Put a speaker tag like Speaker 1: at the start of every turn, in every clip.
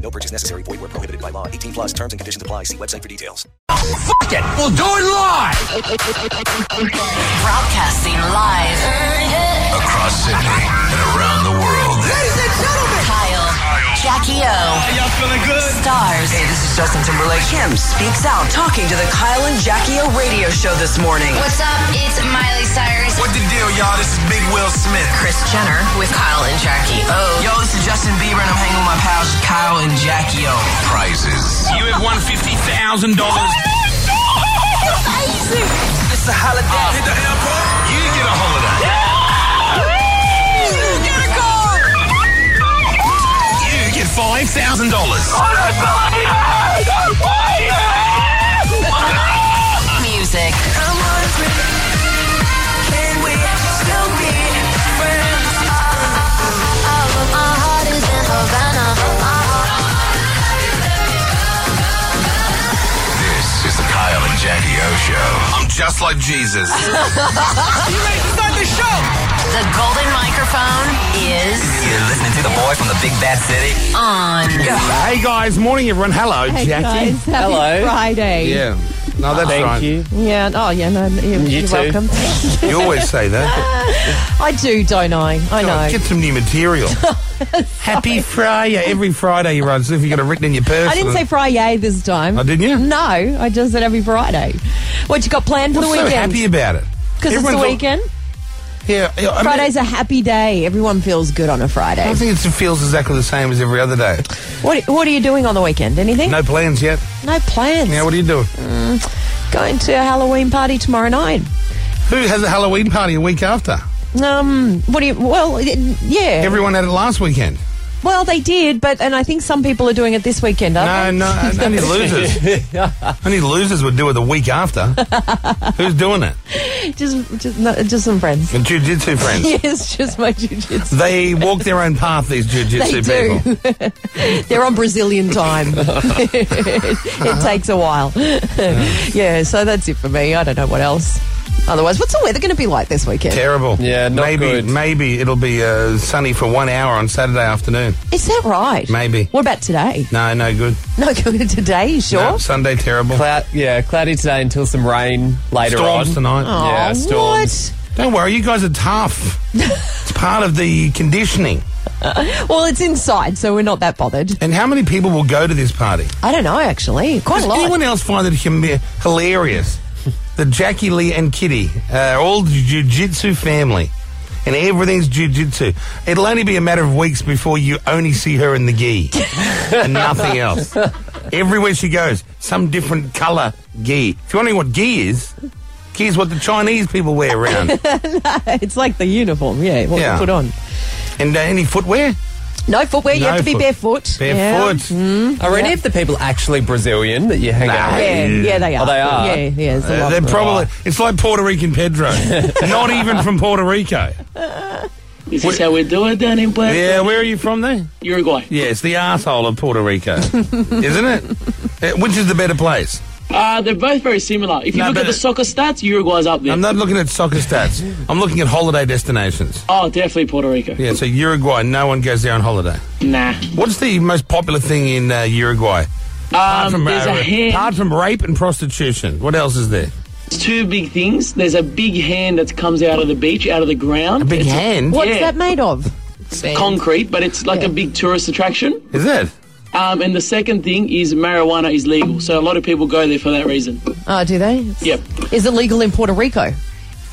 Speaker 1: No purchase necessary. Void where prohibited by law. 18 plus terms and conditions apply. See website for details.
Speaker 2: Fuck it! We'll do it live!
Speaker 3: Broadcasting live
Speaker 2: Across Sydney and around the world. Ladies and gentlemen!
Speaker 3: Kyle, Jackie O,
Speaker 2: Y'all feeling good?
Speaker 3: Stars.
Speaker 4: Hey, this is Justin Timberlake. Kim speaks out talking to the Kyle and Jackie O radio show this morning.
Speaker 5: What's up? It's Miley Cyrus.
Speaker 2: What the deal, y'all? This is Big Will Smith.
Speaker 3: Chris Jenner with Kyle and Jackie O.
Speaker 4: Yo, this is Justin Bieber, and I'm hanging with my pals Kyle and Jackie O.
Speaker 2: Prizes.
Speaker 6: You have won fifty thousand dollars.
Speaker 4: It's a holiday.
Speaker 2: Hit the airport. You get a holiday.
Speaker 4: you get a car.
Speaker 2: You get five thousand dollars.
Speaker 3: Music.
Speaker 4: Can we still be friends?
Speaker 2: This is the Kyle and Jackie O Show. I'm just like Jesus.
Speaker 3: The golden microphone is
Speaker 4: You're listening to the boy from the big bad city.
Speaker 3: on.
Speaker 2: hey guys, morning everyone. Hello, Jackie.
Speaker 7: Hello.
Speaker 8: Friday.
Speaker 2: Yeah. No, Oh, that's
Speaker 7: Thank
Speaker 2: right.
Speaker 7: you.
Speaker 8: Yeah. Oh, yeah. No,
Speaker 7: You
Speaker 8: you're, you're
Speaker 7: too.
Speaker 8: welcome.
Speaker 2: You always say that.
Speaker 8: I do, don't I? I know.
Speaker 2: Get some new material. Happy Friday. Every Friday you run. So if you got it written in your purse.
Speaker 8: I didn't say Friday this time.
Speaker 2: Oh, didn't you?
Speaker 8: No, I just said every Friday. What you got planned for
Speaker 2: What's
Speaker 8: the
Speaker 2: so
Speaker 8: weekend?
Speaker 2: happy about it?
Speaker 8: Because it's the
Speaker 2: Everyone's all-
Speaker 8: weekend.
Speaker 2: Yeah, yeah, I mean,
Speaker 8: Friday's a happy day. Everyone feels good on a Friday.
Speaker 2: I think it's- it feels exactly the same as every other day.
Speaker 8: What What are you doing on the weekend? Anything?
Speaker 2: No plans yet.
Speaker 8: No plans. Mm,
Speaker 2: Now, what are you doing?
Speaker 8: Going to a Halloween party tomorrow night.
Speaker 2: Who has a Halloween party a week after?
Speaker 8: Um. What do you? Well, y- yeah.
Speaker 2: Everyone had it last weekend.
Speaker 8: well, they did, but and I think some people are doing it this weekend.
Speaker 2: No,
Speaker 8: Aren't
Speaker 2: no, only losers. only losers would do it the week after. Who's doing it?
Speaker 8: they? Just just no, just some friends.
Speaker 2: The jiu-jitsu friends.
Speaker 8: yes, just my jujitsu.
Speaker 2: They walk their own path, these jiu-jitsu
Speaker 8: They do.
Speaker 2: people.
Speaker 8: They're on Brazilian time. it takes a while. yeah, so that's it for me. I don't know what else. Otherwise, what's the weather going to be like this weekend?
Speaker 2: Terrible.
Speaker 7: Yeah, not
Speaker 2: maybe,
Speaker 7: good.
Speaker 2: Maybe it'll be uh, sunny for one hour on Saturday afternoon.
Speaker 8: Is that right?
Speaker 2: Maybe.
Speaker 8: What about today?
Speaker 2: No, no good.
Speaker 8: No, good today, you sure?
Speaker 2: No, Sunday terrible.
Speaker 7: Cloud, yeah, cloudy today until some rain later
Speaker 2: Storms
Speaker 7: on.
Speaker 2: tonight.
Speaker 7: Yeah,
Speaker 8: Oh,
Speaker 7: storms.
Speaker 2: Don't worry, you guys are tough. it's part of the conditioning.
Speaker 8: What? Well, it's inside, so we're not that bothered.
Speaker 2: And how many people will go to this party?
Speaker 8: I don't know, actually. Quite
Speaker 2: Does
Speaker 8: a lot.
Speaker 2: anyone else find it hum- hilarious that Jackie Lee and Kitty are all jiu-jitsu family and everything's jiu-jitsu? It'll only be a matter of weeks before you only see her in the gi and nothing else. Everywhere she goes, some different colour gi. If you're wondering what gi is, gi is what the Chinese people wear around.
Speaker 8: It's like the uniform, yeah, what
Speaker 2: Yeah.
Speaker 8: you put on.
Speaker 2: and uh, any footwear?
Speaker 8: No footwear, you
Speaker 2: No
Speaker 8: have to be
Speaker 2: foot-
Speaker 8: barefoot.
Speaker 2: Barefoot.
Speaker 7: Are any of the people actually Brazilian that you hang
Speaker 2: Nah.
Speaker 7: out
Speaker 8: Yeah. Yeah,
Speaker 7: with?
Speaker 8: yeah, they
Speaker 7: Oh,
Speaker 8: are.
Speaker 7: they are?
Speaker 8: Yeah, yeah, there's a
Speaker 2: Uh,
Speaker 8: lot
Speaker 2: they're
Speaker 8: of them.
Speaker 2: probably. It's like Puerto Rican Pedro. Not even from Puerto Rico.
Speaker 9: Is this how we do it then in Puerto
Speaker 2: Yeah, where are you from there?
Speaker 9: Uruguay?
Speaker 2: Yeah, it's the asshole of Puerto Rico, isn't it? Uh, Which is the better place?
Speaker 9: Uh, they're both very similar. If you
Speaker 2: No,
Speaker 9: look
Speaker 2: but-
Speaker 9: at the soccer stats, Uruguay's up there.
Speaker 2: I'm not looking at soccer stats. I'm looking at holiday destinations.
Speaker 9: oh, definitely Puerto Rico.
Speaker 2: Yeah, so Uruguay, no one goes there on holiday.
Speaker 9: Nah.
Speaker 2: What's the most popular thing in uh, Uruguay?
Speaker 9: Um, there's a hand,
Speaker 2: apart from rape and prostitution, what else is there?
Speaker 9: two big things. There's a big hand that comes out of the beach, out of the ground.
Speaker 2: A big
Speaker 9: It's
Speaker 2: hand?
Speaker 8: What's
Speaker 9: Yeah.
Speaker 8: that made of?
Speaker 9: concrete, but it's like
Speaker 8: Yeah.
Speaker 9: a big tourist attraction.
Speaker 2: Is it?
Speaker 9: Um, and the second thing is marijuana is legal, so a lot of people go there for that reason.
Speaker 8: Oh, do they?
Speaker 9: Yep.
Speaker 8: Is it legal in Puerto Rico?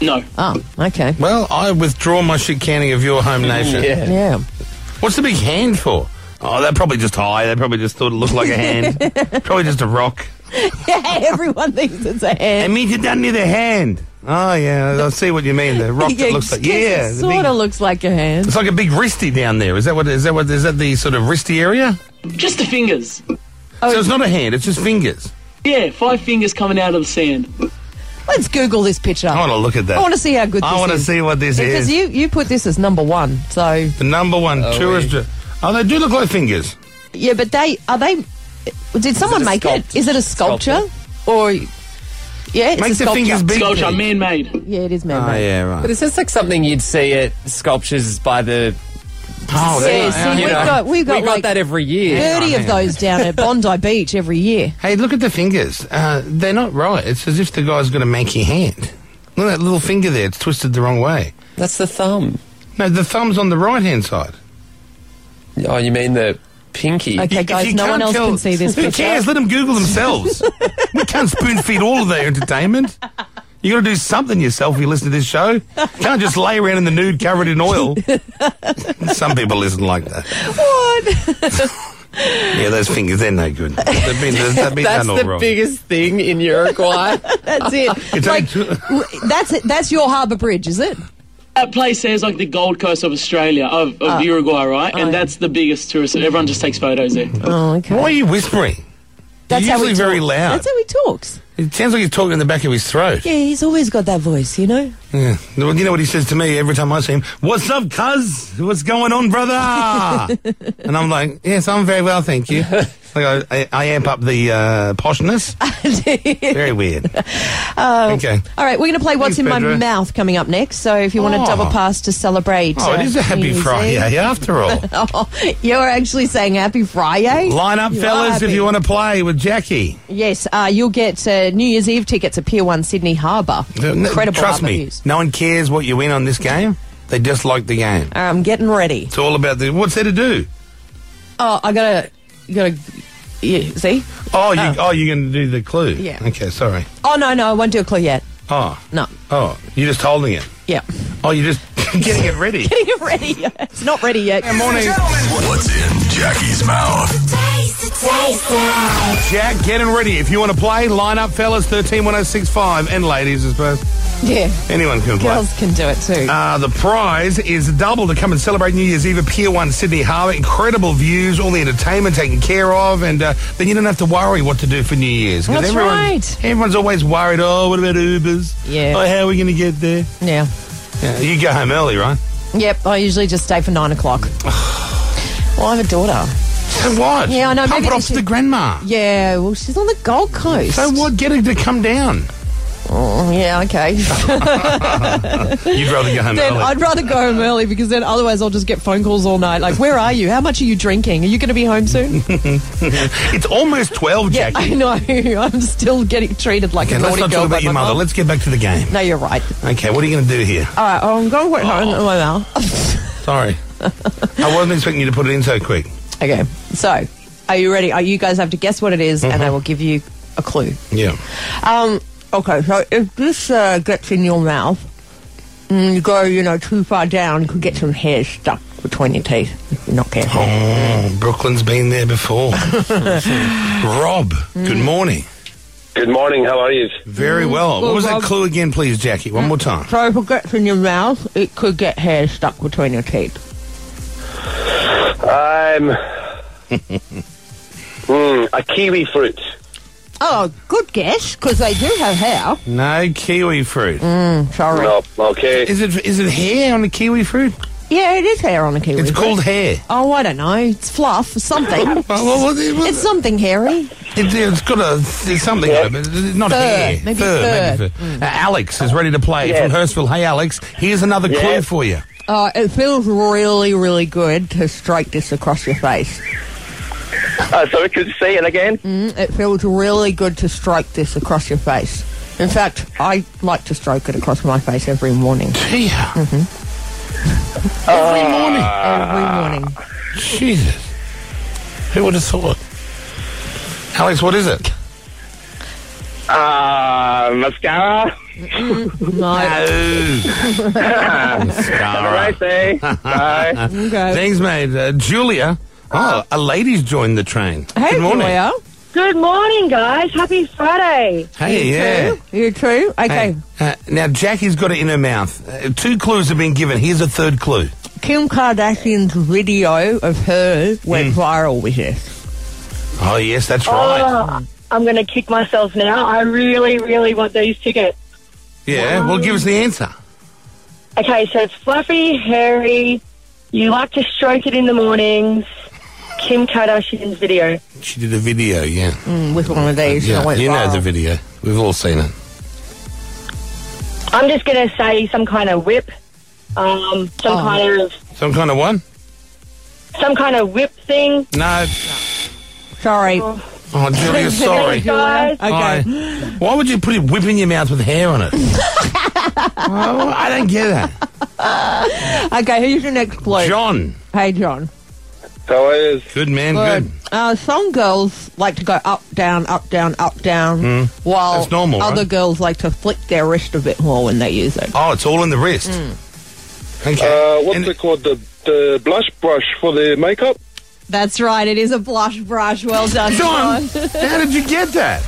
Speaker 9: No.
Speaker 8: Oh, okay.
Speaker 2: Well, I withdraw my shit canning of your home nation.
Speaker 7: Yeah.
Speaker 8: Yeah.
Speaker 2: What's the big hand for? Oh, they're probably just high. They probably just thought it looked like a hand. probably just a rock.
Speaker 8: Everyone thinks it's a
Speaker 2: It
Speaker 8: hand.
Speaker 2: means you don't need a hand. Oh, yeah, I see what you mean. The rock that looks like. Yeah, the
Speaker 8: sort
Speaker 2: big-
Speaker 8: of looks like a hand.
Speaker 2: It's like a big wristy down there. Is that what? Is that what? Is that the sort of wristy area?
Speaker 9: Just the fingers.
Speaker 2: so it's not a hand. It's just fingers.
Speaker 9: Yeah, five fingers coming out of the sand.
Speaker 8: Let's Google this picture. I
Speaker 2: want to look at that.
Speaker 8: I want to see how good
Speaker 2: I
Speaker 8: this
Speaker 2: wanna
Speaker 8: is.
Speaker 2: see what this is.
Speaker 8: because Because you, you put this as number one. So,
Speaker 2: The number one
Speaker 8: Oh,
Speaker 2: tourist. Oh, they do look like fingers.
Speaker 8: yeah, but they, are they, did someone
Speaker 2: a
Speaker 8: make
Speaker 2: sculpt-
Speaker 8: it? Is it a sculpture? Or, yeah, it's
Speaker 7: Make the
Speaker 8: a sculpture.
Speaker 7: fingers big. Sculpture,
Speaker 9: man-made.
Speaker 8: Yeah, it is man-made.
Speaker 7: Oh,
Speaker 2: Oh,
Speaker 7: But is this like something you'd see at sculptures by the?
Speaker 8: Oh, they- Yeah, see,
Speaker 7: you
Speaker 8: we've got- we've
Speaker 7: we
Speaker 8: got
Speaker 7: got
Speaker 8: like
Speaker 7: that every year.
Speaker 8: 30 of those down at Bondi Beach every year.
Speaker 2: Hey, look at the fingers. Uh, they're not right. It's as if the guy's got a manky hand. Look at that little finger there. It's twisted the wrong way.
Speaker 7: That's the thumb.
Speaker 2: No, the thumb's on the right hand side.
Speaker 7: Oh, you mean the pinky?
Speaker 8: Okay,
Speaker 2: If
Speaker 8: guys,
Speaker 2: you
Speaker 8: no
Speaker 2: can't
Speaker 8: one else
Speaker 2: tell-
Speaker 8: can see this
Speaker 2: Who
Speaker 8: picture.
Speaker 2: cares? Let them Google themselves. we can't spoon feed all of their entertainment. You got to do something yourself. If you listen to this show, can't just lay around in the nude covered in oil. Some people listen like that.
Speaker 8: What?
Speaker 2: Yeah, those fingers, they're no good. They've been, they've been
Speaker 7: That's
Speaker 2: done all
Speaker 7: the
Speaker 2: wrong.
Speaker 7: biggest thing in Uruguay.
Speaker 8: that's it.
Speaker 2: It's
Speaker 8: like,
Speaker 2: only two-
Speaker 8: w- that's it. That's your harbour bridge, is it?
Speaker 9: That place is like the Gold Coast of Australia, of, of
Speaker 8: Oh.
Speaker 9: Uruguay, right?
Speaker 8: Oh, yeah.
Speaker 9: And that's the biggest tourist. Everyone just takes photos there.
Speaker 8: Oh, okay.
Speaker 2: Why are you whispering?
Speaker 8: That's
Speaker 2: You're
Speaker 8: how
Speaker 2: usually
Speaker 8: he
Speaker 2: very
Speaker 8: talks.
Speaker 2: loud.
Speaker 8: That's how he talks.
Speaker 2: It sounds like he's talking in the back of his throat.
Speaker 8: Yeah, he's always got that voice, you know.
Speaker 2: Yeah. Well, you know what he says to me every time I see him? What's up, cuz? What's going on, brother? and I'm like, yes, I'm very well, thank you. Like I, I, I amp up the uh, poshness. very weird. okay.
Speaker 8: Um, All right, we're going to play What's
Speaker 2: Thanks,
Speaker 8: in My
Speaker 2: Pedro.
Speaker 8: Mouth coming up next. So if you want
Speaker 2: Oh.
Speaker 8: a double pass to celebrate.
Speaker 2: Oh, it
Speaker 8: uh,
Speaker 2: is a happy
Speaker 8: New Year's Eve.
Speaker 2: Friday after all.
Speaker 8: Oh, you're actually saying Happy Friday?
Speaker 2: Line up,
Speaker 8: You are
Speaker 2: fellas, if
Speaker 8: happy.
Speaker 2: you want to play with Jackie.
Speaker 8: Yes, uh, you'll get uh, New Year's Eve tickets at Pier 1 Sydney Harbour. Incredible
Speaker 2: Trust
Speaker 8: harbour
Speaker 2: me,
Speaker 8: views.
Speaker 2: no one cares what you win on this game. They just like the game.
Speaker 8: All right, I'm getting ready.
Speaker 2: It's all about the. What's there to do?
Speaker 8: Oh, I gotta, gotta, yeah, see?
Speaker 2: Oh, you, oh. you're going to do the clue.
Speaker 8: Yeah.
Speaker 2: Okay, sorry.
Speaker 8: Oh no, no, I won't do a clue yet.
Speaker 2: Oh.
Speaker 8: No,
Speaker 2: Oh, you're just holding it.
Speaker 8: yeah,
Speaker 2: Oh, you're just getting it ready.
Speaker 8: getting it ready. It's not ready yet.
Speaker 2: Good morning.
Speaker 10: What's in Jackie's mouth?
Speaker 2: Jack, getting ready. If you want to play, line up, fellas, 131065, and ladies, I suppose.
Speaker 8: Yeah,
Speaker 2: Anyone can play.
Speaker 8: girls can do it too.
Speaker 2: Uh, the prize is double to come and celebrate New Year's Eve at Pier 1 Sydney Harbour. Incredible views, all the entertainment taken care of, and uh, then you don't have to worry what to do for New Year's. 'Cause
Speaker 8: That's
Speaker 2: everyone-
Speaker 8: right.
Speaker 2: Everyone's always worried, oh, what about Ubers?
Speaker 8: Yeah.
Speaker 2: Oh, how are we going to get there?
Speaker 8: yeah,
Speaker 2: Yeah, you go home early, right?
Speaker 8: yep. I usually just stay for nine o'clock. well, I have a daughter.
Speaker 2: So what?
Speaker 8: Yeah, I know,
Speaker 2: Pump
Speaker 8: maybe
Speaker 2: it
Speaker 8: they
Speaker 2: off to
Speaker 8: should-
Speaker 2: the grandma.
Speaker 8: Yeah, well, she's on the Gold Coast.
Speaker 2: So what? Get her to come down.
Speaker 8: Oh, yeah, okay.
Speaker 2: You'd rather go home
Speaker 8: then
Speaker 2: early.
Speaker 8: I'd rather go home early because then otherwise I'll just get phone calls all night. Like, where are you? How much are you drinking? Are you going to be home soon?
Speaker 2: it's almost 12,
Speaker 8: yeah,
Speaker 2: Jackie.
Speaker 8: I know. I'm still getting treated like
Speaker 2: Okay,
Speaker 8: a
Speaker 2: let's
Speaker 8: naughty
Speaker 2: not
Speaker 8: girl
Speaker 2: talk
Speaker 8: by
Speaker 2: about your
Speaker 8: my
Speaker 2: mother. Let's get back to the game.
Speaker 8: No, you're right.
Speaker 2: Okay, what are you going to do here?
Speaker 8: All right, I'm going to work home in my mouth.
Speaker 2: Oh. Sorry. I wasn't expecting you to put it in so quick.
Speaker 8: Okay. So, are you ready? Are you guys have to guess what it is,
Speaker 2: Mm-hmm.
Speaker 8: and I will give you a clue.
Speaker 2: Yeah.
Speaker 8: Um. Okay. So if this uh, gets in your mouth, and you go, you know, too far down, you could get some hair stuck between your teeth. If you're not careful.
Speaker 2: Oh, Brooklyn's been there before. Rob, good morning.
Speaker 11: Good morning. How are you?
Speaker 2: Very well.
Speaker 8: Mm. well,
Speaker 2: What was
Speaker 8: Rob-
Speaker 2: that clue again, please, Jackie? One more time.
Speaker 8: So if it gets in your mouth, it could get hair stuck between your teeth.
Speaker 5: Um,
Speaker 11: I'm
Speaker 5: hmm,
Speaker 11: mm, a kiwi fruit.
Speaker 8: Oh, good guess, because they do have hair.
Speaker 2: No kiwi fruit.
Speaker 8: Mm, sorry.
Speaker 11: No, okay.
Speaker 2: Is it is it hair on the kiwi fruit?
Speaker 8: Yeah, it is hair on a kiwi.
Speaker 2: It's
Speaker 8: fruit.
Speaker 2: called hair.
Speaker 8: Oh, I don't know. It's fluff, something.
Speaker 2: Well, well, well, it- well,
Speaker 8: it's something hairy.
Speaker 2: It, has got a there's something on it, but it's not
Speaker 8: Fur,
Speaker 2: hair.
Speaker 8: maybe fur. Mm.
Speaker 2: maybe Uh, Alex is ready to play from
Speaker 8: Yes.
Speaker 2: Hurstville. Hey, Alex, here's another clue
Speaker 8: Yes.
Speaker 2: for you.
Speaker 8: Uh, it feels really, really good to strike this across your face.
Speaker 11: Uh, sorry, could you say it again?
Speaker 8: Mm, it feels really good to strike this across your face. In fact, I like to stroke it across my face every morning.
Speaker 2: Gee,
Speaker 11: Ah.
Speaker 8: Every morning. Every morning.
Speaker 2: Jesus, who would have thought? Alex, what is it?
Speaker 11: Uh, mascara.
Speaker 8: Mm,
Speaker 2: No.
Speaker 11: Have a
Speaker 2: Mascara.
Speaker 11: nice day. Bye.
Speaker 2: Thanks, mate. Uh, Julia. Oh, a lady's joined the train. Good morning.
Speaker 12: Good morning, guys. Happy Friday.
Speaker 2: Hey, yeah.
Speaker 8: You too? Okay.
Speaker 2: Hey, uh, now, Jackie's got it in her mouth. Uh, two clues have been given. Here's a third clue.
Speaker 8: Kim Kardashian's
Speaker 2: Mm.
Speaker 8: video of her went viral with this.
Speaker 2: Oh, yes, that's right.
Speaker 12: Ah, I'm going to kick myself now. I really, really want these tickets.
Speaker 2: Yeah, well, give us the answer.
Speaker 12: Okay, so it's fluffy, hairy. You like to stroke it in the mornings. Kim Kardashian's video.
Speaker 2: She did a video, yeah.
Speaker 8: Mm, with one of these.
Speaker 2: yeah
Speaker 8: I went
Speaker 2: you know
Speaker 8: viral.
Speaker 2: the video. We've all seen it.
Speaker 12: I'm just going to say some kind of whip, um,
Speaker 8: Oh.
Speaker 12: some kind of
Speaker 2: Some kind of one?
Speaker 12: some kind of whip thing.
Speaker 2: No.
Speaker 8: Sorry.
Speaker 2: Oh, Julia, sorry.
Speaker 12: Guys.
Speaker 2: Hi. Why would you put a whip in your mouth with hair on it? Oh, I don't get that.
Speaker 8: okay, who's your next bloke?
Speaker 2: John.
Speaker 8: Hey, John.
Speaker 2: How are you? Good man, good.
Speaker 8: Uh, some girls like to go up, down, up, down, up, down,
Speaker 2: Mm.
Speaker 8: while
Speaker 2: That's normal,
Speaker 8: other
Speaker 2: right?
Speaker 8: girls like to flick their wrist a bit more when they use it.
Speaker 2: Oh, it's all in the wrist. Okay.
Speaker 13: Uh, what's it called? The, the blush brush for the makeup?
Speaker 8: That's right. It is a blush brush. Well done,
Speaker 2: John. How did you get that?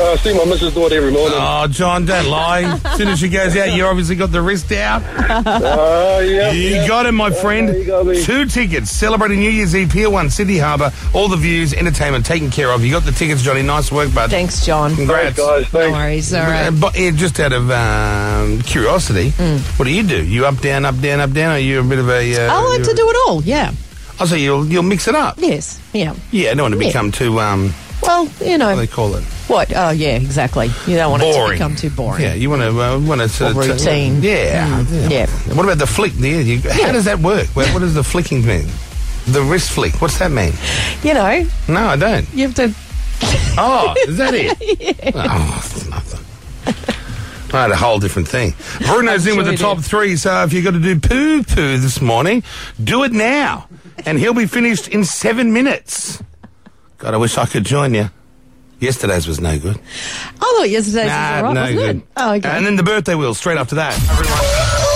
Speaker 13: Uh, I see my missus do it every morning.
Speaker 2: Oh, John, don't lie. As soon as she goes out, you obviously got the wrist out.
Speaker 13: Uh, yeah,
Speaker 2: you
Speaker 13: yeah.
Speaker 2: got it, my friend.
Speaker 13: Uh, you got me.
Speaker 2: Two tickets celebrating New Year's Eve, Pier 1, Sydney Harbour. All the views, entertainment taken care of. You got the tickets, Johnny. Nice work, bud.
Speaker 8: Thanks, John.
Speaker 2: Congrats.
Speaker 13: Thanks, guys. Thanks.
Speaker 8: No worries. All
Speaker 2: Uh,
Speaker 8: right. Mm.
Speaker 2: But yeah, just out of um, curiosity, what do you do? You up, down, up, down, up, down? Or you a bit of a? Uh,
Speaker 8: Oh, I like to
Speaker 2: you're-
Speaker 8: do it all. Yeah.
Speaker 2: Oh, so you'll you'll mix it up.
Speaker 8: Yes. Yeah.
Speaker 2: Yeah, I don't want to
Speaker 8: Yeah.
Speaker 2: become too um.
Speaker 8: Well, you
Speaker 2: What do
Speaker 8: know
Speaker 2: they call it?
Speaker 8: what? Oh, yeah. Exactly. You don't want it to
Speaker 2: boring.
Speaker 8: become too boring.
Speaker 2: Yeah, you want to uh, want to sort
Speaker 8: Or
Speaker 2: of t-
Speaker 8: routine.
Speaker 2: yeah,
Speaker 8: Mm,
Speaker 2: yeah.
Speaker 8: yeah.
Speaker 2: What about the flick? Do you- you- How does that work? What, what does the flicking mean? The wrist flick. What's that mean?
Speaker 8: You know,
Speaker 2: No, I don't.
Speaker 8: you have to.
Speaker 2: Oh, is that it? Oh, it's nothing. I had a whole different thing. Bruno's in with the
Speaker 8: sure you
Speaker 2: top three, so if you've got to do poo poo this morning, do it now. And he'll be finished in seven minutes. God, I wish I could join you. Yesterday's was no good.
Speaker 8: I thought yesterday's was all right,
Speaker 2: no
Speaker 8: wasn't
Speaker 2: good.
Speaker 8: it? Oh, okay.
Speaker 2: And then the birthday wheel straight after that.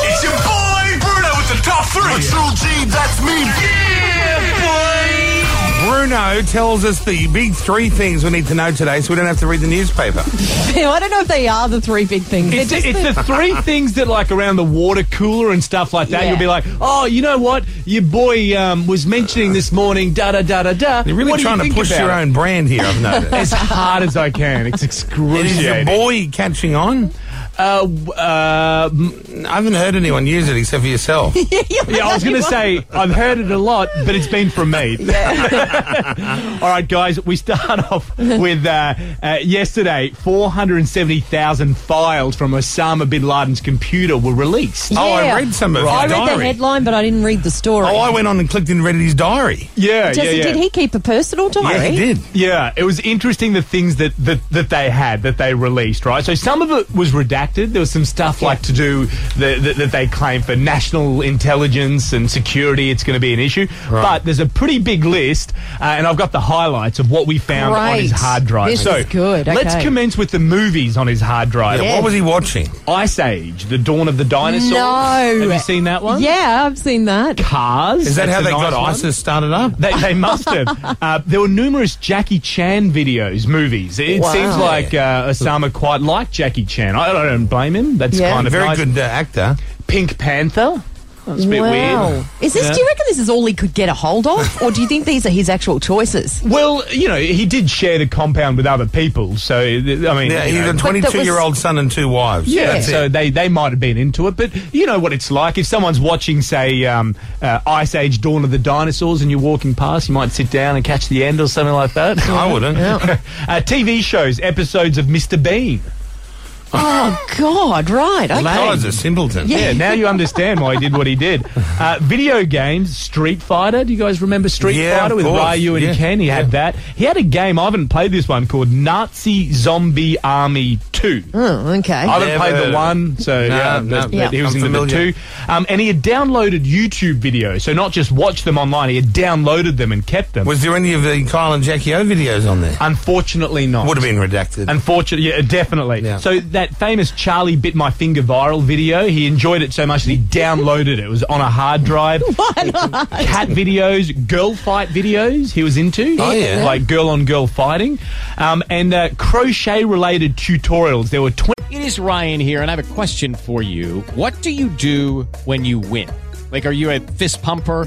Speaker 10: It's your boy Bruno with the top three. True G, that's me. Yeah, boy.
Speaker 2: Bruno tells us the big three things we need to know today so we don't have to read the newspaper.
Speaker 8: I don't know if they are the three big things.
Speaker 14: It's,
Speaker 8: They're
Speaker 14: the,
Speaker 8: just
Speaker 14: it's
Speaker 8: the-
Speaker 14: the three things that, like, around the water cooler and stuff like that,
Speaker 8: Yeah.
Speaker 14: you'll be like, oh, you know what? Your boy um, was mentioning this morning, da da da da da.
Speaker 2: You're really
Speaker 14: What do you
Speaker 2: trying to
Speaker 14: think
Speaker 2: push
Speaker 14: about
Speaker 2: your
Speaker 14: it?"
Speaker 2: own brand here, I've
Speaker 14: As
Speaker 2: noticed.
Speaker 14: hard as I can. It's excruciating.
Speaker 2: Is your boy catching on?
Speaker 14: Uh, w- uh, m-
Speaker 2: I haven't heard anyone use it except for yourself.
Speaker 14: yeah, I was going to say, I've heard it a lot, but it's been from me. All right, guys, we start off with uh, uh, yesterday 470,000 files from Osama bin Laden's computer were released.
Speaker 2: Oh, I
Speaker 8: Yeah.
Speaker 2: read some of
Speaker 8: I
Speaker 2: his
Speaker 8: read the
Speaker 2: diary.
Speaker 8: headline, but I didn't read the story.
Speaker 2: Oh, I went on and clicked and read his diary.
Speaker 14: Yeah,
Speaker 8: Jesse,
Speaker 14: yeah, yeah.
Speaker 8: did he keep a personal diary?
Speaker 2: Yeah, he did.
Speaker 14: Yeah, it was interesting the things that, that, that they had that they released, right? So some of it was redacted. There was some stuff like to do that, that, that they claim for national intelligence and security. It's going to be an issue, but there's a pretty big list, uh, and I've got the highlights of what we found on his
Speaker 8: Great.
Speaker 14: hard drive.
Speaker 8: This
Speaker 14: so
Speaker 8: is good,
Speaker 14: Let's
Speaker 8: okay.
Speaker 14: commence with the movies on his hard drive.
Speaker 2: Yeah, What was he watching?
Speaker 14: Ice Age: The Dawn of the Dinosaurs.
Speaker 8: No.
Speaker 14: have you seen that one?
Speaker 8: Yeah, I've seen that.
Speaker 14: Cars.
Speaker 2: Is that
Speaker 14: That's
Speaker 2: how
Speaker 14: a
Speaker 2: they
Speaker 14: nice
Speaker 2: got
Speaker 14: one.
Speaker 2: ISIS started up?
Speaker 14: They, they must have. Uh, there were numerous Jackie Chan videos, movies. It
Speaker 8: Wow.
Speaker 14: seems like uh, Osama quite liked Jackie Chan. I, I don't blame him. That's
Speaker 8: Yeah.
Speaker 14: kind of
Speaker 2: Very
Speaker 14: nice.
Speaker 2: good uh, actor.
Speaker 14: Pink Panther. That's a bit
Speaker 8: wow.
Speaker 14: weird.
Speaker 8: Is this?
Speaker 14: Yeah.
Speaker 8: Do you reckon this is all he could get a hold of, or do you think these are his actual choices?
Speaker 14: Well, you know, he did share the compound with other people, so th- I mean,
Speaker 2: Yeah,
Speaker 14: you
Speaker 2: he's
Speaker 14: know.
Speaker 2: a 22 year old son and two wives.
Speaker 14: Yeah,
Speaker 2: That's
Speaker 14: so
Speaker 2: it.
Speaker 14: they, they might have been into it, but you know what it's like. If someone's watching, say, um, uh, Ice Age Dawn of the Dinosaurs and you're walking past, you might sit down and catch the end or something like that.
Speaker 2: I wouldn't.
Speaker 14: uh, TV shows, episodes of Mr. Bean.
Speaker 8: Oh God! Right. Okay.
Speaker 2: Guy's a simpleton.
Speaker 14: Yeah, now you understand why he did what he did. Uh, video games, Street Fighter. Do you guys remember Street
Speaker 2: Yeah,
Speaker 14: Fighter
Speaker 2: of
Speaker 14: with
Speaker 2: course.
Speaker 14: Ryu and
Speaker 2: Yeah,
Speaker 14: Ken? He had that. He had a game, I haven't played this one, called Nazi Zombie Army 2.
Speaker 8: Oh, okay.
Speaker 14: I haven't
Speaker 2: Never
Speaker 14: played
Speaker 2: heard of
Speaker 14: the
Speaker 2: it.
Speaker 14: one, so
Speaker 2: No,
Speaker 14: yeah,
Speaker 2: no,
Speaker 14: but- but
Speaker 2: yeah.
Speaker 14: he was
Speaker 2: I'm
Speaker 14: into
Speaker 2: familiar.
Speaker 14: the two. Um, and he had downloaded YouTube videos, so not just watched them online, he had downloaded them and kept them.
Speaker 2: Was there any of the Kyle and Jackie O videos on there?
Speaker 14: Unfortunately, not.
Speaker 2: Would have been redacted.
Speaker 14: Unfortunately, yeah, definitely.
Speaker 2: Yeah.
Speaker 14: So that famous Charlie bit my finger viral video, he enjoyed it so much that he downloaded it. It was on a hard drive. Cat videos, girl fight videos he was into.
Speaker 2: Oh, yeah.
Speaker 14: Like girl on girl fighting. Um, and uh, crochet related tutorials. There were 20.
Speaker 15: It is Ryan here, and I have a question for you. What do you do when you win? Like, are you a fist pumper?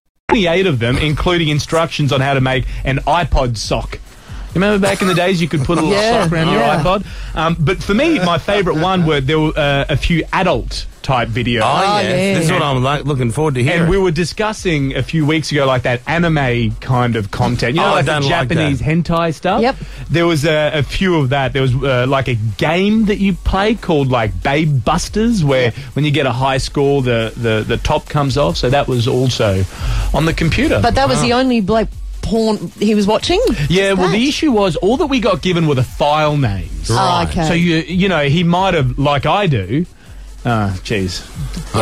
Speaker 14: 28 of them, including instructions on how to make an iPod sock. Remember back in the days you could put a little
Speaker 10: Yeah,
Speaker 14: sock around
Speaker 10: yeah.
Speaker 14: your iPod? Um, but for me, my favourite one were there were uh, a few adult type videos.
Speaker 2: Oh, yeah. This is what I'm like, looking forward to hearing.
Speaker 14: And we were discussing a few weeks ago, like that anime kind of content. You know,
Speaker 2: Oh, I
Speaker 14: like
Speaker 2: don't
Speaker 14: the
Speaker 2: like that.
Speaker 14: Japanese hentai stuff. Yep. There was a, a few of that. There was uh, like a game that you play called like Babe Busters, where when you get a high score, the, the, the top comes off. So that was also on the computer.
Speaker 8: But that was the only like porn he was watching.
Speaker 14: Yeah, well, the issue was all that we got given were the file names.
Speaker 8: Oh, Right. okay.
Speaker 14: So you you know he might have like I do. Ah, jeez.
Speaker 2: Oh,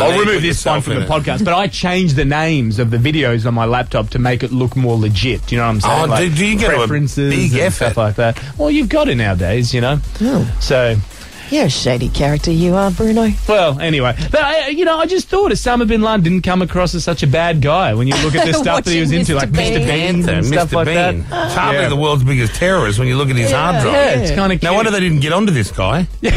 Speaker 14: I'll
Speaker 2: now you
Speaker 14: remove
Speaker 2: put
Speaker 14: this one
Speaker 2: yourself
Speaker 14: from
Speaker 2: in
Speaker 14: the
Speaker 2: it.
Speaker 14: podcast, but I changed the names of the videos on my laptop to make it look more legit. Do you know what I'm saying?
Speaker 2: Oh, do- do you get a
Speaker 14: preferences
Speaker 2: big
Speaker 14: and
Speaker 2: effort?
Speaker 14: stuff like that? Well, you've got it nowadays, you know. So
Speaker 8: Oh. You're a shady character, you are, Bruno.
Speaker 14: well, anyway, but I, you know, I just thought Osama bin Laden didn't come across as such a bad guy when you look at the stuff that he was
Speaker 2: Watching
Speaker 14: into,
Speaker 2: Mr.
Speaker 14: like
Speaker 2: Bean.
Speaker 14: Mr. Bean
Speaker 2: Panther,
Speaker 14: and stuff
Speaker 2: Mr.
Speaker 14: like that.
Speaker 2: Bean. It's hardly
Speaker 14: Yeah.
Speaker 2: the world's biggest terrorist when you look at his hard drive.
Speaker 14: Yeah, it's kinda
Speaker 2: No
Speaker 14: cute.
Speaker 2: wonder they didn't get onto this guy. yeah,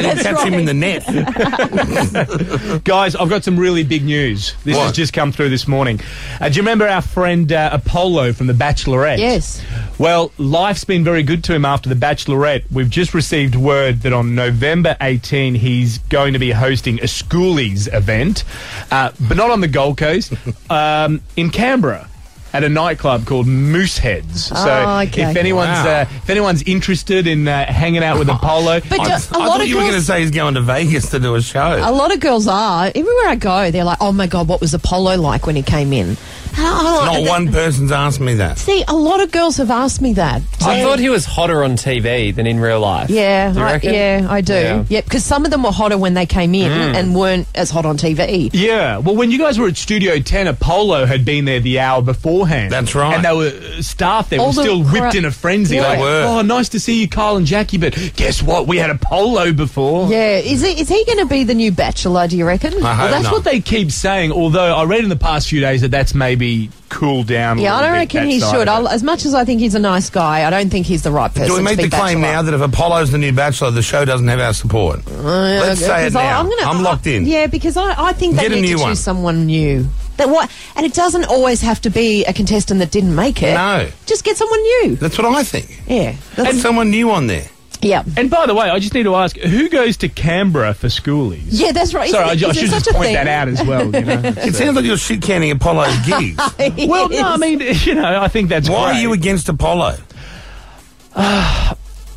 Speaker 14: that's
Speaker 2: catch him in
Speaker 14: right.
Speaker 2: the net.
Speaker 14: Guys, I've got some really big news. This has just come through this morning. Uh, do you remember our friend uh, Apollo from The Bachelorette?
Speaker 8: Yes.
Speaker 14: Well, life's been very good to him after The Bachelorette. We've just received word that on November 18, he's going to be hosting a schoolies event, uh, but not on the Gold Coast, um, in Canberra. At a nightclub called Mooseheads. So,
Speaker 8: Oh, okay.
Speaker 14: if anyone's
Speaker 8: Wow.
Speaker 14: uh, if anyone's interested in uh, hanging out with Apollo,
Speaker 8: But I- do- a I thought lot of you were girls- gonna
Speaker 14: say he's going to Vegas to do a show.
Speaker 8: A lot of girls are. Everywhere I go, they're like, "Oh my god, what was Apollo like when he came in?" Oh,
Speaker 2: Not
Speaker 8: th-
Speaker 2: one person's asked me that.
Speaker 8: See, a lot of girls have asked me that.
Speaker 7: I thought he was hotter on TV than in real life.
Speaker 8: Yeah,
Speaker 7: Do you
Speaker 8: I,
Speaker 7: reckon?
Speaker 8: yeah, I do.
Speaker 7: Yeah.
Speaker 8: Yeah, because some of them were hotter when they came in
Speaker 14: Mm.
Speaker 8: and weren't as hot on TV.
Speaker 14: Yeah, well, when you guys were at Studio 10, Apollo had been there the hour beforehand. That's right. And they were uh, staff there
Speaker 8: All
Speaker 14: was
Speaker 8: the
Speaker 14: still
Speaker 8: cra-
Speaker 14: whipped in a frenzy.
Speaker 8: Yeah.
Speaker 14: Like,
Speaker 8: They were.
Speaker 14: oh, nice to see you, Kyle and Jackie, but guess what? We had Apollo before.
Speaker 8: Yeah, is he, is he going to be the new Bachelor? Do you reckon?
Speaker 14: well, that's what they keep saying, although I read in the past few days that that's maybe cooled down a
Speaker 8: yeah, I
Speaker 14: little
Speaker 8: don't
Speaker 14: bit,
Speaker 8: reckon
Speaker 14: that
Speaker 8: he
Speaker 14: side
Speaker 8: should.
Speaker 14: of it.
Speaker 8: I'll, as much as I think he's a nice guy, I don't think he's the right person.
Speaker 2: Do we
Speaker 8: to
Speaker 2: make
Speaker 8: be
Speaker 2: the claim
Speaker 8: Bachelor. Uh,
Speaker 2: now that if Apollo's the new Bachelor, the show doesn't have our support? Let's
Speaker 8: Yeah,
Speaker 2: say it
Speaker 8: 'cause I-
Speaker 2: now. I'm,
Speaker 8: I'm gonna-
Speaker 2: locked in.
Speaker 8: Yeah, because I, I think they
Speaker 2: Get a
Speaker 8: need to
Speaker 2: new
Speaker 8: choose
Speaker 2: one.
Speaker 8: someone new. That what, and it doesn't always have to be a contestant that didn't make it.
Speaker 2: No.
Speaker 8: just get someone new.
Speaker 2: That's what I think.
Speaker 8: Yeah,
Speaker 2: And someone new on there.
Speaker 8: Yeah.
Speaker 14: And by the way, I just need to ask who goes to Canberra for schoolies?
Speaker 8: Yeah, that's right.
Speaker 14: Sorry, I,
Speaker 8: Is
Speaker 14: ju- I
Speaker 8: there
Speaker 14: should
Speaker 8: such
Speaker 14: just
Speaker 8: a
Speaker 14: point
Speaker 8: thing?
Speaker 14: that out as well. You know?
Speaker 2: It sounds like you're shit canning Apollo's gigs.
Speaker 14: well, no, I mean, you know, I think that's
Speaker 2: Why
Speaker 14: great.
Speaker 2: are you against Apollo?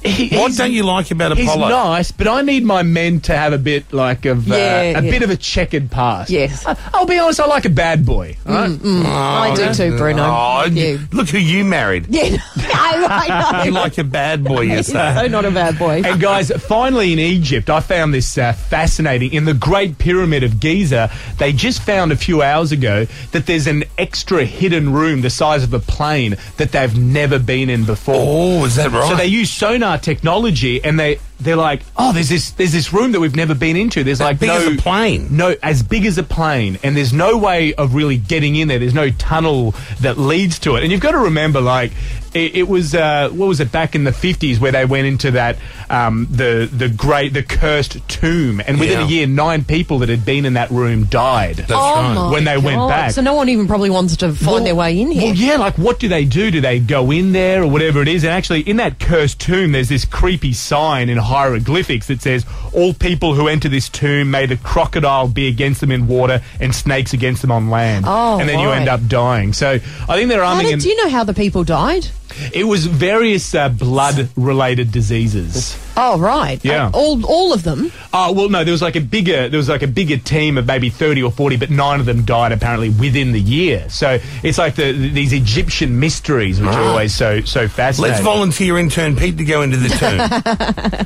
Speaker 2: what don't you like about
Speaker 14: He's
Speaker 2: Apollo?
Speaker 14: nice, but I need my men to have a bit like of uh,
Speaker 2: Yeah,
Speaker 14: a
Speaker 2: yeah.
Speaker 14: bit of a checkered past.
Speaker 2: Yes.
Speaker 14: I, will be honest. I like a bad boy. right?
Speaker 8: Mm, I do too, Bruno.
Speaker 2: Oh, you- Look who you married.
Speaker 8: Yeah, I, I
Speaker 2: you
Speaker 8: know.
Speaker 2: like a bad boy, you say.
Speaker 8: not a bad boy.
Speaker 14: And guys, finally in Egypt, I found this uh, fascinating. In the Great Pyramid of Giza, they just found a few hours ago that there's an extra hidden room the size of a plane that they've never been in before.
Speaker 2: Oh, is that right?
Speaker 14: So they use sonar technology and they they're like, oh, there's this there's this room that we've never been into. There's like
Speaker 2: big
Speaker 14: no
Speaker 2: as a plane.
Speaker 14: No, as big as a plane, and there's no way of really getting in there. There's no tunnel that leads to it. And you've got to remember, like, it, it was uh, what was it back in the fifties where they went into that um, the the great the cursed tomb, and within
Speaker 8: Yeah.
Speaker 14: a year, nine people that had been in that room died.
Speaker 8: oh my
Speaker 14: when they went
Speaker 8: God.
Speaker 14: back.
Speaker 8: So no one even probably wants to find their way in here.
Speaker 14: Well, yeah, like what do they do? Do they go in there or whatever it is? And actually, in that cursed tomb, there's this creepy sign in hieroglyphics that says, All people who enter this tomb, may the crocodile be against them in water and snakes against them on land.
Speaker 8: Oh,
Speaker 14: and then you
Speaker 8: right.
Speaker 14: end up dying. So I think they're
Speaker 8: How
Speaker 14: arming.
Speaker 8: did,
Speaker 14: an-
Speaker 8: do you know how the people died?
Speaker 14: it was various uh, blood related diseases.
Speaker 8: Oh, right.
Speaker 14: Yeah.
Speaker 8: Uh, All, all of them.
Speaker 14: Oh well, no. There was like a bigger, there was like a bigger team of maybe thirty or forty, but nine of them died apparently within the year. So it's like the, these Egyptian mysteries, which are
Speaker 2: Ah.
Speaker 14: always so so fascinating.
Speaker 2: Let's volunteer intern Pete to go into the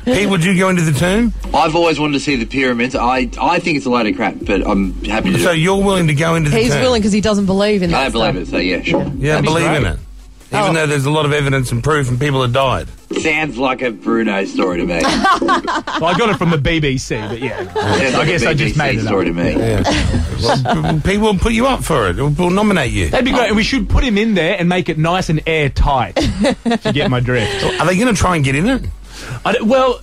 Speaker 2: tomb. Pete, would you go into the tomb?
Speaker 16: I've always wanted to see the pyramids. I I think it's a load of crap, but I'm happy to.
Speaker 2: So you're willing to go into the
Speaker 8: He's
Speaker 2: tomb?
Speaker 8: willing because he doesn't believe in that.
Speaker 16: I believe it. So yeah, sure.
Speaker 2: Yeah, I believe in it. Even
Speaker 8: Oh.
Speaker 2: though there's a lot of evidence and proof, and people have died.
Speaker 16: Sounds like a Bruno story to me.
Speaker 14: well, I got it from the BBC, but yeah,
Speaker 16: Sounds
Speaker 14: I
Speaker 16: like
Speaker 14: guess
Speaker 16: a
Speaker 14: I just
Speaker 16: BBC
Speaker 14: made it
Speaker 16: story
Speaker 14: up.
Speaker 16: to me.
Speaker 2: Well, people will put you up for it. We'll we'll nominate you.
Speaker 14: That'd be great. And we should put him in there and make it nice and airtight. if you get my drift.
Speaker 2: Are they going to try and get in it?
Speaker 14: I don't- well,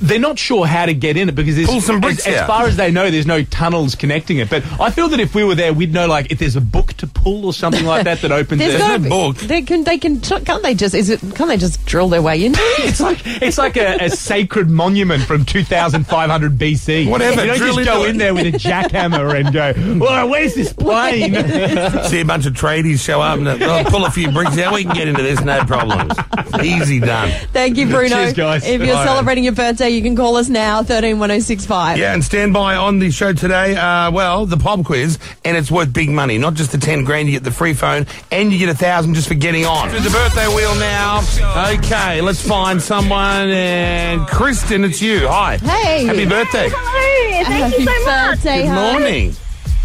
Speaker 14: they're not sure how to get in it because there's-
Speaker 2: Pull some bricks
Speaker 14: as, as
Speaker 2: out.
Speaker 14: far as they know, there's no tunnels connecting it. But I feel that if we were there, we'd know like if there's a book to pull or something like that that opens it.
Speaker 8: gotta be- They can, they can, can't they just, is it, can't they just drill their way in?
Speaker 14: It's like it's like a, a sacred monument from 2,500 BC.
Speaker 2: Whatever,
Speaker 14: you don't
Speaker 2: drill
Speaker 14: just go
Speaker 2: into it.
Speaker 14: in there with a jackhammer and go, "Well, where's this plane?"
Speaker 2: See a bunch of tradies show up and they'll pull a few bricks out. We can get into this, no problems. Easy done.
Speaker 8: Thank you, Bruno.
Speaker 2: Cheers, guys.
Speaker 8: If you're
Speaker 2: Bye.
Speaker 8: celebrating your birthday, you can call us now, 131065.
Speaker 2: Yeah, and stand by on the show today. Uh, well, the pub quiz, and it's worth big money. Not just the ten grand, you get the free phone, and you get a thousand just for getting on. Through the birthday wheel now. Okay, let's find someone. And Kristen, it's you. Hi.
Speaker 8: Hey.
Speaker 2: Happy birthday.
Speaker 8: Hello. Thank you so much.
Speaker 2: Good morning.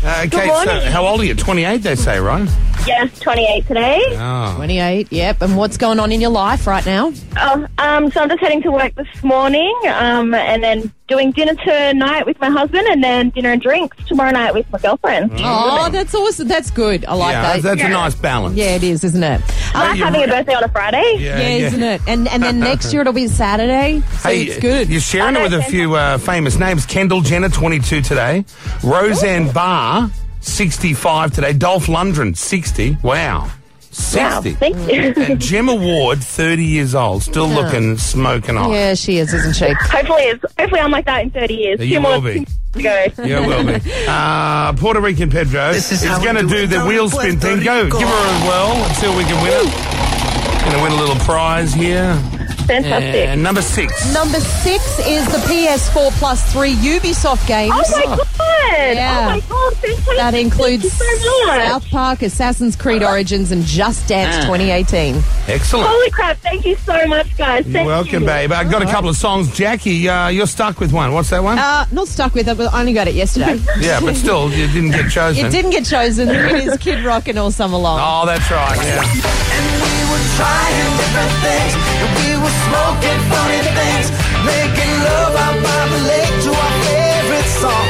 Speaker 2: Uh, okay, so
Speaker 8: morning.
Speaker 2: how old are you? Twenty-eight, they say, right?
Speaker 8: Yes, 28 today.
Speaker 2: Oh.
Speaker 8: 28, yep. And what's going on in your life right now?
Speaker 12: Oh, um, so I'm just heading to work this morning, um, and then doing dinner tonight with my husband, and then dinner and drinks tomorrow night with my girlfriend.
Speaker 8: Oh, that's awesome. That's good. I like
Speaker 2: yeah,
Speaker 8: that.
Speaker 2: that's, that's a nice balance.
Speaker 8: Yeah, it is, isn't it? Uh,
Speaker 2: Like you're having a
Speaker 12: birthday on a Friday.
Speaker 2: Yeah,
Speaker 8: Yeah,
Speaker 2: yeah.
Speaker 8: isn't it? And and then next year it'll be Saturday. So
Speaker 2: Hey,
Speaker 8: it's good.
Speaker 2: You're sharing it with a few uh, famous names. Kendall Jenner, 22 today. Roseanne Barr, 65 today. Dolph Lundgren, 60. Wow. 60.
Speaker 12: thank you.
Speaker 2: And Gemma Ward, 30 years old, still
Speaker 8: Yeah.
Speaker 2: looking smoking hot.
Speaker 8: Yeah, she is, isn't she?
Speaker 12: Hopefully, it's, hopefully I'm like that in 30 years.
Speaker 2: You
Speaker 12: Two more
Speaker 2: will be.
Speaker 12: to go.
Speaker 2: Yeah, will be. Uh, Puerto Rican Pedro
Speaker 10: This is how
Speaker 2: is
Speaker 10: we
Speaker 2: going to
Speaker 10: do
Speaker 2: do
Speaker 10: it
Speaker 2: the
Speaker 10: down
Speaker 2: wheel
Speaker 10: in
Speaker 2: spin
Speaker 10: Puerto
Speaker 2: thing. Go, give
Speaker 10: Rico.
Speaker 2: her a whirl and see if we can win it. Going to win a little prize here.
Speaker 12: Fantastic.
Speaker 2: And uh, number six.
Speaker 8: Number six is the PS4 Plus 3 Ubisoft games.
Speaker 12: Oh my god!
Speaker 8: Yeah.
Speaker 12: Oh my god! Fantastic.
Speaker 8: That includes
Speaker 12: Thank you so much.
Speaker 8: South Park, Assassin's Creed Origins, and Just Dance
Speaker 2: Ah.
Speaker 8: 2018.
Speaker 2: Excellent.
Speaker 12: Holy crap! Thank you so much, guys.
Speaker 2: You're
Speaker 12: Thank
Speaker 2: welcome,
Speaker 12: you.
Speaker 2: babe. I've got a couple of songs. Jackie, uh, you're stuck with one. What's that one?
Speaker 8: Uh, not stuck with it, but I only got it yesterday.
Speaker 2: yeah, but still, you didn't get chosen.
Speaker 8: It didn't get chosen. It is Kid Rock and All Summer Long.
Speaker 2: Oh, that's right. Yeah.
Speaker 10: We were trying different things. and We were smoking funny things. Making love out by the lake to our favorite song.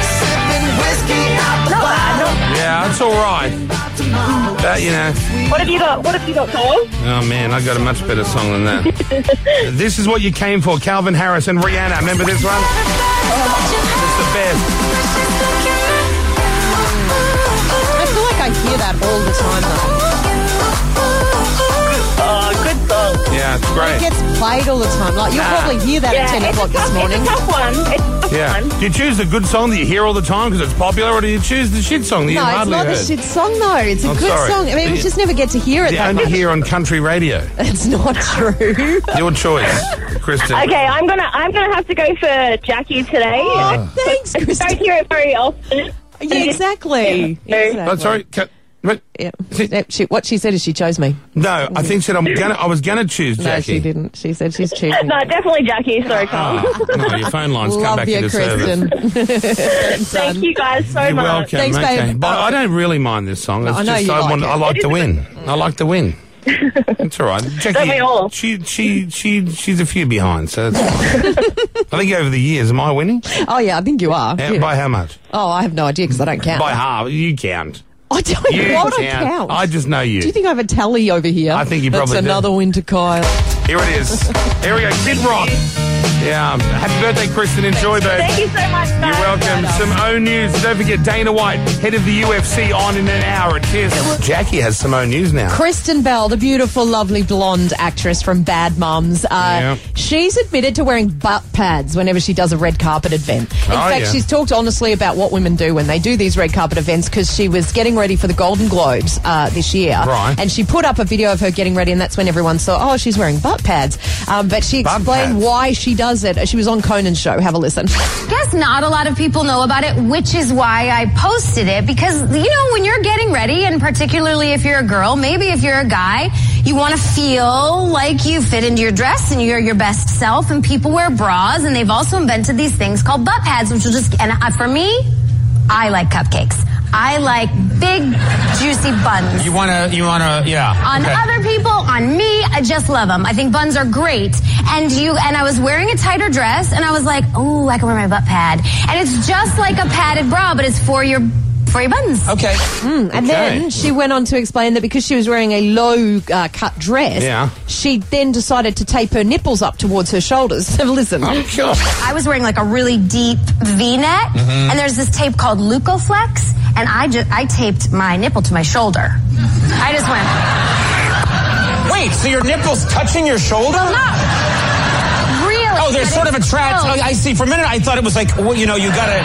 Speaker 10: Sipping whiskey out the bottle.
Speaker 2: Yeah, that's all right. That, you know.
Speaker 12: What have you got? What have you got, Cole?
Speaker 2: Oh, man, I got a much better song than that. this is what you came for Calvin Harris and Rihanna. Remember this one? It's the best.
Speaker 8: I feel like I hear that all the time, though.
Speaker 12: Oh, good song.
Speaker 2: Yeah, it's
Speaker 8: It
Speaker 2: great.
Speaker 8: gets played all the time. Like, you'll
Speaker 2: Ah.
Speaker 8: probably hear that
Speaker 12: Yeah,
Speaker 8: at 10
Speaker 12: it's
Speaker 8: o'clock
Speaker 12: a tough,
Speaker 8: this morning.
Speaker 12: It's a tough one. It's a tough
Speaker 2: Yeah.
Speaker 12: one.
Speaker 2: Do you choose the good song that you hear all the time because it's popular, or do you choose the shit song that you
Speaker 8: No, it's
Speaker 2: hardly
Speaker 8: not
Speaker 2: heard?
Speaker 8: the shit song, though. It's a
Speaker 2: I'm
Speaker 8: good
Speaker 2: sorry.
Speaker 8: song. I mean, we
Speaker 2: The-
Speaker 8: just never get to hear it
Speaker 2: You
Speaker 8: that
Speaker 2: only
Speaker 8: much.
Speaker 2: hear on country radio.
Speaker 8: It's not true.
Speaker 2: Your choice, Kristen.
Speaker 12: Okay, I'm gonna I'm gonna have to go for Jackie today.
Speaker 8: Oh, thanks,
Speaker 12: I
Speaker 8: Kristen.
Speaker 12: don't hear it very often.
Speaker 8: Yeah, exactly. exactly.
Speaker 2: That's all right. Cut. Oh, What?
Speaker 8: Yeah. Yep, she- what she said is she chose me.
Speaker 2: No, I think said I'm gonna. I was gonna choose
Speaker 8: No,
Speaker 2: Jackie.
Speaker 8: she
Speaker 2: Ah,
Speaker 8: didn't. She said she's choosing.
Speaker 12: No, definitely Jackie. Sorry, Carl.
Speaker 2: no, your phone lines come
Speaker 8: Love
Speaker 2: back
Speaker 8: you,
Speaker 2: into service.
Speaker 8: Kristen.
Speaker 12: Thank you guys so
Speaker 2: You're
Speaker 12: much.
Speaker 2: welcome.
Speaker 8: Thanks,
Speaker 2: okay.
Speaker 8: babe.
Speaker 2: But I don't really mind this song. It's
Speaker 8: I know
Speaker 2: just
Speaker 8: you
Speaker 2: I
Speaker 8: like
Speaker 2: want.
Speaker 8: it.
Speaker 2: I like to win. I like to win. It's all right.
Speaker 12: Don't we all?
Speaker 2: She, she, she, she's a few behind, so that's fine. I think over the years, am I winning?
Speaker 8: Oh, yeah, I think you are.
Speaker 2: Uh,
Speaker 8: Yeah.
Speaker 2: By how much?
Speaker 8: Oh, I have no idea because I don't count.
Speaker 2: By half. You count.
Speaker 8: I don't.
Speaker 2: You
Speaker 8: why would I count?
Speaker 2: I just know you.
Speaker 8: Do you think I have a tally over here? I
Speaker 2: think you
Speaker 8: That's
Speaker 2: probably do.
Speaker 8: another win to Kyle.
Speaker 2: Here it is. Here we go. Kid Rock. Yeah. Happy birthday, Kristen. Enjoy, babe.
Speaker 12: Thank you so much.
Speaker 2: You're welcome. Some O news. Don't forget Dana White, head of the UFC, on in an hour. Cheers. Jackie has some O news now.
Speaker 8: Kristen Bell, the beautiful, lovely blonde actress from Bad Moms, uh,
Speaker 2: Yeah.
Speaker 8: she's admitted to wearing butt pads whenever she does a red carpet event. In
Speaker 17: Oh,
Speaker 8: fact,
Speaker 17: yeah.
Speaker 8: she's talked honestly about what women do when they do these red carpet events because she was getting ready for the Golden Globes uh, this year.
Speaker 17: Right.
Speaker 8: And she put up a video of her getting ready, and that's when everyone saw, oh, she's wearing butt pads. Um, but she
Speaker 17: Butt
Speaker 8: explained
Speaker 17: pads.
Speaker 8: why she does it. She was on Conan's show. Have a listen.
Speaker 5: Guess not a lot of people know about it, which is why I posted it because, you know, when you're getting ready, and particularly if you're a girl, maybe if you're a guy, you want to feel like you fit into your dress and you're your best self, and people wear bras, and they've also invented these things called butt pads, which will just, and uh, for me, I like cupcakes. I like big, juicy buns.
Speaker 6: You wanna, you wanna, yeah.
Speaker 5: on
Speaker 6: Uh-huh. okay.
Speaker 5: other people, on me. I just love them. I think buns are great. And you and I was wearing a tighter dress, and I was like, oh, I can wear my butt pad. And it's just like a padded bra, but it's for your for your buttons.
Speaker 8: Okay. Mm, and
Speaker 5: Okay.
Speaker 8: then she went on to explain that because she was wearing a low uh, cut dress,
Speaker 5: Yeah.
Speaker 8: she then decided to tape her nipples up towards her shoulders. Have a listen.
Speaker 2: Oh,
Speaker 5: I was wearing like a really deep V-neck,
Speaker 6: Mm-hmm.
Speaker 8: Mhm.
Speaker 5: and there's this tape called Lucoflex, and I just I taped my nipple to my shoulder. I just went.
Speaker 6: Wait, so your nipple's touching your shoulder?
Speaker 5: Really?
Speaker 6: Oh, there's
Speaker 5: but
Speaker 6: sort of a
Speaker 5: it's
Speaker 6: trap.
Speaker 5: close.
Speaker 6: Oh, I see. For a minute, I thought it was like, well, you know, you gotta.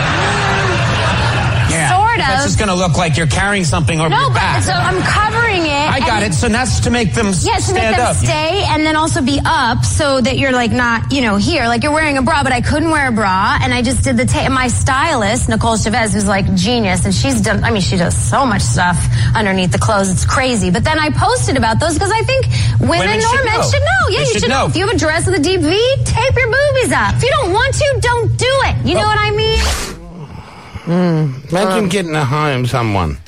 Speaker 6: Yeah.
Speaker 5: Sort
Speaker 6: That's
Speaker 5: of.
Speaker 6: just gonna look like you're carrying something over
Speaker 5: No,
Speaker 6: your
Speaker 5: but
Speaker 6: back.
Speaker 5: so I'm covering it.
Speaker 6: I got it.
Speaker 5: and-
Speaker 6: So that's to make them s-
Speaker 5: Yes, to
Speaker 6: stand
Speaker 5: make them
Speaker 6: up.
Speaker 5: stay and then also be up so that you're like not, you know, here. Like you're wearing a bra, but I couldn't wear a bra. And I just did the tape. My stylist, Nicole Chavez, who's like genius. And she's done, I mean, she does so much stuff underneath the clothes. It's crazy. But then I posted about those because I think women,
Speaker 17: Women
Speaker 5: or
Speaker 17: should
Speaker 5: men
Speaker 17: know.
Speaker 5: should know. Yeah,
Speaker 17: They
Speaker 5: you
Speaker 17: should
Speaker 5: should know.
Speaker 17: know.
Speaker 5: If you have a dress with a deep V, tape your boobies up. If you don't want to, don't do it.
Speaker 17: Oh.
Speaker 5: You know what I mean?
Speaker 2: Imagine getting a home, someone,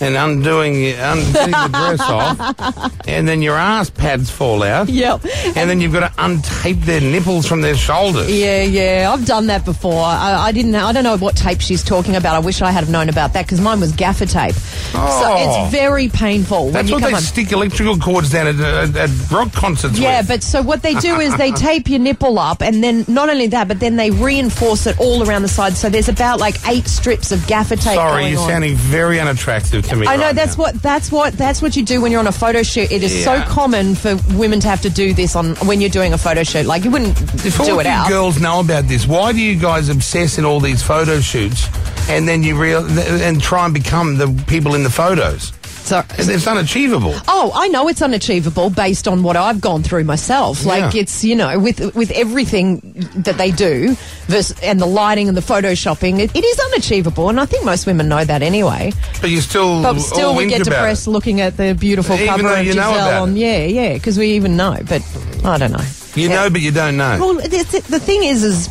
Speaker 2: and undoing, undoing the dress off, and then your ass pads fall out.
Speaker 8: Yep.
Speaker 2: And then you've got to untape their nipples from their shoulders.
Speaker 8: Yeah, yeah, I've done that before. I, I didn't. I don't know what tape she's talking about. I wish I had have known about that because mine was gaffer tape. So
Speaker 2: Oh.
Speaker 8: it's very painful when
Speaker 2: That's
Speaker 8: you
Speaker 2: what
Speaker 8: come
Speaker 2: they
Speaker 8: on.
Speaker 2: stick electrical cords down at, at, at rock concerts
Speaker 8: Yeah,
Speaker 2: with.
Speaker 8: but so what they do is they tape your nipple up, and then not only that, but then they reinforce it all around the side. So there's about like eight strips of gaffer tape.
Speaker 2: Sorry,
Speaker 8: going
Speaker 2: you're
Speaker 8: on.
Speaker 2: sounding very unattractive to me.
Speaker 8: I know
Speaker 2: right
Speaker 8: that's what that's what that's what you do when you're on a photo shoot. It is
Speaker 2: Yeah.
Speaker 8: so common for women to have to do this on when you're doing a photo shoot. Like you wouldn't
Speaker 2: Before
Speaker 8: do it
Speaker 2: you
Speaker 8: out.
Speaker 2: girls know about this, why do you guys obsess in all these photo shoots and then you real th- and try and become the people in the photos?
Speaker 8: So
Speaker 2: it's unachievable.
Speaker 8: Oh, I know it's unachievable based on what I've gone through myself. Like
Speaker 2: Yeah.
Speaker 8: it's you know with with everything that they do, vers and the lighting and the photoshopping, it, it is unachievable. And I think most women know that anyway.
Speaker 2: But you still,
Speaker 8: But still,
Speaker 2: all
Speaker 8: we
Speaker 2: whinged
Speaker 8: get
Speaker 2: about
Speaker 8: depressed looking at the beautiful
Speaker 2: Even
Speaker 8: cover
Speaker 2: though
Speaker 8: of
Speaker 2: you know about
Speaker 8: Giselle on. Yeah, yeah, because we even know, but I don't know.
Speaker 2: it. You know, but you don't know.
Speaker 8: Well, the, the, the thing is, is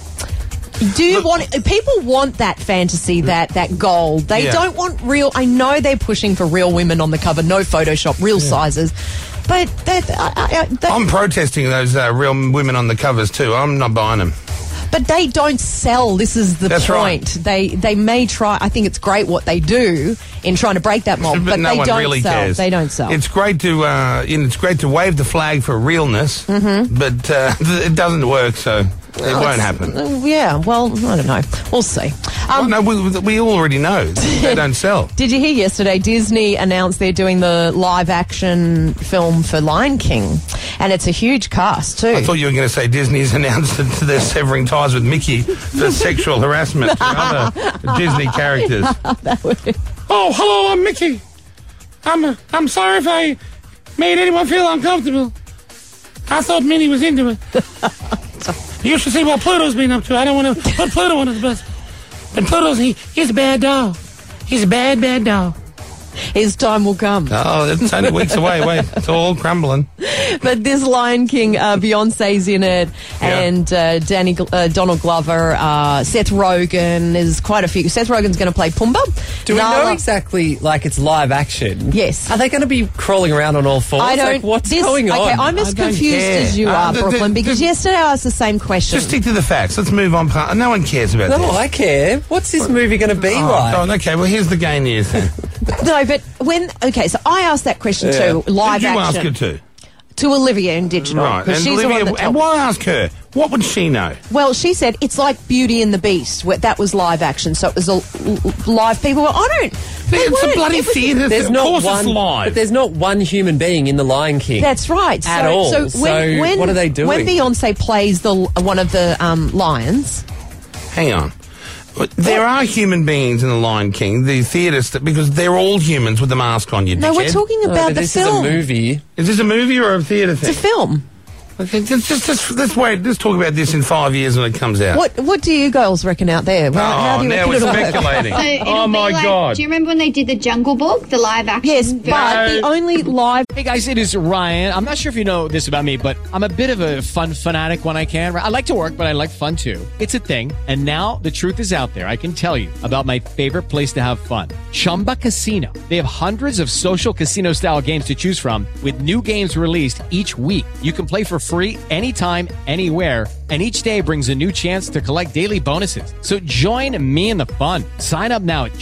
Speaker 8: do you want people want that
Speaker 2: Mm.
Speaker 8: fantasy, that that goal? They
Speaker 17: Yeah.
Speaker 8: don't want real. I know they're pushing for real women on the cover, no Photoshop, real sizes, but that, I, I, I- that-
Speaker 2: I'm protesting those uh, real women on the covers too. I'm not buying them.
Speaker 8: but they don't sell. This is the
Speaker 2: Oh. That's right.
Speaker 8: point. They they may try. I think it's great what they do in trying to break that mold, but,
Speaker 2: no
Speaker 8: they
Speaker 2: one
Speaker 8: don't
Speaker 2: really
Speaker 8: sell.
Speaker 2: cares.
Speaker 8: They don't sell.
Speaker 2: It's great to, uh, you know, it's great to wave the flag for realness, but uh, it doesn't work, so it
Speaker 8: Mm-hmm. Well,
Speaker 2: won't
Speaker 8: it's-
Speaker 2: happen.
Speaker 8: uh, yeah. Well, I don't know. We'll see.
Speaker 2: well,
Speaker 7: Um,
Speaker 2: no, we, we already know they don't sell.
Speaker 8: Did you hear yesterday? Disney announced they're doing the live action film for Lion King, and it's a huge cast too.
Speaker 2: I thought you were going to say Disney's announced that they're severing ties with Mickey for sexual harassment to other Disney characters.
Speaker 11: Oh, hello, I'm Mickey. I'm I'm sorry if I made anyone feel uncomfortable. I thought Minnie was into it. you should see what Pluto's been up to. I don't want to put Pluto on his bus. But Pluto's he, he's a bad dog. He's a bad, bad dog.
Speaker 8: His time will come.
Speaker 2: Oh, it's only weeks away. Wait, it's all crumbling.
Speaker 8: But this Lion King, uh, Beyonce's in it,
Speaker 2: Yeah.
Speaker 8: and uh, Danny Gl- uh, Donald Glover, uh, Seth Rogen is quite a few. Seth Rogen's going to play Pumbaa.
Speaker 7: Do we
Speaker 8: Nala-
Speaker 7: know exactly, like, it's live action?
Speaker 8: Yes.
Speaker 7: Are they going to be crawling around on all fours?
Speaker 8: I don't.
Speaker 7: Like, what's
Speaker 8: this-
Speaker 7: going on? Um,
Speaker 8: Okay, I'm as confused as you
Speaker 2: Uh,
Speaker 8: are,
Speaker 2: the- the-
Speaker 8: Brooklyn, because yesterday I asked the same question.
Speaker 2: Just stick to the facts. Let's move on. pa- No one cares about
Speaker 7: No,
Speaker 2: this.
Speaker 7: I care. What's this movie going to be
Speaker 2: Oh,
Speaker 7: like?
Speaker 2: God, okay, well, here's the gay news then.
Speaker 8: no, but when okay, so I asked that question
Speaker 2: Yeah.
Speaker 8: too, live
Speaker 2: Did you
Speaker 8: action
Speaker 2: ask her to?
Speaker 8: to Olivia in digital
Speaker 2: Right.
Speaker 8: because
Speaker 2: And,
Speaker 8: she's the
Speaker 2: Olivia,
Speaker 8: one that told
Speaker 2: and
Speaker 8: me.
Speaker 2: why ask her? What would she know?
Speaker 8: Well, she said it's like Beauty and the Beast. Where that was live action, so it was a l- l- live. People were, I don't. they
Speaker 2: It's a
Speaker 8: weren't-
Speaker 2: bloody
Speaker 8: it was-
Speaker 2: theatre.
Speaker 7: There's
Speaker 2: Of
Speaker 7: not
Speaker 2: course
Speaker 7: one,
Speaker 2: it's live.
Speaker 7: But there's not one human being in the Lion King.
Speaker 8: That's right.
Speaker 7: At
Speaker 8: so,
Speaker 7: all.
Speaker 8: So when,
Speaker 7: So
Speaker 8: when
Speaker 7: what are they doing?
Speaker 8: When Beyonce plays the l- one of the um, lions,
Speaker 2: Hang on. But There are human beings in The Lion King, the theatre, st- because they're all humans with the mask on, you
Speaker 8: No, we're
Speaker 2: dickhead.
Speaker 8: talking No, about but the this is a film.
Speaker 7: movie.
Speaker 2: Is this a movie or a theatre
Speaker 8: it's a
Speaker 2: thing?
Speaker 8: film.
Speaker 2: Okay, just, just, just, let's wait. Let's talk about this in five years when it comes out.
Speaker 8: What What do you girls reckon out there? Well,
Speaker 2: Oh,
Speaker 8: how do you
Speaker 2: now
Speaker 8: reckon
Speaker 2: we're
Speaker 8: it'll work?
Speaker 2: speculating.
Speaker 17: So it'll
Speaker 2: oh
Speaker 17: be
Speaker 2: my
Speaker 17: like-
Speaker 2: god!
Speaker 17: Do you remember when they did the Jungle Book, the live action?
Speaker 8: Yes, but the only live.
Speaker 15: Hey guys, it is Ryan. I'm not sure if you know this about me, but I'm a bit of a fun fanatic when I can. I like to work, but I like fun too. It's a thing. And now the truth is out there. I can tell you about my favorite place to have fun Chumba Casino. They have hundreds of social casino style games to choose from, with new games released each week. You can play for free anytime, anywhere and each day brings a new chance to collect daily bonuses. So join me in the fun. Sign up now at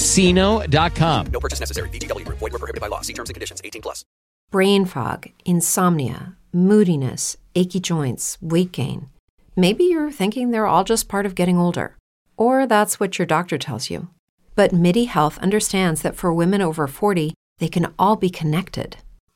Speaker 15: ChumbaCasino.com.
Speaker 18: No purchase necessary. VGW Group. Void were prohibited by law. See terms and conditions. 18 plus.
Speaker 19: Brain fog, insomnia, moodiness, achy joints, weight gain. Maybe you're thinking they're all just part of getting older, or that's what your doctor tells you. But MIDI Health understands that for women over 40, they can all be connected.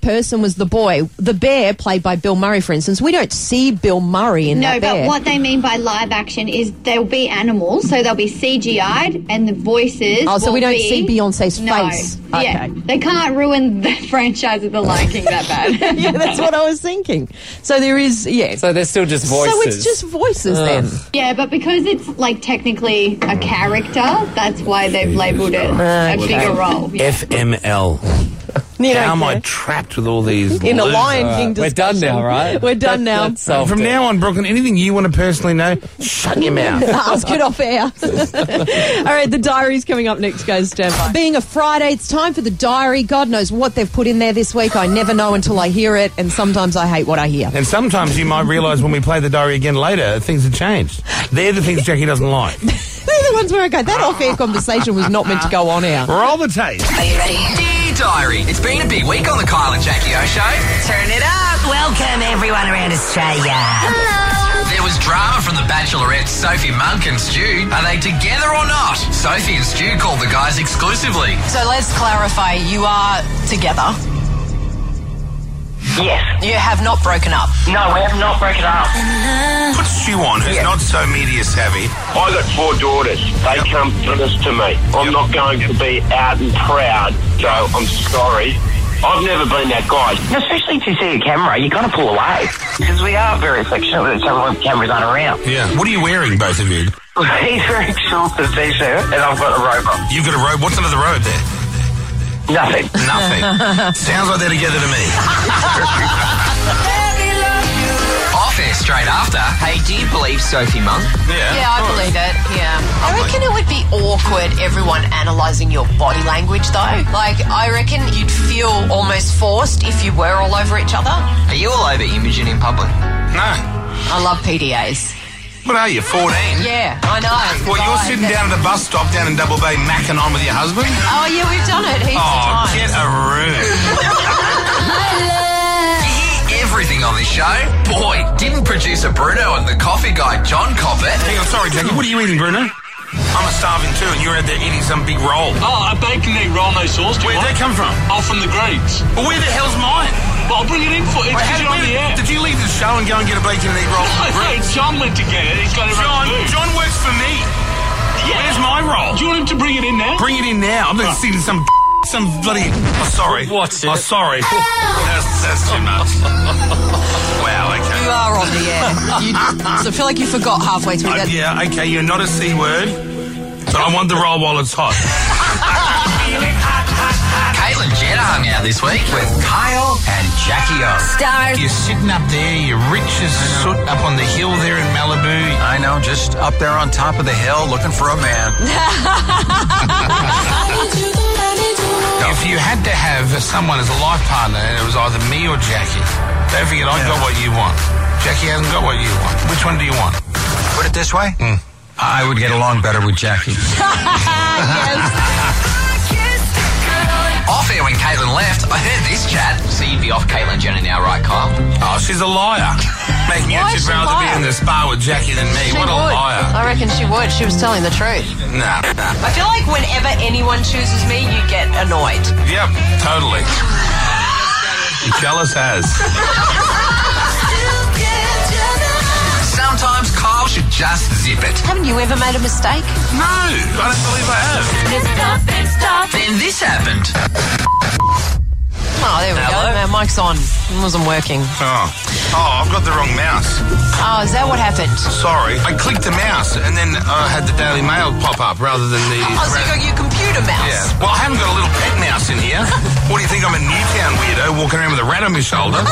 Speaker 8: person was the boy, the bear played by Bill Murray, for instance. We don't see Bill Murray in
Speaker 17: No,
Speaker 8: that
Speaker 17: but
Speaker 8: bear.
Speaker 17: what they mean by live action is they'll be animals, so they'll be CGI'd, and the voices.
Speaker 8: Oh, so we
Speaker 17: will
Speaker 8: don't
Speaker 17: be-
Speaker 8: see Beyonce's
Speaker 17: No.
Speaker 8: face.
Speaker 17: Yeah,
Speaker 8: Okay.
Speaker 17: they can't ruin the franchise of The Lion King that bad.
Speaker 8: yeah, that's what I was thinking. So there is, yeah.
Speaker 7: So they're still just voices.
Speaker 8: So it's just voices then.
Speaker 17: Yeah, but because it's like technically a character, that's why they've labelled it a
Speaker 2: Okay.
Speaker 17: bigger role.
Speaker 2: FML. How am I trapped with all these?
Speaker 8: In a
Speaker 2: losers?
Speaker 8: Lion King
Speaker 7: We're done
Speaker 8: discussion.
Speaker 7: now, right?
Speaker 8: We're done
Speaker 7: That-
Speaker 8: now.
Speaker 7: that's solved
Speaker 2: From
Speaker 7: it.
Speaker 2: now on, Brooklyn, anything you want to personally know, shut your mouth.
Speaker 8: Ask it off air. All right, the diary's coming up next, guys. Stand by. Being a Friday, it's time for the diary. God knows what they've put in there this week. I never know until I hear it, and sometimes I hate what I hear.
Speaker 2: And sometimes you might realise when we play the diary again later, things have changed. They're the things Jackie doesn't like.
Speaker 8: They're the ones where I go, that off air conversation was not meant to go on air.
Speaker 2: Roll the tape.
Speaker 3: Are you ready?
Speaker 4: Dear Diary, it's been a big week on the Kyle and Jackie O show.
Speaker 3: Turn it up. Welcome everyone around Australia.
Speaker 4: There was drama from the Bachelorette Sophie Monk and Stu. Are they together or not? Sophie and Stu called the guys exclusively.
Speaker 3: So let's clarify you are together.
Speaker 4: Yes.
Speaker 3: You have not broken up.
Speaker 4: No, we have not broken up.
Speaker 2: Put Stu on, who's not so media savvy.
Speaker 20: I got four daughters. They come honest to me. I'm not going to be out and proud, so Uh, I'm sorry. I've never been that guy.
Speaker 4: Especially if you see a camera, you got to pull away. Because we are very affectionate with each other when the camera's not around.
Speaker 2: Yeah. What are you wearing, both of you?
Speaker 4: He's very short, the t-shirt, and I've got a robot.
Speaker 2: You've got a robe. What's under the robe there?
Speaker 4: Nothing.
Speaker 2: Nothing. Sounds like they're together to me.
Speaker 4: Off air straight after. Hey, do you believe Sophie Monk?
Speaker 3: Yeah, I believe it. Yeah. I reckon it would be awkward everyone analysing your body language though. Like, I reckon you'd feel almost forced if you were all over each other.
Speaker 4: Are you all over Imogen in public?
Speaker 2: No.
Speaker 3: I love PDAs.
Speaker 2: What are you, 14?
Speaker 8: Yeah, I know.
Speaker 2: Well, you're
Speaker 8: Right.
Speaker 2: sitting down at a bus stop down in Double Bay macking on with your husband?
Speaker 8: Oh, yeah, we've done it heaps
Speaker 2: Oh,
Speaker 8: of times.
Speaker 2: get a room.
Speaker 4: Everything on this show? Boy, didn't producer Bruno and the coffee guy John cop it?
Speaker 2: Hang on, sorry, Jackie. What are you eating, Bruno? I'm a starving too, and you're out there eating some big roll.
Speaker 14: Oh, a bacon egg roll, no sauce.
Speaker 2: Where'd that come from?
Speaker 14: Oh, from the Greeks.
Speaker 2: Well, where the hell's mine?
Speaker 14: Well, I'll bring it in for you.
Speaker 2: Wait,
Speaker 14: because you're
Speaker 2: how
Speaker 14: on
Speaker 2: did-
Speaker 14: the air.
Speaker 2: Did you leave the show and go and get a bacon and egg roll?
Speaker 14: No, no, John went to get it. He's got it
Speaker 2: John,
Speaker 14: right
Speaker 2: John works for me. Where's my roll?
Speaker 14: Do you want him to bring it in now?
Speaker 2: Bring it in now. I'm not sitting some some bloody. Oh, sorry. What's it? Oh, sorry. that's, that's too much. wow. Okay.
Speaker 7: You are on the air. You, so I feel like you forgot halfway through
Speaker 2: Uh,
Speaker 7: that.
Speaker 2: yeah. Okay. You're not a c word, but I want the roll while it's hot.
Speaker 4: Caitlin Jenner hung out this week with Kyle and Jackie O.
Speaker 7: Star.
Speaker 2: You're sitting up there. You're rich as soot up on the hill there in Malibu.
Speaker 4: I know, just up there on top of the hill looking for a man.
Speaker 2: If you had to have someone as a life partner, and it was either me or Jackie. Don't forget, I got what you want. Jackie hasn't got what you want. Which one do you want?
Speaker 4: Put it this way, I would get along better with Jackie. Off air when Caitlin left, I heard this chat. So you'd be off Caitlin Jenner now, right, Kyle?
Speaker 2: Oh, she's a liar. Making out
Speaker 8: Why is
Speaker 2: she'd
Speaker 8: she a
Speaker 2: rather be
Speaker 8: liar?
Speaker 2: in the spa with Jackie than me.
Speaker 8: She
Speaker 2: what a
Speaker 8: would.
Speaker 2: liar.
Speaker 8: I reckon she would. She was telling the truth.
Speaker 2: Nah, nah.
Speaker 8: I feel like whenever anyone chooses me, you get annoyed.
Speaker 2: Yep, totally. Jealous as.
Speaker 4: Sometimes Kyle should just zip it.
Speaker 8: Haven't you ever made a mistake?
Speaker 2: No, I don't believe I have.
Speaker 4: Then this happened.
Speaker 8: Oh, there we go. My mic's on. It wasn't working.
Speaker 2: Oh. oh, I've got the wrong mouse.
Speaker 8: Oh, is that what happened?
Speaker 2: Sorry. I clicked the mouse and then I had the Daily Mail pop up rather than the.
Speaker 8: Oh, so you got your computer
Speaker 2: Yeah.
Speaker 8: mouse.
Speaker 2: Well, I haven't got a little pet mouse in here. what do you think? I'm a Newtown weirdo walking around with a rat on my shoulder.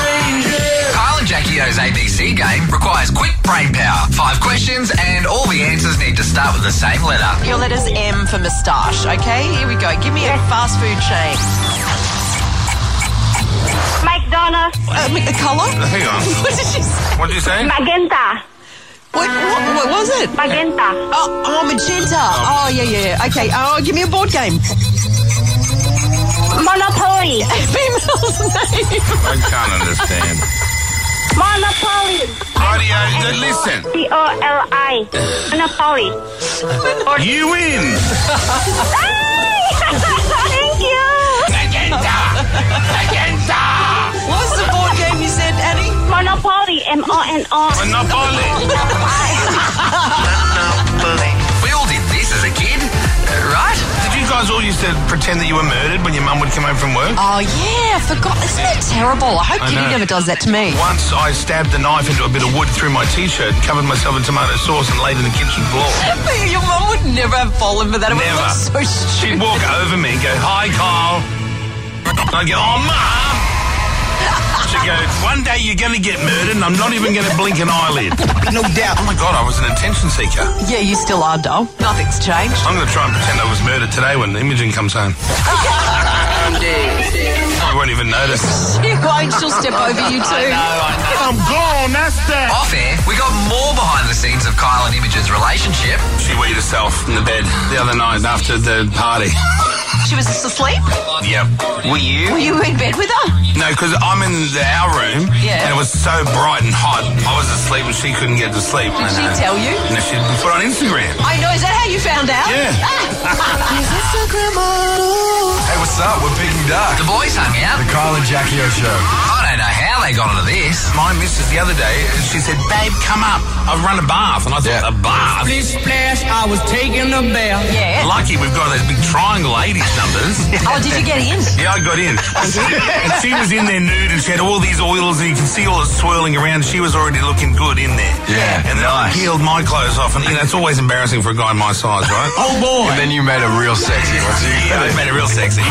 Speaker 4: Kyle and Jackie O's ABC game requires quick brain power. Five questions, and all the answers need to start with the same letter.
Speaker 8: Your letter's M for moustache, okay? Here we go. Give me a fast food chain.
Speaker 16: McDonald's.
Speaker 7: Uh, the colour?
Speaker 2: Hang on.
Speaker 7: what did she say?
Speaker 2: What did you say?
Speaker 16: Magenta.
Speaker 7: What, what, what was it?
Speaker 16: Magenta.
Speaker 7: Oh, oh, magenta. Oh, yeah, yeah, yeah. Okay. Oh, give me a board game.
Speaker 16: Monopoly.
Speaker 2: I can't understand.
Speaker 16: Monopoly.
Speaker 2: Audio, then listen.
Speaker 16: P O L I. Monopoly.
Speaker 2: You win.
Speaker 16: Thank you.
Speaker 7: What was the board game you said, Annie?
Speaker 16: Monopoly. M O N O.
Speaker 2: Monopoly.
Speaker 4: We all did this as a kid, uh, right?
Speaker 2: Did you guys all used to pretend that you were murdered when your mum would come home from work?
Speaker 7: Oh, yeah. I forgot. Isn't that terrible? I hope
Speaker 2: I
Speaker 7: Kitty
Speaker 2: know.
Speaker 7: never does that to me.
Speaker 2: Once I stabbed a knife into a bit of wood through my t-shirt, covered myself in tomato sauce, and laid in the kitchen floor.
Speaker 7: Your mum would never have fallen for that. It would
Speaker 2: Never.
Speaker 7: look so
Speaker 2: She'd
Speaker 7: stupid.
Speaker 2: walk over me and go, "Hi, Kyle." And I'd go, "Oh, mum." She'd go, "One day you're going to get murdered, and I'm not even going to blink an eyelid." No doubt. Oh my god, I was an attention seeker.
Speaker 7: Yeah, you still are, doll. Nothing's changed.
Speaker 2: I'm going to try and pretend I was murdered today when Imogen comes home.
Speaker 1: uh,
Speaker 2: I won't even notice.
Speaker 7: She won't. She'll step over you, too.
Speaker 2: I'm gone. That's that.
Speaker 4: Off air, we got more behind the scenes of Kyle and Imogen's relationship.
Speaker 2: She weed herself in the bed the other night after the party.
Speaker 8: She was asleep?
Speaker 2: Yep. Were you?
Speaker 8: Were you in bed with her?
Speaker 2: No, because I'm in the, our room, and
Speaker 8: Yeah.
Speaker 2: it was so bright and hot. I was asleep, and she couldn't get to sleep.
Speaker 8: Did she tell you?
Speaker 2: No, she put on Instagram.
Speaker 8: I know. Is that how you found out?
Speaker 2: Yeah.
Speaker 4: Hey, what's up? We're picking duck. The boys hung out. The Kyle and Jackie O show. I don't know how they got into this.
Speaker 2: My missus the other day, uh, she said, "Babe, come up. I've run a bath," and I thought, "A bath."
Speaker 21: splash, I was taking a bath.
Speaker 8: Yeah.
Speaker 2: Lucky we've got those big triangle ladies numbers.
Speaker 8: Oh, did you get in?
Speaker 2: Yeah, I got in. and she was in there nude and she had all these oils and you can see all it swirling around. She was already looking good in there.
Speaker 4: Yeah,
Speaker 2: And then I peeled my clothes off and you know, it's always embarrassing for a guy my size, right?
Speaker 4: Oh boy! And then you made a real sexy. Once you
Speaker 2: yeah, it made it real sexy.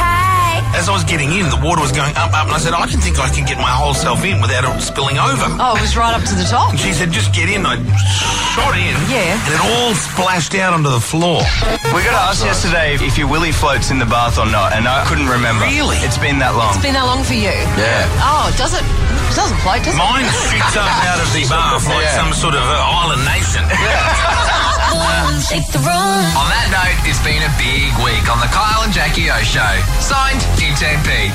Speaker 2: As I was getting in, the water was going up, up, and I said, I can think I can get my whole self in without it spilling over.
Speaker 3: Oh, it was right up to the
Speaker 2: And
Speaker 3: top.
Speaker 2: she said, just get in. I shot in.
Speaker 3: Yeah.
Speaker 2: And it all splashed out onto the floor.
Speaker 1: We got asked yesterday if your willy floats in the bath or not, and I couldn't remember.
Speaker 2: Really?
Speaker 1: It's been that long.
Speaker 3: It's been that long for you.
Speaker 1: yeah.
Speaker 3: Oh, does it? it Doesn't float, does it?
Speaker 2: Mine shoots up out of the bath like
Speaker 1: Yeah.
Speaker 2: some sort of uh, island nation.
Speaker 4: Shake the room. On that note, it's been a big week on the Kyle and Jackie O show. Signed, GTP.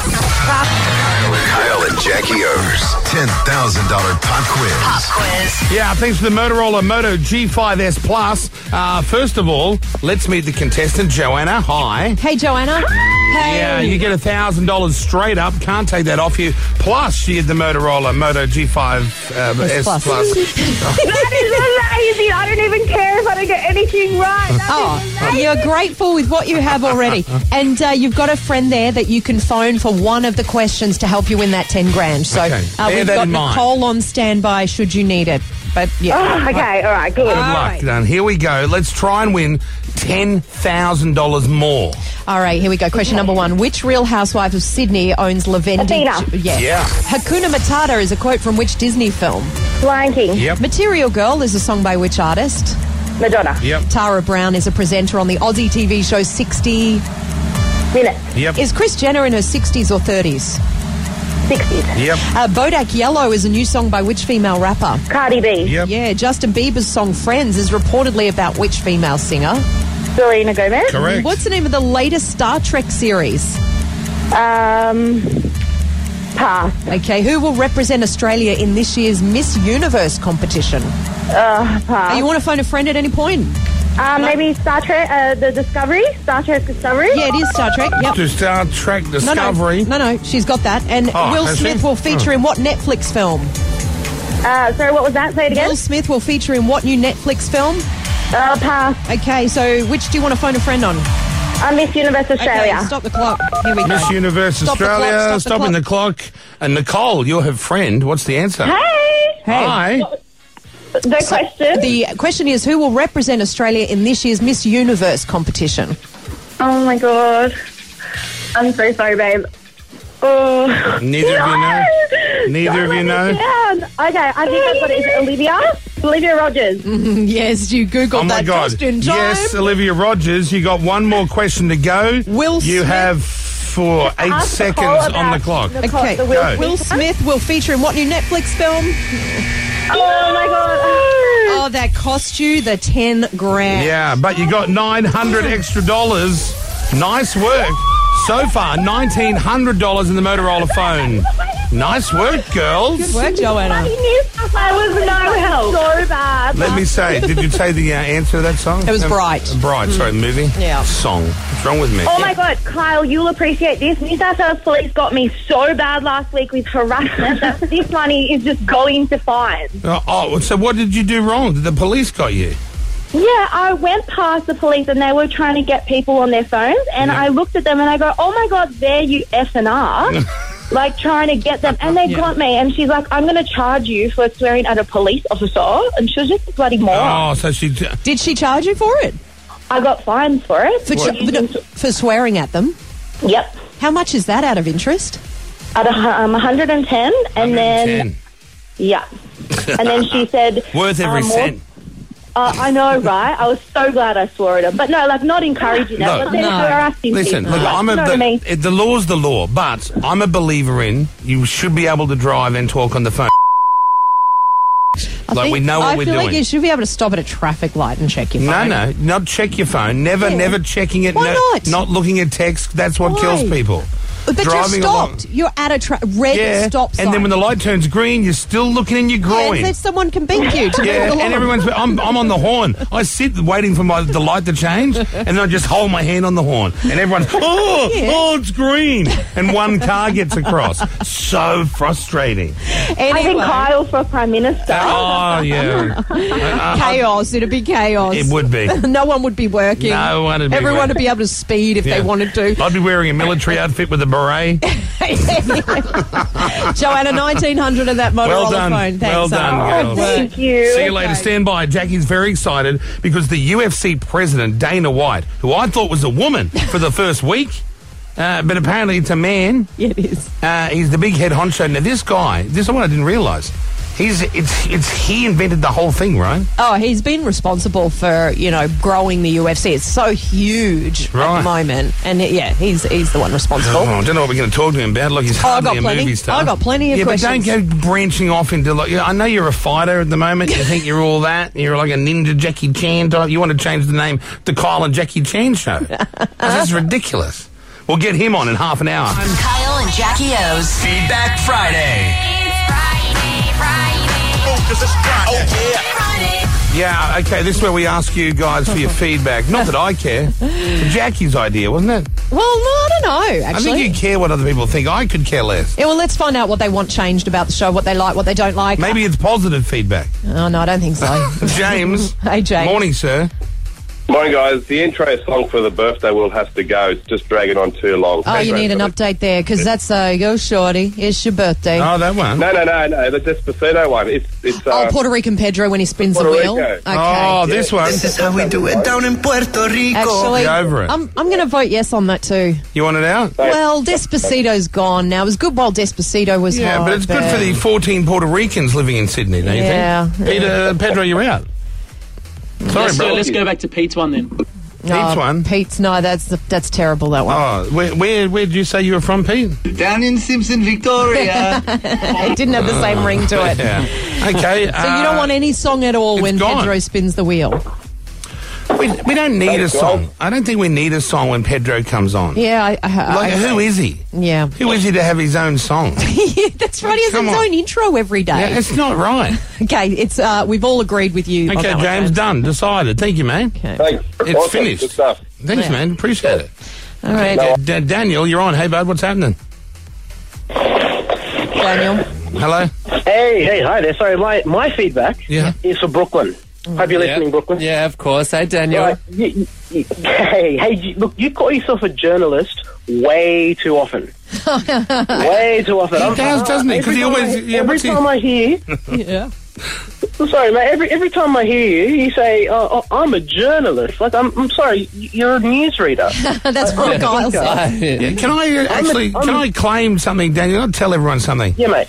Speaker 22: Kyle and Jackie O's $10,000 pop quiz.
Speaker 2: Yeah, thanks for the Motorola Moto G5S Plus. Uh, first of all, let's meet the contestant, Joanna. Hi.
Speaker 8: Hey, Joanna. Hey.
Speaker 2: Yeah, you get thousand dollars straight up. Can't take that off you. Plus, she had the Motorola Moto G5 uh,
Speaker 10: Yes,
Speaker 2: S
Speaker 10: plus.
Speaker 2: Plus.
Speaker 12: That is amazing. I don't even care if I don't get anything right. That is
Speaker 8: Oh, you're grateful with what you have already. And uh, you've got a friend there that you can phone for one of the questions to help you win that 10 grand. So
Speaker 2: Okay.
Speaker 8: uh,
Speaker 2: Bear
Speaker 8: we've
Speaker 2: that
Speaker 8: got
Speaker 2: in mind.
Speaker 8: Nicole on standby should you need it. But yeah.
Speaker 12: Oh, okay. All right. Good.
Speaker 2: Good luck, Dan. Here we go. Let's try and win ten thousand dollars more.
Speaker 8: All right, here we go. Question number one. Which real housewife of Sydney owns Lavendi?
Speaker 12: Athena.
Speaker 8: Yeah.
Speaker 2: Yeah.
Speaker 8: Hakuna Matata is a quote from which Disney film?
Speaker 12: Lion King.
Speaker 2: Yep.
Speaker 8: Material Girl is a song by which artist?
Speaker 12: Madonna.
Speaker 2: Yep.
Speaker 8: Tara Brown is a presenter on the Aussie TV show 60
Speaker 12: Minutes.
Speaker 2: Yep.
Speaker 8: Is Chris Jenner in her 60s or 30s?
Speaker 12: 60s.
Speaker 2: Yep.
Speaker 8: Uh, Bodak Yellow is a new song by which female rapper?
Speaker 12: Cardi B.
Speaker 2: Yep.
Speaker 8: Yeah, Justin Bieber's song Friends is reportedly about which female singer?
Speaker 12: Selena Gomez.
Speaker 8: What's the name of the latest Star Trek series?
Speaker 12: Um, pass.
Speaker 8: Okay, who will represent Australia in this year's Miss Universe competition?
Speaker 12: Uh, pass.
Speaker 8: Uh, you want to phone a friend at any point?
Speaker 12: Um, maybe Star Trek, uh, the Discovery, Star Trek Discovery.
Speaker 8: Yeah, it is Star Trek. Yep.
Speaker 2: To Star Trek
Speaker 8: No,
Speaker 2: Discovery.
Speaker 8: no, no, no, she's got that. And
Speaker 2: Oh,
Speaker 8: Will
Speaker 2: has she?
Speaker 8: Smith will feature in what Netflix film?
Speaker 12: Uh, sorry, what was that? Say it again.
Speaker 8: Will Smith will feature in what new Netflix film?
Speaker 12: Uh, pass.
Speaker 8: Okay, so which do you want to phone a friend on?
Speaker 12: Uh, Miss Universe Australia.
Speaker 8: Okay, stop the clock. Here we go.
Speaker 2: Miss Universe
Speaker 8: Stop the clock,
Speaker 2: Australia,
Speaker 8: stop the
Speaker 2: stopping
Speaker 8: clock.
Speaker 2: the clock. And Nicole, you're her friend. What's the answer?
Speaker 12: Hey.
Speaker 2: Hi.
Speaker 12: The question.
Speaker 8: The question is who will represent Australia in this year's Miss Universe competition?
Speaker 12: Oh my god. I'm so sorry, babe. Oh.
Speaker 2: Neither of you know. Neither of you know.
Speaker 12: Down. Okay, I think that's what it is. Olivia. Olivia Rogers.
Speaker 8: Mm-hmm, yes, you googled
Speaker 2: Oh my God! Yes, Olivia Rogers, you got one more question to go.
Speaker 8: Will
Speaker 2: you
Speaker 8: Smith-
Speaker 2: have for eight
Speaker 12: Ask Nicole
Speaker 2: seconds on
Speaker 12: about
Speaker 2: the clock?
Speaker 12: Nicole-
Speaker 8: Okay,
Speaker 12: the
Speaker 2: Go.
Speaker 12: Will,
Speaker 8: Will
Speaker 12: Smith.
Speaker 8: Smith will feature in what new Netflix film?
Speaker 12: Oh my god.
Speaker 8: Oh, that cost you the 10 grand.
Speaker 2: Yeah, but you got nine hundred extra dollars. Nice work so far. Nineteen hundred dollars in the Motorola phone. Nice work,
Speaker 8: Good
Speaker 2: girls.
Speaker 8: work, Joanna.
Speaker 12: He knew I was no help. So bad.
Speaker 2: Let me say, did you say the uh, answer to that song?
Speaker 8: It was
Speaker 2: Um,
Speaker 8: Bright.
Speaker 2: Bright, sorry, movie.
Speaker 8: Yeah.
Speaker 2: Song. What's wrong with me?
Speaker 12: Oh my god, Kyle, you'll appreciate this. New South Wales police got me so bad last week with harassment that this money is just going to fines.
Speaker 2: Oh, oh, so what did you do wrong? Did the police got you?
Speaker 12: Yeah, I went past the police and they were trying to get people on their phones, and I looked at them and I go, "Oh my god, there you f and r." Like trying to get them, and they got me. And she's like, "I'm going to charge you for swearing at a police officer," and she was just a bloody moron.
Speaker 2: Oh, so she. t-
Speaker 8: Did she charge you for it?
Speaker 12: I got fined for it.
Speaker 8: For,
Speaker 12: What?
Speaker 8: ch- no, for swearing at them?
Speaker 12: yep,
Speaker 8: How much is that out of interest?
Speaker 12: at a, hu- um, 110, and then
Speaker 2: 10.
Speaker 12: yeah, and then she said,
Speaker 2: Worth every
Speaker 12: um,
Speaker 2: cent.
Speaker 12: Uh, I know, right? I was so glad I swore at her, but no, like not encouraging her,
Speaker 2: No.
Speaker 12: but then
Speaker 8: No.
Speaker 12: harassing
Speaker 2: Listen,
Speaker 12: people.
Speaker 2: look,
Speaker 12: Like,
Speaker 2: I'm a,
Speaker 12: you know what I mean?
Speaker 2: the, eh, the law's the law, but I'm a believer in you should be able to drive and talk on the phone.
Speaker 8: I
Speaker 2: Like, we know what
Speaker 8: I
Speaker 2: we're
Speaker 8: feel like
Speaker 2: doing.
Speaker 8: you should be able to stop at a traffic light and check your
Speaker 2: No,
Speaker 8: phone.
Speaker 2: no, not check your phone. Never,
Speaker 8: Yeah.
Speaker 2: never checking it.
Speaker 8: Why
Speaker 2: no,
Speaker 8: not?
Speaker 2: looking at text. That's what
Speaker 8: Why?
Speaker 2: kills people.
Speaker 8: But Oh, you're
Speaker 2: Driving along-
Speaker 8: stopped. You're at a tra- red
Speaker 2: Yeah,
Speaker 8: stop sign.
Speaker 2: and then when the light turns green, you're still looking in your
Speaker 8: Yeah,
Speaker 2: groin.
Speaker 8: it says someone can beat you to move
Speaker 2: Yeah,
Speaker 8: along.
Speaker 2: and everyone's. I'm, I'm on the horn. I sit waiting for my the light to change, and then I just hold my hand on the horn, and everyone's oh,
Speaker 8: Yeah.
Speaker 2: oh, it's green, and one car gets across. So frustrating.
Speaker 12: I think
Speaker 8: Anyway,
Speaker 12: Kyle for prime minister.
Speaker 2: Oh yeah, Uh, uh,
Speaker 8: chaos. It'd be chaos.
Speaker 2: it would be.
Speaker 8: no one would be working.
Speaker 2: No one would be
Speaker 8: Everyone
Speaker 2: working.
Speaker 8: would be able to speed if
Speaker 2: Yeah.
Speaker 8: they wanted to.
Speaker 2: I'd be wearing a military outfit with a beret.
Speaker 8: Joanna, 1900 of that Motorola
Speaker 2: Well done.
Speaker 8: phone. Thanks.
Speaker 2: Well done,
Speaker 8: Good
Speaker 2: girls.
Speaker 8: work.
Speaker 12: Oh, Thank you.
Speaker 2: See you later. Stand by. Jackie's very excited because the UFC president, Dana White, who I thought was a woman for the first week, Uh, but apparently it's a man.
Speaker 8: Yeah, it is.
Speaker 2: Uh, he's the big head honcho. Now this guy, this is what I didn't realise. He's it's it's he invented the whole thing, right?
Speaker 8: Oh, he's been responsible for you know growing the UFC. It's so huge at
Speaker 2: Right.
Speaker 8: the moment, and yeah, he's he's the one responsible.
Speaker 2: Oh, I don't know what we're going to talk to him about. Like he's
Speaker 8: Oh, I
Speaker 2: hardly
Speaker 8: got
Speaker 2: a
Speaker 8: plenty.
Speaker 2: movie star.
Speaker 8: I got plenty of
Speaker 2: yeah,
Speaker 8: questions.
Speaker 2: but don't go branching off into like. yeah, I know you're a fighter at the moment. You think you're all that. You're like a ninja Jackie Chan type. You want to change the name to Kyle and Jackie Chan show. this is ridiculous. We'll get him on in half an hour.
Speaker 10: Kyle and Jackie O's Feedback Friday.
Speaker 2: Yeah, okay. This is where we ask you guys for your feedback. Not that I care. It's Jackie's idea, wasn't it?
Speaker 8: Well, no, I don't know. Actually,
Speaker 2: I think you care what other people think. I could care less.
Speaker 8: yeah, well, let's find out what they want changed about the show, what they like, what they don't like.
Speaker 2: Maybe it's positive feedback.
Speaker 8: Oh no, I don't think so.
Speaker 2: James.
Speaker 8: hey, James.
Speaker 2: Morning, sir.
Speaker 13: Morning, guys. The intro song for the birthday will have to go. It's just dragging on too long.
Speaker 8: Oh, you need an update there because that's uh, go shorty. It's your birthday.
Speaker 2: Oh, that one.
Speaker 13: No, no, no, no. That's Despacito one. It's it's. Uh,
Speaker 8: Oh, Puerto Rican Pedro when he spins
Speaker 13: Puerto
Speaker 8: the wheel.
Speaker 13: Rico.
Speaker 8: Okay.
Speaker 13: Oh, this Yeah. one.
Speaker 2: This
Speaker 13: is how we do it down
Speaker 8: in Puerto
Speaker 13: Rico.
Speaker 8: Actually,
Speaker 2: Get over it.
Speaker 8: I'm, I'm going to vote yes on that too.
Speaker 2: You want it out?
Speaker 8: Well, Despacito's gone now. It was good while Despacito was
Speaker 2: Yeah,
Speaker 8: hot,
Speaker 2: but it's good for the 14 Puerto Ricans living in Sydney, don't you
Speaker 8: Yeah.
Speaker 2: think? Peter, Pedro, you're out. Sorry,
Speaker 9: let's,
Speaker 2: bro.
Speaker 9: Go, let's go back to Pete's one then.
Speaker 8: No,
Speaker 2: Pete's one.
Speaker 8: Pete's no, that's that's terrible. That one.
Speaker 2: Oh, where, where, where did you say you were from, Pete?
Speaker 8: Down in Simpson, Victoria. it didn't have the same ring to it.
Speaker 2: Uh, Yeah. Okay. uh,
Speaker 8: So you don't want any song at all when Pedro spins the wheel.
Speaker 2: We, we don't need a song. I don't think we need a song when Pedro comes on.
Speaker 8: Yeah, I, I,
Speaker 2: Like,
Speaker 8: I,
Speaker 2: who is he?
Speaker 8: Yeah.
Speaker 2: Who is he to have his own song?
Speaker 8: Yeah, that's right. He has
Speaker 2: Come
Speaker 8: his
Speaker 2: on.
Speaker 8: own intro every day.
Speaker 2: Yeah, it's not right.
Speaker 8: okay, it's uh, we've all agreed with you. on
Speaker 2: Okay,
Speaker 8: that one,
Speaker 2: James, done. Decided. Thank you, man.
Speaker 13: Thanks.
Speaker 2: It's
Speaker 13: Awesome.
Speaker 2: finished.
Speaker 13: Good stuff.
Speaker 2: Thanks,
Speaker 13: Yeah.
Speaker 2: man. Appreciate it.
Speaker 8: All right.
Speaker 2: Okay, Da- Daniel, you're on. Hey, bud, what's happening?
Speaker 8: Daniel.
Speaker 2: Hello.
Speaker 16: Hey, hey, hi there. Sorry, my, my feedback is for Brooklyn. Hope you're listening, Brooklyn.
Speaker 7: Yeah, of course. Hey, Daniel.
Speaker 16: Right, you- you- you- hey, hey, you- look, you call yourself a journalist way too often. way too often.
Speaker 10: He
Speaker 16: I'm-
Speaker 10: does, doesn't he? 'Cause
Speaker 16: every
Speaker 10: he
Speaker 16: time
Speaker 10: always-
Speaker 16: I-
Speaker 10: yeah,
Speaker 16: every
Speaker 10: what's he-
Speaker 16: time I hear.
Speaker 8: yeah.
Speaker 16: Sorry, mate. Every every time I hear you, you say, oh, oh, "I'm a journalist." Like, I'm, I'm sorry, y- you're a newsreader.
Speaker 8: That's
Speaker 16: what
Speaker 8: what Kyle said.
Speaker 2: Yeah, Can I uh, actually? Can I claim something, Daniel? I'll tell everyone something.
Speaker 16: Yeah, mate.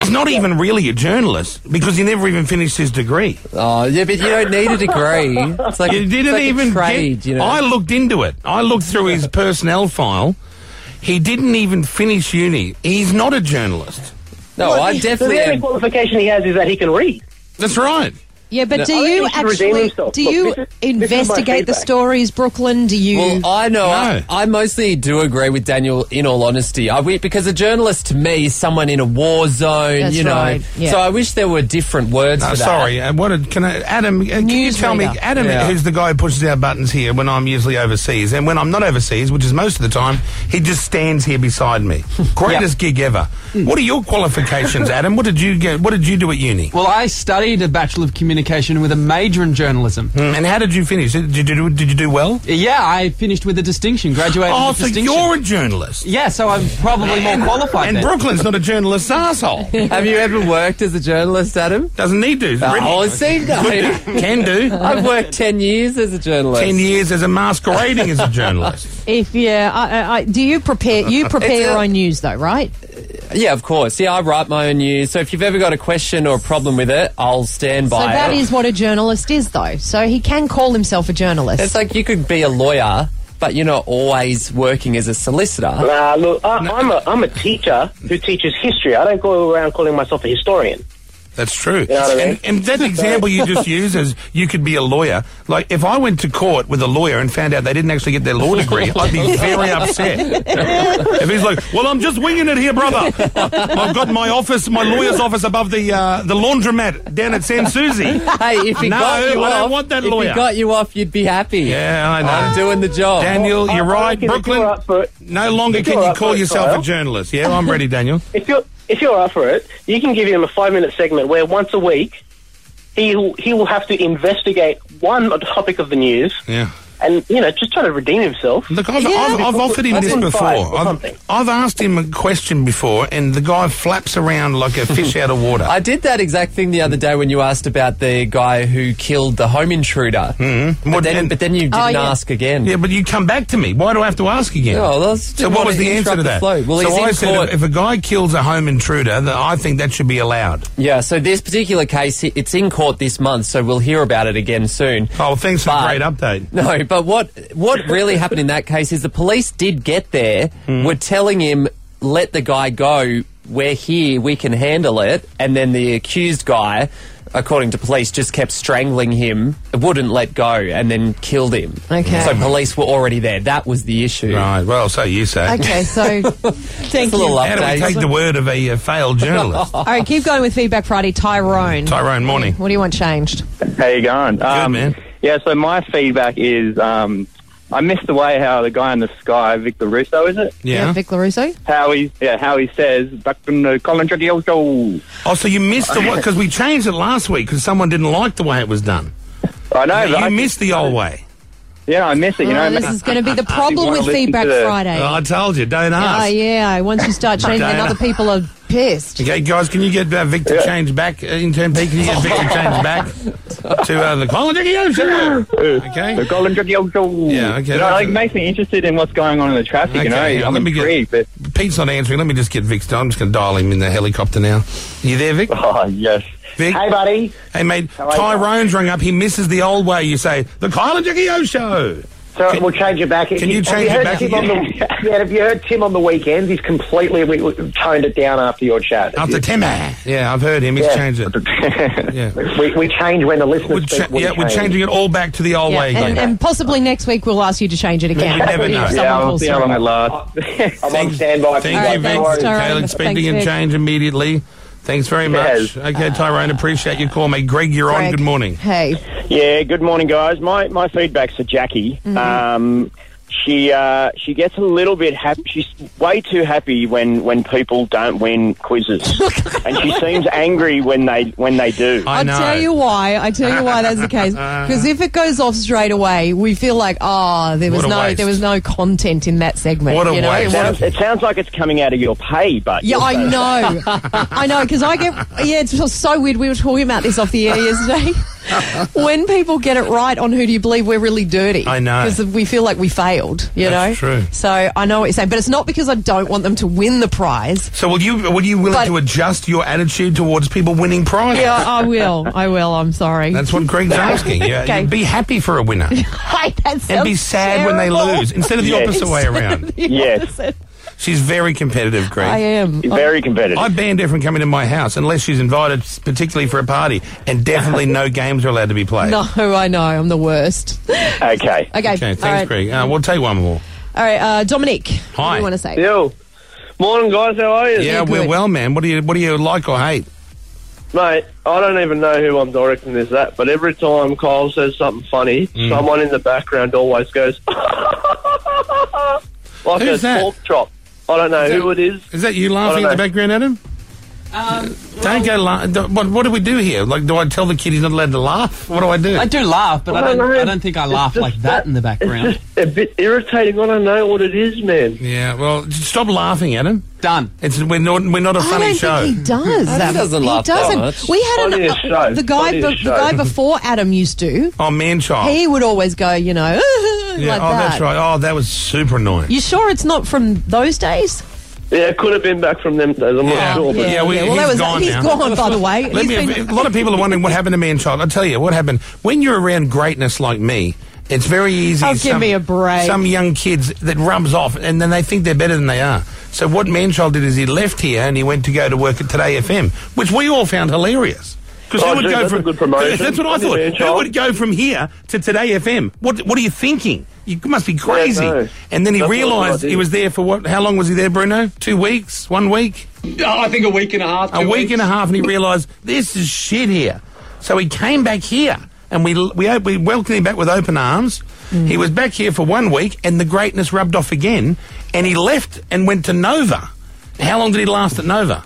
Speaker 2: He's not even really a journalist because he never even finished his degree.
Speaker 7: Oh, yeah, but you don't need a degree. It's like,
Speaker 2: you
Speaker 7: it's
Speaker 2: didn't
Speaker 7: like a
Speaker 2: even
Speaker 7: trade,
Speaker 2: get-
Speaker 7: you know.
Speaker 2: I looked into it. I looked through his personnel file. He didn't even finish uni. He's not a journalist.
Speaker 7: No,
Speaker 16: Well, I he- definitely The only qualification he has is that he can read.
Speaker 2: That's right.
Speaker 8: Yeah, but
Speaker 16: No,
Speaker 8: do
Speaker 16: I think
Speaker 8: you
Speaker 16: he should redeem
Speaker 8: actually
Speaker 16: himself.
Speaker 8: do
Speaker 16: Look,
Speaker 8: you
Speaker 16: this is- this is my
Speaker 8: investigate the
Speaker 16: feedback.
Speaker 8: stories, Brooklyn? Do you?
Speaker 7: Well, I know. I, I mostly do agree with Daniel in all honesty. I we, because a journalist to me is someone in a war zone,
Speaker 2: That's
Speaker 7: you know.
Speaker 2: right, yeah.
Speaker 7: So I wish there were different words
Speaker 2: No,
Speaker 7: for that.
Speaker 2: sorry. Uh, what did, can I, Adam? Uh, can you tell me,
Speaker 7: Newsreader.
Speaker 2: Adam,
Speaker 7: Yeah.
Speaker 2: who's the guy who pushes our buttons here when I'm usually overseas, and when I'm not overseas, which is most of the time, he just stands here beside me. Greatest gig ever.
Speaker 7: Hmm.
Speaker 2: What are your qualifications, Adam? What did you get? What did you do at uni?
Speaker 23: Well, I studied a Bachelor of Communication with a major in journalism.
Speaker 2: Hmm. and how did you finish? Did you do, did you do well?
Speaker 23: Yeah, I finished with a distinction, graduated
Speaker 2: Oh,
Speaker 23: with
Speaker 2: so
Speaker 23: distinction.
Speaker 2: you're a journalist.
Speaker 23: Yeah, so I'm probably more
Speaker 2: And-
Speaker 23: qualified.
Speaker 2: And
Speaker 23: then.
Speaker 2: Brooklyn's not a journalist's asshole.
Speaker 7: Have you ever worked as a journalist, Adam?
Speaker 2: Doesn't need to.
Speaker 7: Oh,
Speaker 2: Really?
Speaker 7: see, no.
Speaker 2: Could do. Can do.
Speaker 7: I've worked 10 years as a journalist.
Speaker 2: 10 years as a masquerading as a journalist.
Speaker 8: If yeah, I, I, I, do you prepare? You
Speaker 7: It's
Speaker 8: prepare your
Speaker 7: a-
Speaker 8: own news though, right?
Speaker 7: Yeah, of course. Yeah, I write my own news. So if you've ever got a question or a problem with it, I'll stand
Speaker 8: So
Speaker 7: by
Speaker 8: that
Speaker 7: it.
Speaker 8: is what a journalist is, though. So he can call himself a journalist.
Speaker 7: It's like you could be a lawyer, but you're not always working as a solicitor.
Speaker 16: Nah, look, I, I'm a I'm a teacher who teaches history. I don't go around calling myself a historian.
Speaker 2: That's true. You know
Speaker 20: what I mean?
Speaker 2: and, and that example you just used is you could be a lawyer. Like, if I went to court with a lawyer and found out they didn't actually get their law degree, I'd be very upset. if he's like, well, I'm just winging it here, brother. I've got my office, my lawyer's office above the uh, the laundromat down at San Susie.
Speaker 7: Hey, if he
Speaker 2: no,
Speaker 7: got you
Speaker 2: I
Speaker 7: off,
Speaker 2: don't want that
Speaker 7: if
Speaker 2: lawyer.
Speaker 7: he got you off, you'd be happy.
Speaker 2: Yeah, I know.
Speaker 7: I'm doing the job.
Speaker 2: Daniel, you're right. Brooklyn, no longer
Speaker 20: If
Speaker 2: can
Speaker 20: you're
Speaker 2: you
Speaker 20: up
Speaker 2: call
Speaker 20: for it,
Speaker 2: yourself a
Speaker 20: Kyle.
Speaker 2: journalist. Yeah, I'm ready, Daniel.
Speaker 20: If you're if you're up for it, you can give him a five minute segment where once a week he will- he will have to investigate one topic of the news.
Speaker 2: Yeah.
Speaker 20: And you know, just try to redeem himself.
Speaker 2: Look, I've, I've, I've offered him this before. I've, I've asked him a question before, and the guy flaps around like a fish out of water.
Speaker 7: I did that exact thing the other day when you asked about the guy who killed the home intruder. Mm-hmm. But, then, but then you didn't
Speaker 2: Oh, yeah.
Speaker 7: ask again.
Speaker 2: Yeah, but you come back to me. Why do I have to ask again?
Speaker 7: Oh, that's-
Speaker 2: so
Speaker 7: didn't
Speaker 2: what
Speaker 7: want
Speaker 2: was
Speaker 7: to
Speaker 2: the answer
Speaker 7: interrupt
Speaker 2: to
Speaker 7: the
Speaker 2: that?
Speaker 7: flow. Well,
Speaker 2: so
Speaker 7: he's in
Speaker 2: I said,
Speaker 7: court.
Speaker 2: if a guy kills a home intruder, then I think that should be allowed.
Speaker 7: Yeah, so this particular case, i- it's in court this month, so we'll hear about it again soon.
Speaker 2: Oh, thanks for the great update.
Speaker 7: No, but what what really happened in that case is the police did get there,
Speaker 2: Hmm.
Speaker 7: were telling him, let the guy go, we're here, we can handle it, and then the accused guy, according to police, just kept strangling him, wouldn't let go, and then killed him.
Speaker 8: Okay.
Speaker 7: So police were already there. That was the issue.
Speaker 2: Right, well, so you say.
Speaker 8: Okay, so thank
Speaker 7: a
Speaker 8: you.
Speaker 7: little
Speaker 2: How do we take the word of a uh, failed journalist?
Speaker 8: All right, keep going with feedback Friday. Tyrone.
Speaker 2: Tyrone, morning.
Speaker 8: What do you want changed?
Speaker 5: How you going? Good um,
Speaker 2: man.
Speaker 5: Yeah, so my feedback is um, I missed the way how the guy in the sky, Victor Russo, is it?
Speaker 8: Vic LaRusso?
Speaker 5: How he, yeah, how he says back from the Colin Treadwell show.
Speaker 2: Oh, so you missed the because we changed it last week because someone didn't like the way it was done.
Speaker 5: I know.
Speaker 2: you missed the old way.
Speaker 5: Yeah, I miss it. You
Speaker 8: Oh,
Speaker 5: know,
Speaker 8: this is going to be the problem with Feedback Friday.
Speaker 2: Oh, I told you, don't
Speaker 8: Oh,
Speaker 2: ask.
Speaker 8: yeah. Once you start changing, then
Speaker 2: Dana.
Speaker 8: other people are pissed.
Speaker 2: Okay, guys, can you get uh, Victor changed back? Uh, Intern P, can you get Victor changed back to uh, the Colin Jackie Show? Okay. The
Speaker 5: Colin Jackie Show.
Speaker 2: Yeah, okay.
Speaker 5: you know, like, it makes me interested in what's going on in the traffic.
Speaker 2: Okay,
Speaker 5: you know,
Speaker 2: hang on,
Speaker 5: I'm
Speaker 2: let me get-
Speaker 5: intrigued. But
Speaker 2: Pete's not answering. Let me just get Vic's. I'm just going to dial him in the helicopter now. You there, Vic?
Speaker 5: Oh, yes.
Speaker 2: Vic?
Speaker 5: Hey, buddy.
Speaker 2: Hey, mate.
Speaker 5: are you?
Speaker 2: Tyrone's rung up. He misses the old way. You say, the Colin Jackie Show.
Speaker 6: So we'll change it back.
Speaker 2: Can you
Speaker 6: have you
Speaker 2: change it
Speaker 6: heard
Speaker 2: back
Speaker 6: Tim on
Speaker 2: again?
Speaker 6: the, yeah, have you heard Tim on the weekend? He's completely we, we toned it down after your chat.
Speaker 2: After Timmer. Yeah, I've heard him. He's changed it. yeah.
Speaker 6: We, we change when the listeners
Speaker 2: We're cha-
Speaker 6: speak. we
Speaker 2: yeah, we're
Speaker 6: change.
Speaker 2: changing it all back to the old way again.
Speaker 8: and, and possibly next week we'll ask you to change it again.
Speaker 2: You never know.
Speaker 8: If someone calls through.
Speaker 5: lasts.
Speaker 6: I'm on standby.
Speaker 2: Thank
Speaker 8: All
Speaker 2: you,
Speaker 8: right,
Speaker 2: Vic.
Speaker 8: thanks, Tyrone.
Speaker 2: Caleb,
Speaker 8: Thanks,
Speaker 2: speaking and
Speaker 8: Vic.
Speaker 2: change immediately. Thanks very much.
Speaker 6: Yes.
Speaker 2: Okay, Tyrone, appreciate your call, mate. Greg, you're on.
Speaker 6: Greg.
Speaker 2: Good morning.
Speaker 8: Hey.
Speaker 6: Yeah, good morning, guys. My my feedback's to Jackie.
Speaker 8: Mm-hmm.
Speaker 6: Um, she uh, she gets a little bit happy. She's way too happy when, when people don't win quizzes, and she seems angry when they when they do.
Speaker 8: I'll tell you why. I tell you why that's the case.
Speaker 2: Uh-huh.
Speaker 8: Because if it goes off straight away, we feel like, ah, there was
Speaker 6: What a
Speaker 8: no,
Speaker 6: waste.
Speaker 8: there was no content in that segment. you know?
Speaker 6: It sounds, it sounds like it's coming out of your pay, but
Speaker 8: Yeah, I know. I know because I get. Yeah, it's just so weird. We were talking about this off the air yesterday. when people get it right on Who Do You Believe, we're really dirty.
Speaker 2: I know.
Speaker 8: because we feel like we failed. You
Speaker 2: That's
Speaker 8: know,
Speaker 2: true.
Speaker 8: So I know what you're saying, but it's not because I don't want them to win the prize.
Speaker 2: So, will you will you willing
Speaker 8: But-
Speaker 2: to adjust your attitude towards people winning prizes?
Speaker 8: Yeah, I will. I will. I'm sorry.
Speaker 2: That's what Greg's asking. Yeah,
Speaker 8: Okay.
Speaker 2: be happy for a winner
Speaker 8: that
Speaker 2: and be
Speaker 8: sounds
Speaker 2: sad when they
Speaker 8: terrible.
Speaker 2: lose instead of the
Speaker 6: Yes.
Speaker 2: opposite way
Speaker 6: Instead of
Speaker 2: around.
Speaker 6: the Yes.
Speaker 2: she's very competitive, Greg.
Speaker 8: I am.
Speaker 6: Very competitive.
Speaker 2: I banned her from coming to my house unless she's invited, particularly for a party, and definitely no games are allowed to be played.
Speaker 8: No, I know. I'm the worst.
Speaker 6: Okay.
Speaker 8: Okay.
Speaker 2: Okay, thanks,
Speaker 8: All right.
Speaker 2: Greg. Uh, we'll take one more.
Speaker 8: All right, uh, Dominic. What do
Speaker 2: Hi.
Speaker 8: you want to say?
Speaker 5: Yo. Morning, guys. How are you?
Speaker 2: Yeah, we're well, man. What do you What do you like or hate?
Speaker 5: Mate, I don't even know who I'm directing this at, but every time Kyle says something funny,
Speaker 2: Mm.
Speaker 5: someone in the background always goes, like
Speaker 2: Who's
Speaker 5: a
Speaker 2: that?
Speaker 5: pork chop. I don't know
Speaker 2: Is
Speaker 5: who
Speaker 2: that-
Speaker 5: it is.
Speaker 2: Is that you
Speaker 5: I
Speaker 2: laughing
Speaker 5: don't
Speaker 2: in the
Speaker 5: know.
Speaker 2: background, Adam?
Speaker 23: Um,
Speaker 2: don't go. La- don't- what, what do we do here? Like, do I tell the kid he's not allowed to laugh? What do I do?
Speaker 23: I do laugh, but I
Speaker 5: I
Speaker 23: don't,
Speaker 5: don't know.
Speaker 23: I don't think I
Speaker 5: It's
Speaker 23: laugh
Speaker 5: just
Speaker 23: like that in the background.
Speaker 5: A bit irritating. I don't know what it is, man.
Speaker 2: Yeah, well, j- stop laughing, Adam.
Speaker 23: Done.
Speaker 2: It's we're not we're not a
Speaker 8: I
Speaker 2: funny
Speaker 8: don't
Speaker 2: show.
Speaker 8: think he does.
Speaker 2: He doesn't
Speaker 8: he
Speaker 2: laugh that
Speaker 8: doesn't.
Speaker 2: much.
Speaker 8: We had
Speaker 2: Funny
Speaker 8: an, uh,
Speaker 2: as show.
Speaker 8: the guy,
Speaker 2: Funny
Speaker 8: be,
Speaker 2: as
Speaker 8: the
Speaker 2: show.
Speaker 8: guy before Adam used to.
Speaker 2: Oh, man, child.
Speaker 8: He would always go, you know, like
Speaker 2: yeah. oh,
Speaker 8: that.
Speaker 2: that's right. Oh, that was super annoying.
Speaker 8: You sure it's not from those days?
Speaker 5: Yeah, it could have been back from them days. I'm
Speaker 2: Yeah.
Speaker 5: not sure. But
Speaker 2: Yeah, we-
Speaker 8: well,
Speaker 2: he's
Speaker 8: that was
Speaker 2: gone
Speaker 8: he's
Speaker 2: now.
Speaker 8: gone. By the way,
Speaker 2: Let
Speaker 8: He's
Speaker 2: me,
Speaker 8: been-
Speaker 2: a lot of people are wondering what happened to me and child. I'll tell you what happened. When you're around greatness like me, It's very easy.
Speaker 8: Oh, give me a break.
Speaker 2: Some young kids that rubs off, and then they think they're better than they are. So what Manchild did is he left here and he went to go to work at Today FM, which we all found hilarious. Because
Speaker 5: Oh,
Speaker 2: who would
Speaker 5: gee,
Speaker 2: go
Speaker 5: that's
Speaker 2: from
Speaker 5: a good promotion.
Speaker 2: That's what I
Speaker 5: Isn't it,
Speaker 2: thought. Who
Speaker 5: Manchild?
Speaker 2: would go from here to Today FM? What What are you thinking? You must be crazy.
Speaker 5: no.
Speaker 2: And then he
Speaker 5: That's what I
Speaker 2: realised
Speaker 5: did.
Speaker 2: he was there for what? How long was he there, Bruno? Two weeks? One week?
Speaker 9: I think a week and a half.
Speaker 2: a
Speaker 9: two
Speaker 2: week
Speaker 9: weeks.
Speaker 2: and a half, and he realised this is shit here. So he came back here, and we we op- we welcomed him back with open arms. He was back here for one week, and the greatness rubbed off again, and he left and went to Nova. How long did he last at Nova?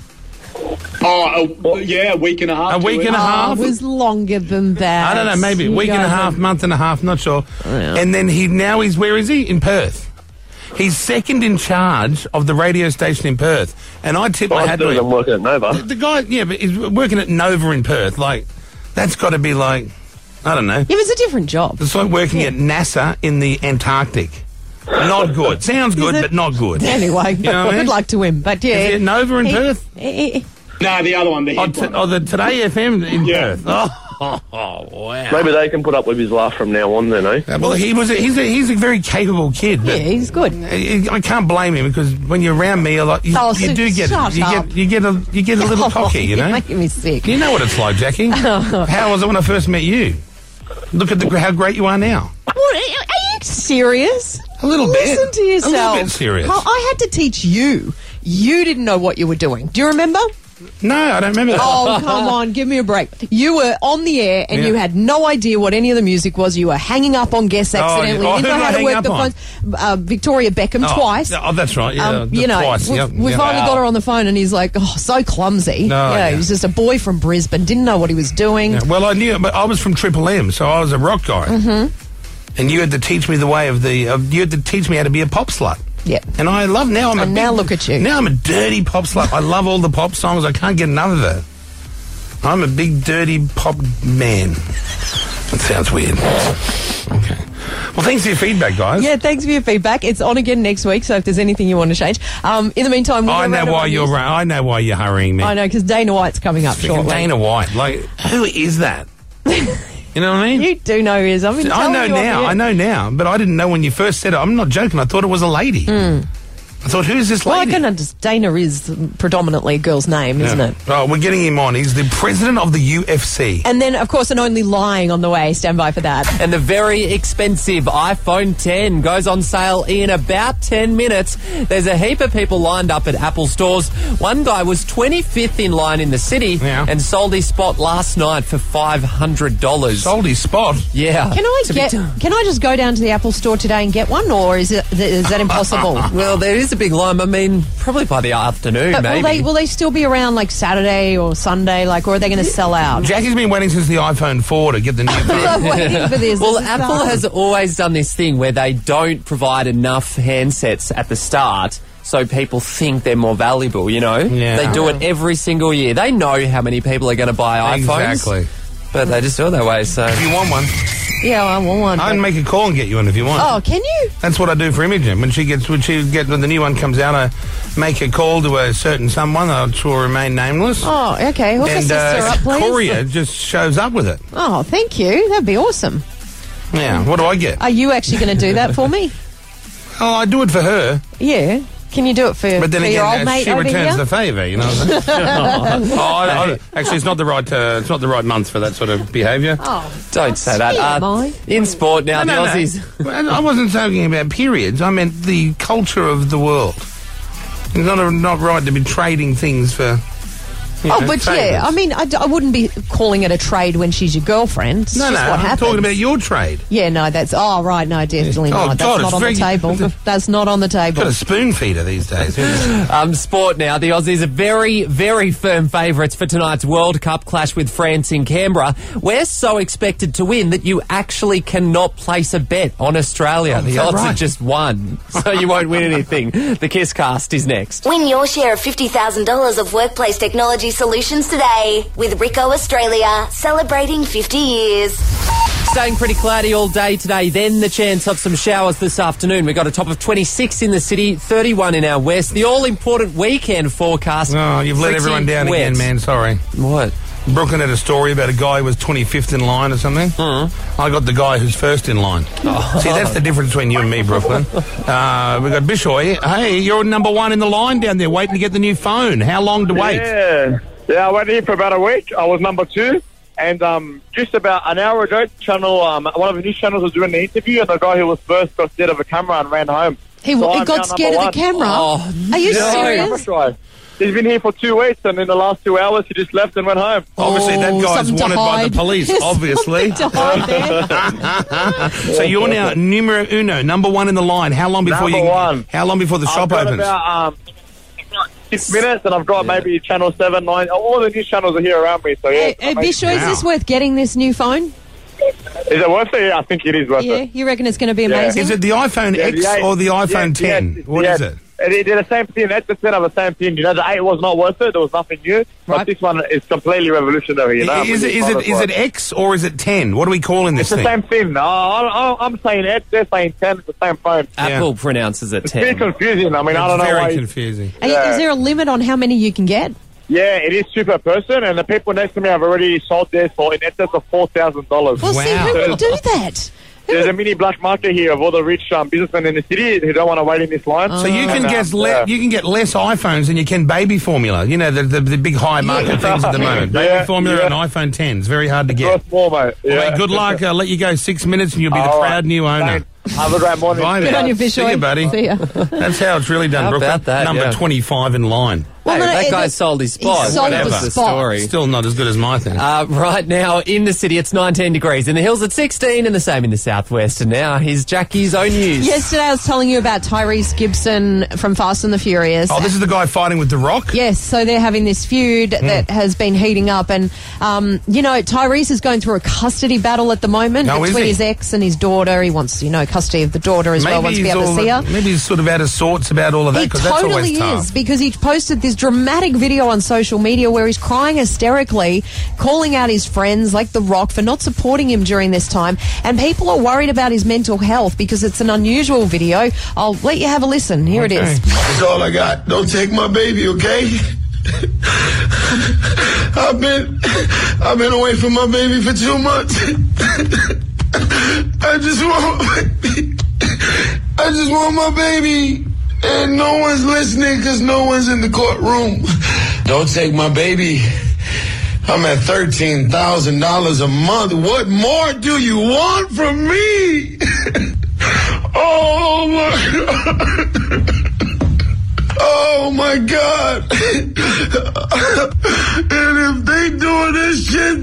Speaker 9: Oh, a, yeah, a week and a half.
Speaker 2: A
Speaker 9: two
Speaker 2: week and a
Speaker 9: weeks.
Speaker 2: half.
Speaker 8: Oh, It was longer than that.
Speaker 2: I don't know, maybe a
Speaker 8: You
Speaker 2: week and a
Speaker 8: guys are-
Speaker 2: half, month and a half, not sure. And then he now he's where is he? In Perth. He's second in charge of the radio station in Perth, and I tip my
Speaker 5: Well,
Speaker 2: hat
Speaker 5: still
Speaker 2: to him.
Speaker 5: doesn't work at Nova.
Speaker 2: The, the guy, yeah, but he's working at Nova in Perth. Like, that's got to be like, I don't know. It
Speaker 8: was a different job.
Speaker 2: It's like working at NASA in the Antarctic. Not good. Sounds good, but not good.
Speaker 8: Anyway,
Speaker 2: you know what I mean?
Speaker 8: good luck to him. But yeah,
Speaker 2: Is it Nova in
Speaker 8: He-
Speaker 2: Perth?
Speaker 8: he-
Speaker 9: No, the other one. The
Speaker 2: Oh, t- oh, the Today FM in Perth. Oh, wow.
Speaker 5: Maybe they can put up with his laugh from now on, then, eh?
Speaker 2: Well, he was. A, he's a he's a very capable kid. Yeah,
Speaker 8: he's good.
Speaker 2: I I can't blame him because when you're around me a lot, you,
Speaker 8: Oh,
Speaker 2: you
Speaker 8: so-
Speaker 2: do get
Speaker 8: shut
Speaker 2: you
Speaker 8: up.
Speaker 2: get you get a you get a little
Speaker 8: Oh,
Speaker 2: cocky, you
Speaker 8: you're
Speaker 2: know.
Speaker 8: making me sick. Oh.
Speaker 2: You know what it's like, Jackie. how was it when I first met you? Look at the, how great you are now.
Speaker 8: What, are you serious?
Speaker 2: A little bit.
Speaker 8: Listen to
Speaker 2: A little
Speaker 8: yourself.
Speaker 2: bit serious.
Speaker 8: Well, I had to teach you. You didn't know what you were doing. Do you remember?
Speaker 2: No, I don't remember. that.
Speaker 8: Oh, come on. Give me a break. You were on the air and you
Speaker 2: Yeah.
Speaker 8: had no idea what any of the music was. You were hanging up on guests
Speaker 2: Oh, yeah.
Speaker 8: accidentally.
Speaker 2: Oh,
Speaker 8: you
Speaker 2: who
Speaker 8: didn't
Speaker 2: did
Speaker 8: know
Speaker 2: I
Speaker 8: how to
Speaker 2: hang
Speaker 8: work
Speaker 2: up
Speaker 8: the
Speaker 2: on?
Speaker 8: phone. Uh, Victoria Beckham
Speaker 2: Oh,
Speaker 8: twice.
Speaker 2: Oh, that's right. Yeah,
Speaker 8: Um,
Speaker 2: the
Speaker 8: you know,
Speaker 2: twice.
Speaker 8: we,
Speaker 2: yeah,
Speaker 8: we
Speaker 2: yeah.
Speaker 8: finally got her on the phone, and he's like, "Oh, so clumsy."
Speaker 2: No,
Speaker 8: yeah,
Speaker 2: yeah.
Speaker 8: he was just a boy from Brisbane, didn't know what he was doing.
Speaker 2: Yeah, Well, I knew, but I was from Triple M, so I was a rock guy,
Speaker 8: hmm
Speaker 2: and you had to teach me the way of the. Of, you had to teach me how to be a pop slut.
Speaker 8: Yeah.
Speaker 2: And I love now. I'm
Speaker 8: And
Speaker 2: a
Speaker 8: Oh, now
Speaker 2: big-
Speaker 8: look at you.
Speaker 2: Now I'm a dirty pop slut. I love all the pop songs. I can't get enough of it. I'm a big dirty pop man. That sounds weird. Okay. Well, thanks for your feedback, guys.
Speaker 8: Yeah, thanks for your feedback. It's on again next week, so if there's anything you want to change, um, in the meantime, we'll
Speaker 2: I
Speaker 8: go round
Speaker 2: know why
Speaker 8: on
Speaker 2: you're.
Speaker 8: news.
Speaker 2: Ra- I know why you're hurrying me.
Speaker 8: I know because Dana White's coming up
Speaker 2: Freaking
Speaker 8: shortly.
Speaker 2: Dana White. Like, who is that? you know what I mean?
Speaker 8: You do know who he is. I've been
Speaker 2: I
Speaker 8: telling
Speaker 2: know
Speaker 8: you off
Speaker 2: now.
Speaker 8: the air.
Speaker 2: I know now, but I didn't know when you first said it. I'm not joking. I thought it was a lady. I thought, who's this
Speaker 8: Hmm. Well, I
Speaker 2: lady?
Speaker 8: can understand. Dana is predominantly a girl's name, isn't
Speaker 2: Yeah.
Speaker 8: it?
Speaker 2: Oh, we're getting him on. He's the president of the UFC.
Speaker 8: And then, of course, an only lying on the way. Stand by for that.
Speaker 7: And the very expensive iPhone 10 goes on sale in about 10 minutes. There's a heap of people lined up at Apple stores. One guy was 25th in line in the city and sold his spot last night for $500. Sold
Speaker 2: his spot?
Speaker 7: Yeah.
Speaker 2: Oh,
Speaker 8: Can I
Speaker 7: To be
Speaker 8: get?
Speaker 7: done.
Speaker 8: Can I just go down to the Apple store today and get one, or is it is that impossible?
Speaker 7: well, there is a big line. I mean, probably by the afternoon,
Speaker 8: But
Speaker 7: maybe.
Speaker 8: will they will they still be around like Saturday or Sunday? Like, or are they going to sell out?
Speaker 2: Jackie's been waiting since the iPhone 4 to get the new.
Speaker 8: I'm waiting for this.
Speaker 7: Well,
Speaker 8: This is
Speaker 7: Apple
Speaker 8: dumb.
Speaker 7: has always done this thing where they don't provide enough handsets at the start. So people think they're more valuable, you know?
Speaker 2: Yeah.
Speaker 7: They do it every single year. They know how many people are going to buy iPhones.
Speaker 2: Exactly.
Speaker 7: But they just do it that way, so...
Speaker 2: If you want one,
Speaker 8: Yeah, I want one.
Speaker 2: I
Speaker 8: but-
Speaker 2: can make a call and get you one if you want.
Speaker 8: Oh, can you?
Speaker 2: That's what I do for Imogen. When she gets, when she get, when the new one comes out, I make a call to a certain someone. I will remain nameless.
Speaker 8: Oh, okay. Hook a
Speaker 2: and uh,
Speaker 8: sister up, please.
Speaker 2: courier just shows up with it.
Speaker 8: Oh, thank you. That'd be awesome.
Speaker 2: Yeah. What do I get?
Speaker 8: Are you actually going to do that for me?
Speaker 2: Oh, I do it for her,
Speaker 8: Yeah. Can you do it for,
Speaker 2: but then
Speaker 8: for
Speaker 2: again,
Speaker 8: your old
Speaker 2: uh,
Speaker 8: mate
Speaker 2: she
Speaker 8: over
Speaker 2: returns
Speaker 8: here?
Speaker 2: the favour. You know. What I mean? oh, I- I- actually, it's not the right. Uh, it's not the right month for that sort of behaviour.
Speaker 8: Oh,
Speaker 7: Don't say that. Uh, in sport now, the Aussies...
Speaker 2: Well, I wasn't talking about periods. I meant the culture of the world. It's not a, not right to be trading things for. you
Speaker 8: oh,
Speaker 2: know,
Speaker 8: but yeah.
Speaker 2: favours.
Speaker 8: I mean, I, d- I wouldn't be calling it a trade when she's your girlfriend. It's
Speaker 2: no, no,
Speaker 8: just what
Speaker 2: I'm
Speaker 8: happens.
Speaker 2: talking about your trade.
Speaker 8: yeah, no, that's. Oh, right. No, definitely
Speaker 2: Oh, God,
Speaker 8: not. that's not
Speaker 2: it's
Speaker 8: on
Speaker 2: very-
Speaker 8: the table. That's not on the table.
Speaker 2: Got a spoon feeder these days. isn't it?
Speaker 7: Um, sport now. The Aussies are very, very firm favourites for tonight's World Cup clash with France in Canberra. We're so expected to win that you actually cannot place a bet on
Speaker 2: Oh,
Speaker 7: Australia.
Speaker 11: is
Speaker 7: the
Speaker 11: that
Speaker 7: odds are
Speaker 11: right?
Speaker 7: just one, so you won't win anything. The Kiss Cast is next.
Speaker 11: Win your share of $50,000 of workplace technology solutions today with Rico Australia, celebrating 50 years.
Speaker 7: Staying pretty cloudy all day today, then the chance of some showers this afternoon. We've got a top of 26 in the city, 31 in our west. The all important weekend forecast.
Speaker 2: Oh, you've let
Speaker 7: pretty
Speaker 2: everyone down
Speaker 7: wet.
Speaker 2: again, man. Sorry.
Speaker 7: What?
Speaker 2: Brooklyn had a story about a guy who was 25th in line or something. I got the guy who's first in line. See, that's the difference between you and me, Brooklyn. Uh, we got Bishoy. Hey, you're number one in the line down there waiting to get the new phone. How long to wait?
Speaker 4: Yeah. Yeah, I waited here for about a week. I was number two. And um, just about an hour ago, channel um, one of the news channels was doing an interview, and the guy who was first got scared of a camera and ran home.
Speaker 8: He,
Speaker 4: So
Speaker 8: he
Speaker 4: I'm now
Speaker 8: got scared of
Speaker 4: number
Speaker 8: the camera. Are you
Speaker 4: Yeah,
Speaker 8: serious?
Speaker 4: camera shy. He's been here for two weeks, and in the last two hours, he just left and went home.
Speaker 2: Obviously,
Speaker 4: Oh,
Speaker 8: Oh,
Speaker 2: that guy's wanted by the police, obviously. so you're now numero uno, number one in the line. How long before
Speaker 4: Number
Speaker 2: you?
Speaker 4: one.
Speaker 2: How long before the
Speaker 4: I've
Speaker 2: shop
Speaker 4: got
Speaker 2: opens?
Speaker 4: About, um, six minutes, and I've got maybe channel seven, nine. All the news channels are here around me. So yeah,
Speaker 8: Hey, hey, Eh, Bisho, is this worth getting this new phone?
Speaker 4: is it worth it? Yeah, I think it is worth
Speaker 8: Yeah,
Speaker 4: it.
Speaker 8: you reckon it's going to be
Speaker 4: Yeah.
Speaker 8: amazing?
Speaker 4: Is it the iPhone
Speaker 2: X or the iPhone 10? What is it?
Speaker 4: It did the same thing. That's the set of the same thing. You know, the eight was not worth it. There was nothing new. But this one is completely revolutionary. You know,
Speaker 2: is it is it is it X or is it ten? What are we calling this
Speaker 4: It's the
Speaker 2: thing?
Speaker 4: same thing. I, I, Oh, I'm saying X. They're saying ten. It's the same phone.
Speaker 7: Apple pronounces it
Speaker 4: It's very
Speaker 7: 10.
Speaker 4: confusing. I mean, I
Speaker 7: It's
Speaker 4: don't know
Speaker 7: very
Speaker 4: why.
Speaker 2: confusing.
Speaker 8: Are you- Is there a limit on how many you can get?
Speaker 4: Yeah, it is super person, and the people next to me have already sold theirs for in excess of four thousand dollars.
Speaker 8: Well, see, who would do that?
Speaker 4: There's a mini black market here of all the rich um, businessmen in the city who don't want to wait in this
Speaker 7: Oh.
Speaker 4: line.
Speaker 2: So you can
Speaker 4: And,
Speaker 2: get
Speaker 4: um,
Speaker 2: le-
Speaker 4: yeah.
Speaker 2: you can get less iPhones than you can baby formula. You know the the, the big high market things at the moment. Baby
Speaker 4: Yeah,
Speaker 2: formula
Speaker 4: yeah.
Speaker 2: and iPhone 10 is very hard to get.
Speaker 4: More, mate.
Speaker 2: Well,
Speaker 4: Yeah.
Speaker 2: mate, good luck. I'll let you go six minutes, and you'll be the
Speaker 4: All right.
Speaker 2: proud new owner.
Speaker 4: Have a great morning.
Speaker 2: Bye,
Speaker 8: Get
Speaker 2: mate.
Speaker 8: on your
Speaker 2: See you,
Speaker 8: Bishoy.
Speaker 2: buddy.
Speaker 8: See ya.
Speaker 2: That's how it's really done,
Speaker 7: How
Speaker 2: Brooklyn.
Speaker 7: about that,
Speaker 2: Number
Speaker 7: yeah.
Speaker 2: 25 in line.
Speaker 7: Well, Hey, no, that it- guy it- sold his he spot. sold
Speaker 2: Whatever.
Speaker 7: the That's the spot. story.
Speaker 2: Still not as good as my thing.
Speaker 7: Uh, right now in the city, it's 19 degrees. In the hills, it's 16, and the same in the southwest. And now here's Jackie's own news.
Speaker 8: Yesterday, I was telling you about Tyrese Gibson from Fast and the Furious.
Speaker 2: oh, this is the guy fighting with The Rock? Hmm.
Speaker 8: Yes, so they're having this feud that has been heating up, and um, you know Tyrese is going through a custody battle at the moment
Speaker 2: Oh, is
Speaker 8: between
Speaker 2: he?
Speaker 8: his ex and his daughter. He wants, you know, custody of the daughter as well. Wants to be
Speaker 2: he's
Speaker 8: able to
Speaker 2: all-
Speaker 8: see her.
Speaker 2: maybe he's sort of out of sorts about all of that
Speaker 8: He
Speaker 2: because that's
Speaker 8: totally
Speaker 2: always
Speaker 8: is
Speaker 2: tough.
Speaker 8: because he posted this dramatic video on social media where he's crying hysterically, calling out his friends like The Rock for not supporting him during this time. And people are worried about his mental health because it's an unusual video. I'll let you have a listen. Here it is.
Speaker 24: That's all I got. Don't take my baby, okay? I've been I've been away from my baby for two months. I just want I just want my baby. And no one's listening because no one's in the courtroom. Don't take my baby. I'm at thirteen thousand dollars a month. What more do you want from me? oh my god. Oh my god! and if they doing this shit,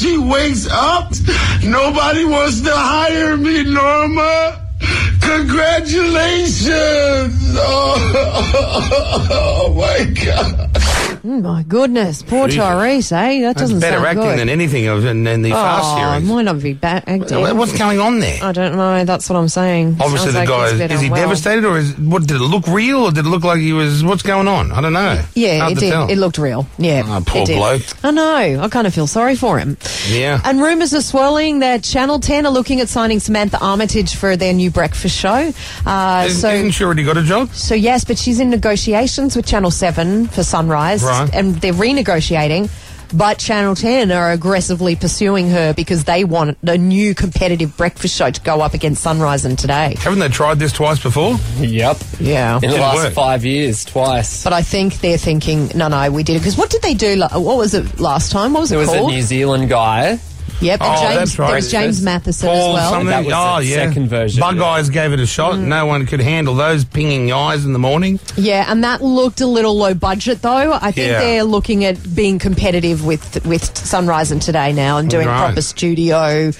Speaker 24: she wakes up, nobody wants to hire me, Norma. Congratulations! Oh, oh my god!
Speaker 8: Oh my goodness, poor
Speaker 2: Jesus.
Speaker 8: Tyrese, eh? That
Speaker 2: That's
Speaker 8: doesn't
Speaker 2: better
Speaker 8: sound
Speaker 2: acting
Speaker 8: good.
Speaker 2: than anything of in, in the Fast
Speaker 8: oh,
Speaker 2: series.
Speaker 8: might not be bad acting.
Speaker 2: What- what's going on there?
Speaker 8: I don't know. That's what I'm saying.
Speaker 2: Obviously,
Speaker 8: Sounds
Speaker 2: the
Speaker 8: like
Speaker 2: guy
Speaker 8: he's
Speaker 2: is,
Speaker 8: been
Speaker 2: he
Speaker 8: unwell.
Speaker 2: devastated or is what did it look real or did it look like he was? What's going on? I don't know.
Speaker 8: Yeah,
Speaker 2: Hard
Speaker 8: it
Speaker 2: to
Speaker 8: did.
Speaker 2: tell.
Speaker 8: It looked real. Yeah,
Speaker 2: Oh, poor
Speaker 8: it did.
Speaker 2: bloke.
Speaker 8: I know. I kind of feel sorry for him.
Speaker 2: Yeah.
Speaker 8: And rumours are swirling that Channel 10 are looking at signing Samantha Armitage for their new breakfast show. Uh,
Speaker 2: Isn't-
Speaker 8: so,
Speaker 2: isn't she already got a job?
Speaker 8: so yes, but she's in negotiations with Channel 7 for Sunrise,
Speaker 2: Right.
Speaker 8: and they're renegotiating. But Channel 10 are aggressively pursuing her because they want a new competitive breakfast show to go up against Sunrise and Today.
Speaker 2: Haven't they tried this twice before?
Speaker 7: Yep.
Speaker 8: Yeah.
Speaker 7: In the
Speaker 2: Didn't
Speaker 7: last
Speaker 2: work.
Speaker 7: five years, twice.
Speaker 8: But I think they're thinking, no, no, we did it. Because what did they do? la- What was it last time? What was
Speaker 7: There
Speaker 8: it
Speaker 7: was a
Speaker 8: called?
Speaker 7: New Zealand guy.
Speaker 8: Yep, and
Speaker 2: Oh,
Speaker 8: James,
Speaker 2: that's right.
Speaker 8: there was James Matheson
Speaker 2: Paul
Speaker 8: as well. Mm.
Speaker 2: something.
Speaker 7: That was
Speaker 2: oh,
Speaker 7: the
Speaker 2: yeah.
Speaker 7: second version,
Speaker 2: Bug
Speaker 7: yeah.
Speaker 2: eyes gave it a shot. No one could handle those pinging eyes in the morning.
Speaker 8: Yeah, and that looked a little low budget though. I think
Speaker 2: Yeah.
Speaker 8: they're looking at being competitive with with Sunrise and Today now and doing
Speaker 2: Right.
Speaker 8: proper studio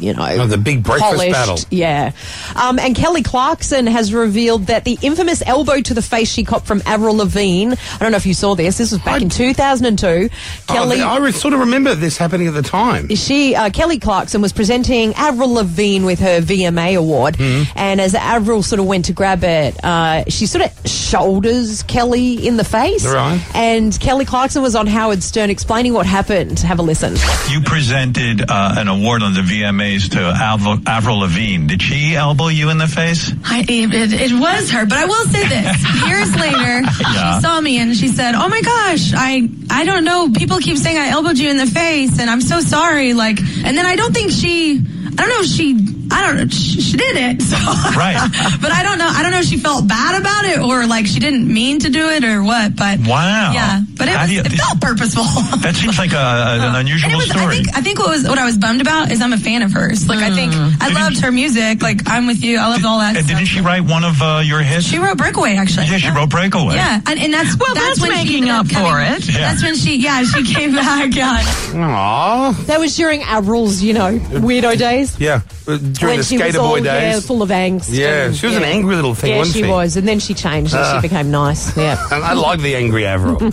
Speaker 8: you know,
Speaker 2: Oh, the big breakfast
Speaker 8: polished.
Speaker 2: battle.
Speaker 8: Yeah. Um, and Kelly Clarkson has revealed that the infamous elbow to the face she caught from Avril Lavigne. I don't know if you saw this. This was back in 2002.
Speaker 2: Oh,
Speaker 8: Kelly.
Speaker 2: I re- sort of remember this happening at the time.
Speaker 8: She, uh, Kelly Clarkson, was presenting Avril Lavigne with her VMA award,
Speaker 2: Hmm.
Speaker 8: and as Avril sort of went to grab it, uh, she sort of shoulders Kelly in the face.
Speaker 12: Right.
Speaker 8: And Kelly Clarkson was on Howard Stern explaining what happened. Have a listen.
Speaker 12: You presented uh, an award on the VMAs to Avril, Avril Lavigne. Did she elbow you in the face?
Speaker 3: I, it, it, it was her, but I will say this. Years later,
Speaker 12: Yeah.
Speaker 3: she saw me and she said, Oh my gosh, I, I don't know. People keep saying I elbowed you in the face and I'm so sorry. Like, and then I don't think she, I don't know if she, I don't know, she, she did it. So.
Speaker 12: Right.
Speaker 3: but I don't know, I don't know if she felt bad about it or like she didn't mean to do it or what, but.
Speaker 12: Wow.
Speaker 3: Yeah. But it,
Speaker 12: How
Speaker 3: was,
Speaker 12: do you-
Speaker 3: it felt purposeful.
Speaker 12: That seems like a, a- an unusual
Speaker 3: And it was-
Speaker 12: story.
Speaker 3: I think, I think what was what I was bummed about is I'm a fan of hers. Like I think
Speaker 12: Mm.
Speaker 3: I loved her music. Like I'm with you. I loved all that.
Speaker 12: Uh,
Speaker 3: stuff.
Speaker 12: Didn't she write one of uh, your hits?
Speaker 3: She wrote Breakaway actually.
Speaker 12: Yeah, she wrote Breakaway.
Speaker 3: Yeah, and, and that's well, that's, when making up for it.
Speaker 12: Yeah.
Speaker 3: That's when she yeah she came back. Yeah.
Speaker 2: Aww.
Speaker 8: That was during Avril's, you know, weirdo days.
Speaker 2: Yeah, uh, during
Speaker 8: when
Speaker 2: the
Speaker 8: she was
Speaker 2: skater
Speaker 8: all
Speaker 2: boy
Speaker 8: yeah,
Speaker 2: days.
Speaker 8: full of angst.
Speaker 2: Yeah,
Speaker 8: and-
Speaker 2: she was an
Speaker 8: yeah.
Speaker 2: angry little thing,
Speaker 8: Yeah,
Speaker 2: wasn't
Speaker 8: she
Speaker 2: she?
Speaker 8: was, and then she changed and
Speaker 2: Ah.
Speaker 8: she became nice. Yeah,
Speaker 2: And I like the angry Avril.
Speaker 8: I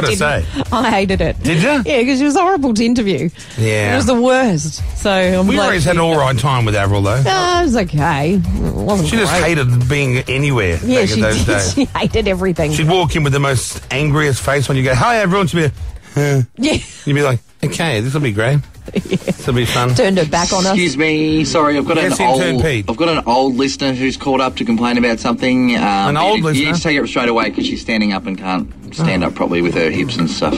Speaker 2: Gotta
Speaker 8: didn't.
Speaker 2: say.
Speaker 8: I hated it.
Speaker 2: Did ya?
Speaker 8: Yeah, because she was horrible to interview.
Speaker 2: Yeah.
Speaker 8: It was the worst. So I'm
Speaker 2: We
Speaker 8: like,
Speaker 2: always had an all right time with Avril, though.
Speaker 8: "Ah, it was okay. It wasn't
Speaker 2: She just
Speaker 8: great."
Speaker 2: hated being anywhere
Speaker 8: Yeah,
Speaker 2: back
Speaker 8: she
Speaker 2: in those
Speaker 8: did.
Speaker 2: days.
Speaker 8: She hated everything.
Speaker 2: She'd walk in with the most angriest face on you. Go, hi, everyone. She'd be, like, "Huh."
Speaker 8: Yeah.
Speaker 2: You'd be like, okay, this will be great. This will be fun.
Speaker 8: Turned her back on us.
Speaker 7: Excuse me, sorry, I've got
Speaker 2: Yes,
Speaker 7: an
Speaker 2: intern
Speaker 7: old.
Speaker 2: Pete.
Speaker 7: I've got an old listener who's called up to complain about something. Um,
Speaker 2: An old
Speaker 7: you, You
Speaker 2: listener?
Speaker 7: need to take it straight away because she's standing up and can't stand up properly with her hips and stuff.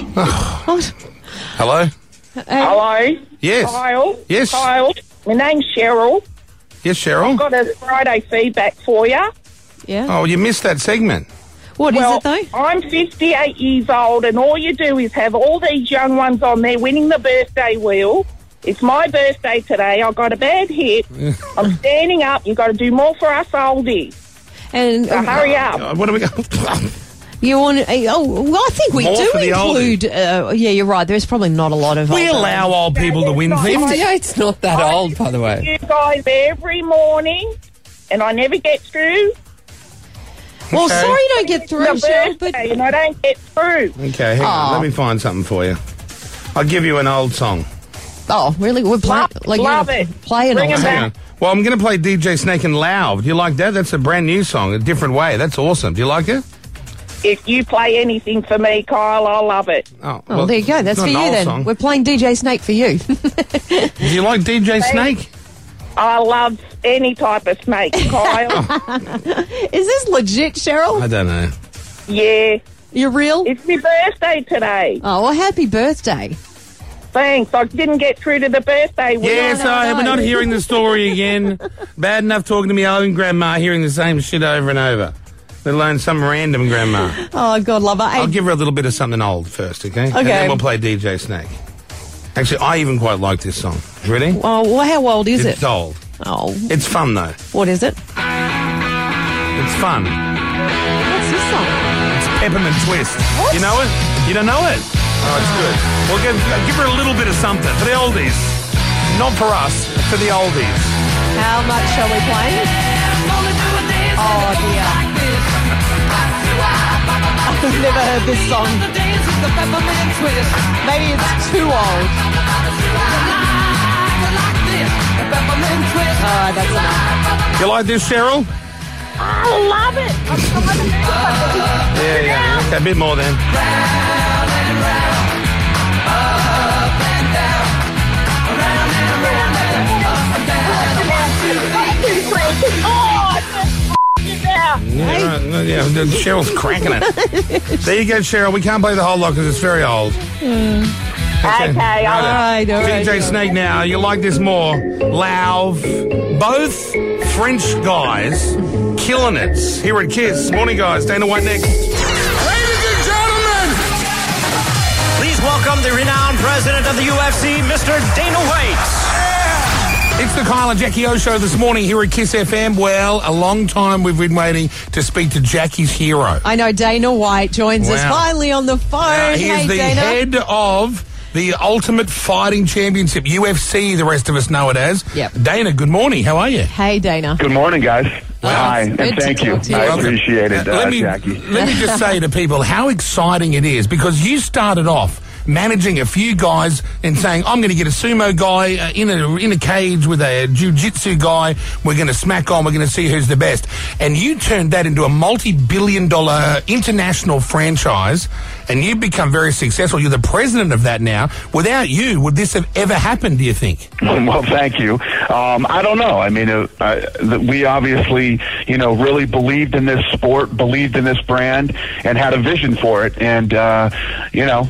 Speaker 2: Hello.
Speaker 4: Hello.
Speaker 2: Yes.
Speaker 4: Kyle.
Speaker 2: Yes.
Speaker 4: Kyle. My name's Cheryl.
Speaker 2: Yes,
Speaker 4: I've
Speaker 2: Cheryl.
Speaker 4: got a Friday feedback for you.
Speaker 8: Yeah.
Speaker 2: Oh, you missed that segment.
Speaker 8: What is
Speaker 4: well, it though? I'm 58 years old, and all you do is have all these young ones on there winning the birthday wheel. It's my birthday today. I got a bad hip. I'm standing up. You got to do more for us oldies.
Speaker 8: And um,
Speaker 4: so hurry up.
Speaker 2: Uh, What are we going?
Speaker 8: You want? Oh, well, I think we
Speaker 2: More
Speaker 8: do
Speaker 2: for the oldie.
Speaker 8: include. Uh, yeah, you're right. There's probably not a lot of.
Speaker 2: We
Speaker 8: older-
Speaker 2: allow old people to win things.
Speaker 8: 58's
Speaker 25: not that old, by the way.
Speaker 4: You guys every morning, and I never get through.
Speaker 8: Well,
Speaker 2: Okay.
Speaker 8: sorry you don't get through,
Speaker 4: It's my
Speaker 8: Cheryl, but
Speaker 4: birthday, and I don't get through.
Speaker 2: Okay, hang on.
Speaker 8: Ah.
Speaker 4: Aw.
Speaker 2: Let me find something for you. I'll give you an old song.
Speaker 8: Oh, really? We're playing like
Speaker 4: love
Speaker 8: you're it. playing
Speaker 4: Bring
Speaker 8: all
Speaker 4: it
Speaker 2: Hang on. Well, I'm going to play DJ Snake and Loud. Do you like that? That's a brand new song, a different way. That's awesome. Do you like it?
Speaker 4: If you play anything for me, Kyle, I love it.
Speaker 2: Oh,
Speaker 8: Oh, there you go. That's
Speaker 2: not
Speaker 8: for you
Speaker 2: an old
Speaker 8: then.
Speaker 2: song.
Speaker 8: We're playing DJ Snake for you.
Speaker 2: Do you like DJ Snake?
Speaker 4: I love any type of snake, Kyle.
Speaker 8: Is this legit, Cheryl?
Speaker 2: I don't know.
Speaker 4: yeah.
Speaker 8: You're real?
Speaker 4: It's my birthday today.
Speaker 8: Oh, well, happy birthday.
Speaker 4: Thanks. I didn't get through to the birthday. wheel.
Speaker 2: Yes, I, we're not hearing the story again. Bad enough talking to me own grandma, hearing the same shit over and over, let alone some random grandma.
Speaker 8: Oh, God, love her.
Speaker 2: I'll give her a little bit of something old first, okay? And
Speaker 8: Okay.
Speaker 2: then we'll play DJ Snake. Actually, I even quite like this song. Ready?
Speaker 8: Oh, well, how old is
Speaker 2: it's
Speaker 8: it?
Speaker 2: old.
Speaker 8: Oh.
Speaker 2: It's fun, though.
Speaker 8: What is it?
Speaker 2: It's fun.
Speaker 8: What's this song?
Speaker 2: It's Peppermint Twist. You know it? You don't know it? Oh, it's good. We'll give, give her a little bit of something for the oldies. Not for us, for the oldies.
Speaker 8: How much shall we play? Oh, dear. I've never heard this song. Maybe it's too old. Oh, that's enough.
Speaker 2: You like this, Cheryl?
Speaker 4: I love it. I'm
Speaker 2: Yeah, yeah. Okay, a bit more then.
Speaker 4: Oh, it's out.
Speaker 2: Yeah, right. No, yeah, the- Cheryl's cracking it. there you go, Cheryl. We can't play the whole lot because it's very old.
Speaker 8: Hmm.
Speaker 4: Okay, all right, all right.
Speaker 2: DJ Snake now. You like this more. Lauv. Both French guys killing it here at Kiss. Morning, guys. Dana White next.
Speaker 26: Ladies and gentlemen,
Speaker 27: Please welcome the renowned president of the UFC, Mr. Dana White.
Speaker 2: It's the Kyle and Jackie O show this morning here at Kiss FM. Well, a long time we've been waiting to speak to Jackie's hero.
Speaker 8: I know Dana White joins us
Speaker 2: Wow.
Speaker 8: finally on the phone.
Speaker 2: Uh, he
Speaker 8: hey,
Speaker 2: is the
Speaker 8: Dana.
Speaker 2: head of the Ultimate Fighting Championship, UFC, the rest of us know it as.
Speaker 8: Yep.
Speaker 2: Dana, good morning. How are you?
Speaker 8: Hey, Dana.
Speaker 12: Good morning, guys. Hi, and
Speaker 8: good to
Speaker 12: thank
Speaker 8: talk
Speaker 12: you.
Speaker 8: to you.
Speaker 12: I
Speaker 8: Welcome.
Speaker 12: appreciate it,
Speaker 2: Uh,
Speaker 12: uh,
Speaker 2: let me,
Speaker 12: Jackie.
Speaker 2: Let me just say to people how exciting it is because you started off managing a few guys and saying, I'm going to get a sumo guy uh, in, a, in a cage with a jiu-jitsu guy. We're going to smack on. We're going to see who's the best. And you turned that into a multi-billion dollar international franchise and you've become very successful. You're the president of that now. Without you, would this have ever happened, do you think?
Speaker 12: Well, thank you. Um, I don't know. I mean, uh, uh, th- we obviously, you know, really believed in this sport, believed in this brand, and had a vision for it. And, uh, you know,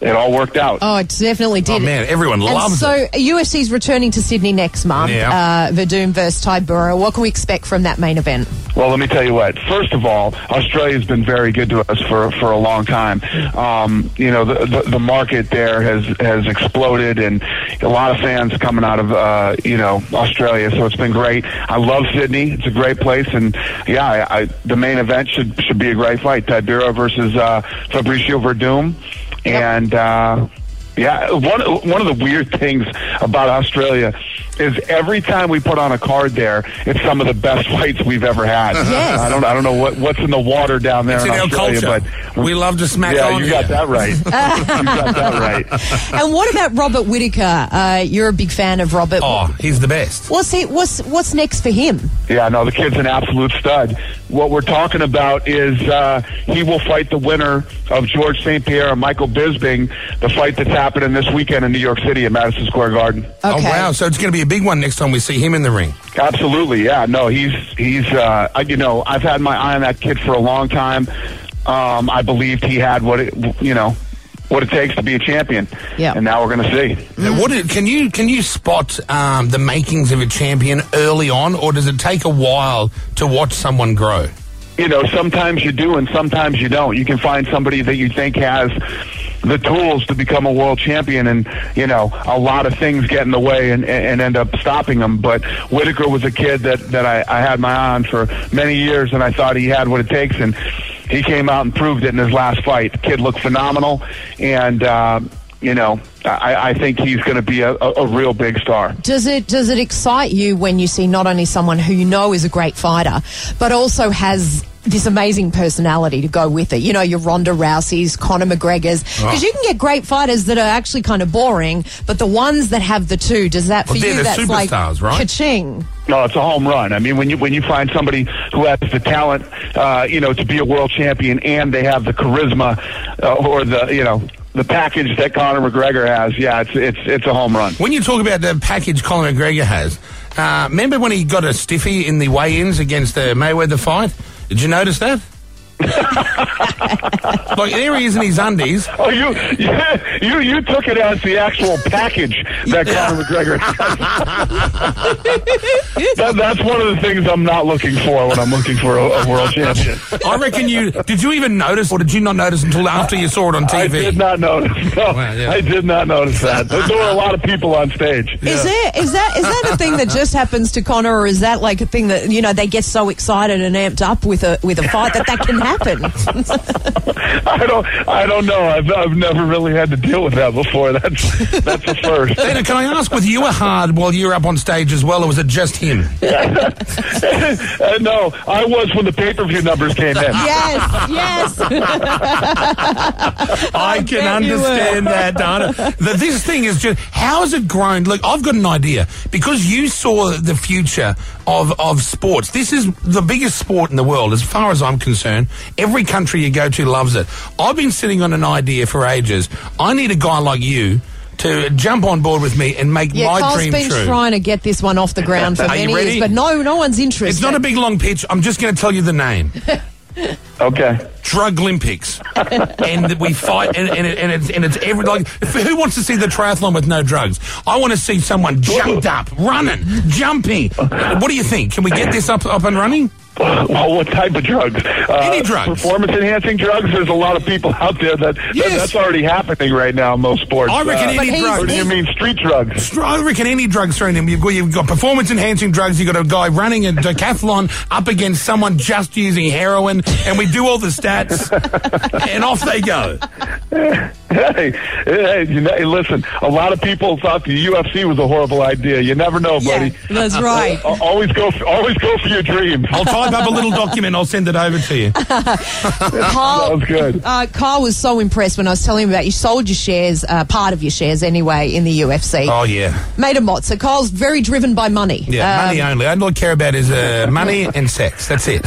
Speaker 12: it all worked out.
Speaker 8: Oh, it definitely did.
Speaker 12: Oh, man, everyone
Speaker 8: and
Speaker 12: loves
Speaker 8: so UFC's returning to Sydney next month.
Speaker 12: Yeah.
Speaker 8: Uh, Verdun versus Ty Burrow. What can we expect from that main event?
Speaker 12: Well, let me tell you what. First of all, Australia's been very good to us for, for a long time. Um, you know, the, the, the market there has, has exploded, and a lot of fans coming out of uh, you know Australia. So it's been great. I love Sydney. It's a great place, and yeah, I, I, the main event should should be a great fight. Tibero versus uh, Fabricio Verdum, and. Uh, yeah, one one of the weird things about Australia is every time we put on a card there, it's some of the best fights we've ever had.
Speaker 2: Yes.
Speaker 12: I don't I don't know what what's in the water down there
Speaker 2: It's
Speaker 12: in,
Speaker 2: in our
Speaker 12: Australia,
Speaker 2: culture.
Speaker 12: but
Speaker 2: we love to smack
Speaker 12: yeah,
Speaker 2: on
Speaker 12: you got
Speaker 2: here.
Speaker 12: that right. you got that right.
Speaker 8: and what about Robert Whitaker? Uh, you're a big fan of Robert.
Speaker 12: Oh,
Speaker 2: he's the best.
Speaker 8: What's he, what's what's next for him?
Speaker 12: Yeah, no, the kid's an absolute stud. What we're talking about is uh, he will fight the winner of George St. Pierre and Michael Bisping, the fight that's happening this weekend in New York City at Madison Square Garden.
Speaker 2: Oh, wow. So it's going to be a big one next time we see him in the ring.
Speaker 12: Absolutely, yeah. No, he's he's uh, I- you know I've had my eye on that kid for a long time. Um, I believed he had what it you know what it takes to be a champion. Yeah. And now we're going to see.
Speaker 2: Now, what do- can you can you spot um, the makings of a champion early on, or does it take a while to watch someone grow?
Speaker 12: You know, sometimes you do and sometimes you don't. You can find somebody that you think has the tools to become a world champion, and you know a lot of things get in the way and, and end up stopping them. But Whitaker was a kid that that I, I had my eye on for many years, and I thought he had what it takes, and he came out and proved it in his last fight. The kid looked phenomenal, and uh, you know I, I think he's going to be a, a, a real big star.
Speaker 8: Does it does it excite you when you see not only someone who you know is a great fighter, but also has this amazing personality to go with it? You know, your Ronda Rousey's, Conor McGregor's,
Speaker 12: Ah.
Speaker 8: because
Speaker 2: Oh.
Speaker 8: you can get great fighters that are actually kind of boring, but the ones that have the two, does that for
Speaker 12: Well, they're
Speaker 8: you?
Speaker 12: the
Speaker 8: that's
Speaker 12: superstars,
Speaker 8: like
Speaker 12: right?
Speaker 8: ka-ching.
Speaker 12: No, it's a home run. I mean, when you when you find somebody who has the talent, uh, you know, to be a world champion, and they have the charisma uh, or the you know the package that Conor McGregor has, yeah, it's it's it's a home run.
Speaker 2: When you talk about the package Colin McGregor has, uh, remember when he got a stiffy in the weigh-ins against the Mayweather fight? Did you notice that? like there he is in his undies.
Speaker 12: Oh, you you you took it as the actual package that Conor McGregor. that, that's one of the things I'm not looking for when I'm looking for a, a world champion.
Speaker 2: I reckon you did. You even notice, or did you not notice until after you saw it on TV? I did
Speaker 12: not notice. No, I did not notice that. There were a lot of people on stage.
Speaker 8: Is it is that is that a thing that just happens to Connor, or is that like a thing that you know they get so excited and amped up with a with a fight that that can happen?
Speaker 12: I don't. I don't know. I've, I've never really had to deal with that before. That's that's the first.
Speaker 2: Dana, can I ask whether you were hard while you were up on stage as well, or was it just him?
Speaker 12: Uh, no, I was when the pay per view numbers came in.
Speaker 2: Ah,
Speaker 8: yes, yes.
Speaker 2: I can understand that, Dana. That this thing is just how has it grown? Look, I've got an idea because you saw the future of of sports. This is the biggest sport in the world, as far as I'm concerned. Every country you go to loves it. I've been sitting on an idea for ages. I need a guy like you to jump on board with me and make
Speaker 8: Yeah,
Speaker 2: my
Speaker 8: Cole's
Speaker 2: dream
Speaker 8: been
Speaker 2: true.
Speaker 8: trying to get this one off the ground for
Speaker 2: Are you
Speaker 8: many
Speaker 2: ready?
Speaker 8: years, but no, no one's interested.
Speaker 2: It's not a big long pitch. I'm just going to tell you the name.
Speaker 12: okay.
Speaker 2: Drug Olympics, and that we fight, and, and, it, and it's and it's every like who wants to see the triathlon with no drugs? I want to see someone jumped up, running, jumping. What do you think? Can we get this up up and running?
Speaker 12: Well, what type of drugs? Uh,
Speaker 2: Any drugs?
Speaker 12: Performance enhancing drugs. There's a lot of people out there that, that-
Speaker 2: Yes.
Speaker 12: that's already happening right now. in Most sports.
Speaker 2: I reckon
Speaker 12: Uh,
Speaker 2: any drugs.
Speaker 12: What do you mean street drugs?
Speaker 2: Str- I reckon any drugs thrown in. You've got, you've got performance enhancing drugs. You've got a guy running a decathlon up against someone just using heroin, and we do all the stats, and off they go.
Speaker 12: Hey, hey, you know, hey, listen, a lot of people thought the UFC was a horrible idea. You never know, buddy. Uh, oh,
Speaker 8: that's right.
Speaker 12: Al- Always go, always go for your dreams.
Speaker 2: I'll type up a little document. I'll send it over to you.
Speaker 8: Carl,
Speaker 12: Sounds good.
Speaker 8: Uh, Carl was so impressed when I was telling him about you sold your shares, uh, part of your shares anyway, in the UFC.
Speaker 2: Oh yeah,
Speaker 8: Made a mot. So Carl's very driven by money.
Speaker 2: yeah.
Speaker 8: Um,
Speaker 2: money only. All I care about is uh, money and sex. That's it.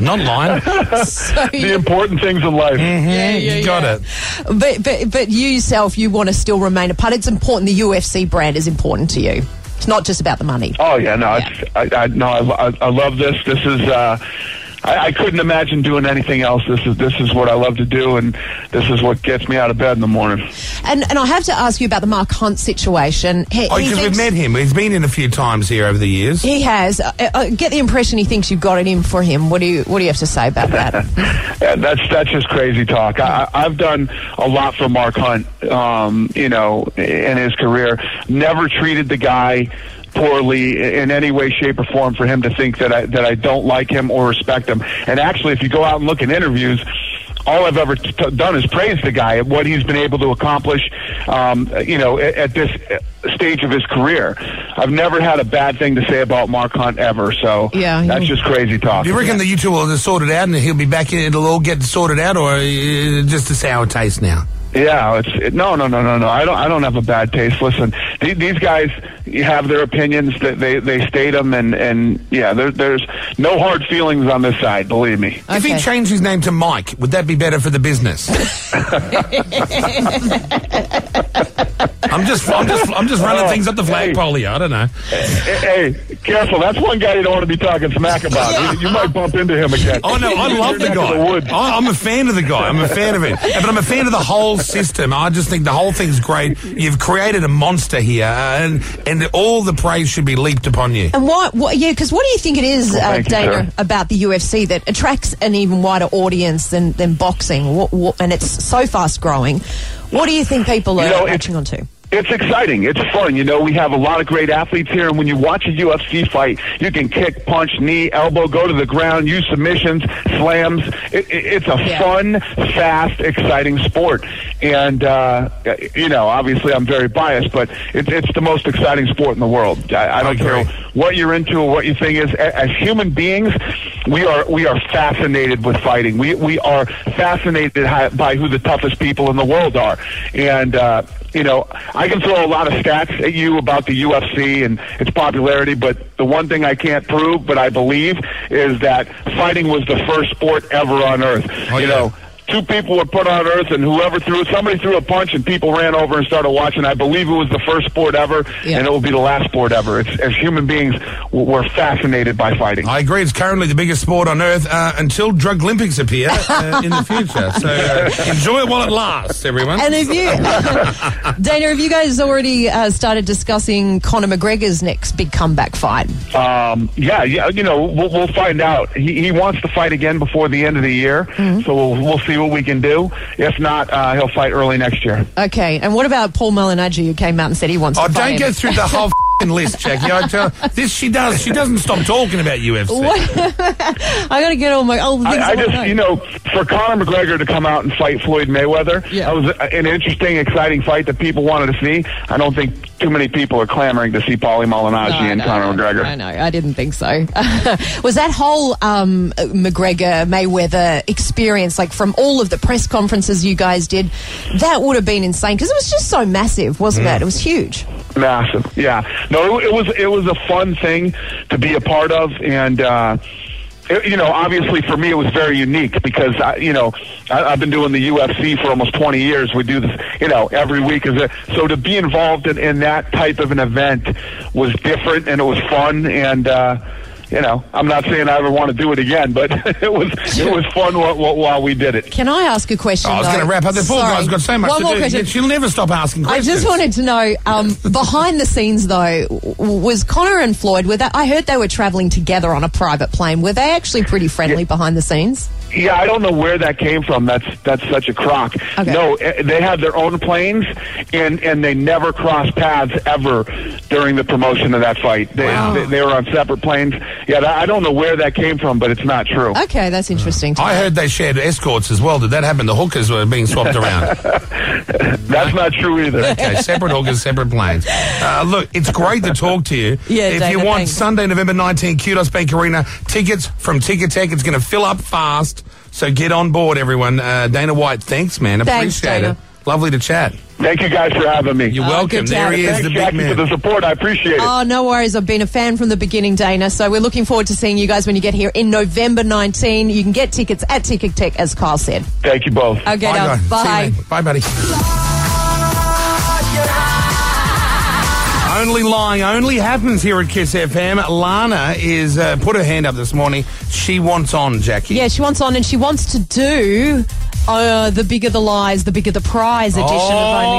Speaker 2: Not lying.
Speaker 12: the important things in life.
Speaker 2: Yeah, you got it.
Speaker 8: But, but, but you yourself, you want to still remain a part. It's important. The UFC brand is important to you. It's not just about the money.
Speaker 12: Oh yeah, no, It's, I, I, no, I, I- I love this. This is. Uh, I, I couldn't imagine doing anything else. This is this is what I love to do, and this is what gets me out of bed in the morning.
Speaker 8: And, and I have to ask you about the Mark Hunt situation. He,
Speaker 2: Oh,
Speaker 8: he
Speaker 2: because we've
Speaker 8: thinks-
Speaker 2: met him. He's been in a few times here over the years.
Speaker 8: He has. I, I get the impression he thinks you've got it in for him. What do you What do you have to say about that?
Speaker 12: Yeah, that's that's just crazy talk. I, I- I've done a lot for Mark Hunt, um, you know, in his career. Never treated the guy poorly in any way, shape, or form for him to think that I that I don't like him or respect him. And actually, if you go out and look in interviews. All I've ever t- t- done is praise the guy at what he's been able to accomplish, um, you know, at, at this uh, stage of his career. I've never had a bad thing to say about Mark Hunt ever, so
Speaker 8: Yeah,
Speaker 12: that's just crazy talk.
Speaker 2: Do you reckon that you two will just sort it out and he'll be back in? It'll all get sorted out, or uh, just a sour taste now?
Speaker 12: Yeah, it's it, no, no, no, no, no. I don't. I don't have a bad taste. Listen, the- these guys have their opinions. That they they state them, and and yeah, there, there's no hard feelings on this side. Believe me.
Speaker 2: If he changed his name to Mike, would that be better for the business? I'm just, I'm just, I'm just running things up the flagpole here. I don't know.
Speaker 12: Hey, hey, careful! That's one guy you don't want to be talking smack about. You, you might bump into him again.
Speaker 2: Oh no, I
Speaker 12: You're
Speaker 2: love the
Speaker 12: back in
Speaker 2: guy.
Speaker 12: woods.
Speaker 2: I- I'm a fan of the guy. I'm a fan of it, but I'm a fan of the whole system. I just think the whole thing's great. You've created a monster here, uh, and and all the praise should be leaped upon you.
Speaker 8: And why? What, yeah, because what do you think it is,
Speaker 2: Well,
Speaker 8: uh,
Speaker 2: thank you,
Speaker 8: Dana,
Speaker 2: sir.
Speaker 8: about the UFC that attracts an even wider audience than than boxing? What, what, and it's so fast growing. What do you think people are
Speaker 12: You know, it-
Speaker 8: catching on to?
Speaker 12: It's exciting. It's fun. You know, we have a lot of great athletes here, and when you watch a UFC fight, you can kick, punch, knee, elbow, go to the ground, use submissions, slams. It, it, it's a fun, fast, exciting sport. And, uh, you know, obviously I'm very biased, but it, it's the most exciting sport in the world. I, I don't care what you're into or what your thing is. A- As human beings, we are we are fascinated with fighting. We, we are fascinated hi- by who the toughest people in the world are. And, uh, you know, I can throw a lot of stats at you about the UFC and its popularity, but the one thing I can't prove, but I believe, is that fighting was the first sport ever on earth.
Speaker 2: Oh,
Speaker 12: you know, two people were put on earth, and whoever threw somebody threw a punch, and people ran over and started watching. I believe it was the first sport ever, and it will be the last sport ever. It's, as human beings, w- we're fascinated by fighting.
Speaker 2: I agree. It's currently the biggest sport on earth uh, until drug Olympics appear uh, in the future. So uh, enjoy it while it lasts, everyone.
Speaker 8: And have you, Dana, have you guys already uh, started discussing Conor McGregor's next big comeback fight?
Speaker 12: Um, yeah, yeah, you know, we'll, we'll find out. He, he wants to fight again before the end of the year,
Speaker 8: Mm-hmm.
Speaker 12: so we'll, we'll see what we can do. If not, uh, he'll fight early next year.
Speaker 8: Okay, and what about Paul Malignaggi, who came out and said he wants
Speaker 2: Oh,
Speaker 8: to fight
Speaker 2: don't
Speaker 8: him?
Speaker 2: go through the whole fing list, Jackie. I tell this she does. She doesn't stop talking about UFC.
Speaker 8: I got to get all my all the things
Speaker 12: I, I
Speaker 8: I,
Speaker 12: just,
Speaker 8: wanna
Speaker 12: you
Speaker 8: know.
Speaker 12: know, for Conor McGregor to come out and fight Floyd Mayweather, that was an interesting, exciting fight that people wanted to see. I don't think too many people are clamoring to see Paulie Malignaggi and Conor McGregor.
Speaker 8: I know. I didn't think so. was that whole um, McGregor Mayweather experience, like from all of the press conferences you guys did, that would have been insane because it was just so massive, wasn't
Speaker 12: Mm.
Speaker 8: it? It was huge.
Speaker 12: Massive, yeah. No, it, it was it was a fun thing to be a part of, and uh, it, you know, obviously for me it was very unique because I, you know I, I've been doing the UFC for almost twenty years. We do this, you know, every week. Is a, so to be involved in, in that type of an event was different, and it was fun, and. uh you know, I'm not saying I ever want to do it again, but it was it was fun while, while we did it.
Speaker 8: Can I ask a question?
Speaker 12: Oh, I was
Speaker 8: though?
Speaker 12: gonna wrap up.
Speaker 2: The poor
Speaker 8: Sorry.
Speaker 2: guy's got so much
Speaker 8: One
Speaker 2: to
Speaker 8: more
Speaker 2: do.
Speaker 8: question.
Speaker 2: Yet She'll never stop asking
Speaker 8: I
Speaker 2: questions.
Speaker 8: just wanted to know um, behind the scenes though w- was Connor and Floyd were they, I heard they were traveling together on a private plane were they actually pretty friendly behind the scenes
Speaker 12: Yeah, I don't know where that came from. That's that's such a crock. No, eh, they had their own planes, and and they never crossed paths ever during the promotion of that fight. They, they, they were on separate planes. Yeah, that, I don't know where that came from, but it's not true.
Speaker 8: Okay, that's interesting. to
Speaker 2: I
Speaker 8: know.
Speaker 2: heard they shared escorts as well. Did that happen? The hookers were being swapped around.
Speaker 12: That's not true either.
Speaker 2: Okay, separate hookers, separate planes. Uh, look, it's great to talk to you.
Speaker 8: Yeah,
Speaker 2: if
Speaker 8: Dana,
Speaker 2: you want
Speaker 8: thanks.
Speaker 2: Sunday, November 19, Kudos Bank Arena, tickets from Ticketek. It's going to fill up fast. So get on board, everyone. Uh, Dana White, thanks, man.
Speaker 12: Thanks,
Speaker 2: Appreciate
Speaker 12: Dana.
Speaker 2: it. Lovely to chat.
Speaker 12: Thank you guys for having me.
Speaker 2: You're
Speaker 8: Oh,
Speaker 2: welcome.
Speaker 8: good to
Speaker 2: There
Speaker 8: have
Speaker 2: he
Speaker 8: you.
Speaker 2: is, the
Speaker 8: Thanks,
Speaker 2: big
Speaker 12: Jackie,
Speaker 2: man.
Speaker 12: for the support. I appreciate it.
Speaker 8: Oh, no worries. I've been a fan from the beginning, Dana. So we're looking forward to seeing you guys when you get here in November 19. You can get tickets at Ticket Tech, as Carl said.
Speaker 12: Thank you both.
Speaker 8: Okay, now,
Speaker 2: guys. See you
Speaker 8: bye.
Speaker 2: later. Bye, buddy. Only lying only happens here at Kiss FM. Lana is uh, put her hand up this morning. She wants on, Jackie.
Speaker 8: Yeah, she wants on and she wants to do uh, the bigger the lies, the bigger the prize edition of Only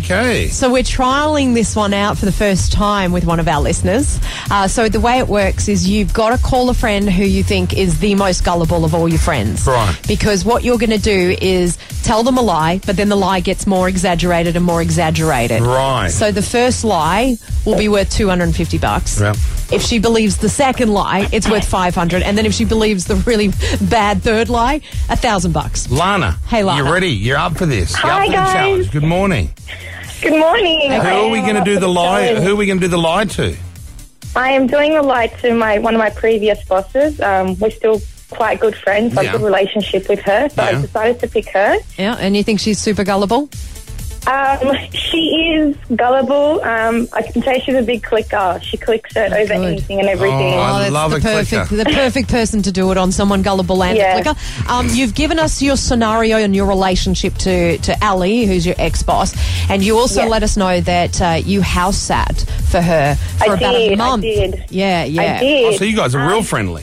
Speaker 2: Oh, okay.
Speaker 8: So we're trialing this one out for the first time with one of our listeners. Uh, so the way it works is you've got to call a friend who you think is the most gullible of all your friends.
Speaker 10: Right.
Speaker 8: Because what you're going to do is tell them a lie, but then the lie gets more exaggerated and more exaggerated.
Speaker 10: Right.
Speaker 8: So the first lie will be worth 250 bucks.
Speaker 10: Yep.
Speaker 8: If she believes the second lie, it's worth 500. And then if she believes the really bad third lie, a thousand bucks.
Speaker 2: Lana.
Speaker 8: Hey, Lana.
Speaker 2: You ready? You're up for this. You're
Speaker 8: Hi,
Speaker 2: up for
Speaker 8: guys.
Speaker 2: the challenge. Good morning.
Speaker 13: Good morning.
Speaker 2: Who are we going to do the lie? Who are we going to do the lie to?
Speaker 13: I am doing a lie to my one of my previous bosses. Um, we're still quite good friends. I've
Speaker 8: Yeah.
Speaker 13: got a relationship with her, so
Speaker 8: Yeah.
Speaker 13: I decided to pick her.
Speaker 8: Yeah, and you think she's super gullible?
Speaker 13: Um, she is gullible. Um, I can say she's a big clicker. She clicks
Speaker 8: Oh,
Speaker 13: it over anything and everything.
Speaker 8: that's the perfect, the perfect person to do it on someone gullible and
Speaker 13: Yeah.
Speaker 8: a clicker. Um, you've given us your scenario and your relationship to to Ali, who's your ex boss, and you also
Speaker 13: Yeah.
Speaker 8: let us know that uh, you house sat for her for
Speaker 13: I
Speaker 8: about a
Speaker 13: did, I
Speaker 8: month.
Speaker 13: did.
Speaker 8: Yeah, yeah.
Speaker 13: I did.
Speaker 2: Oh, so you guys are real friendly.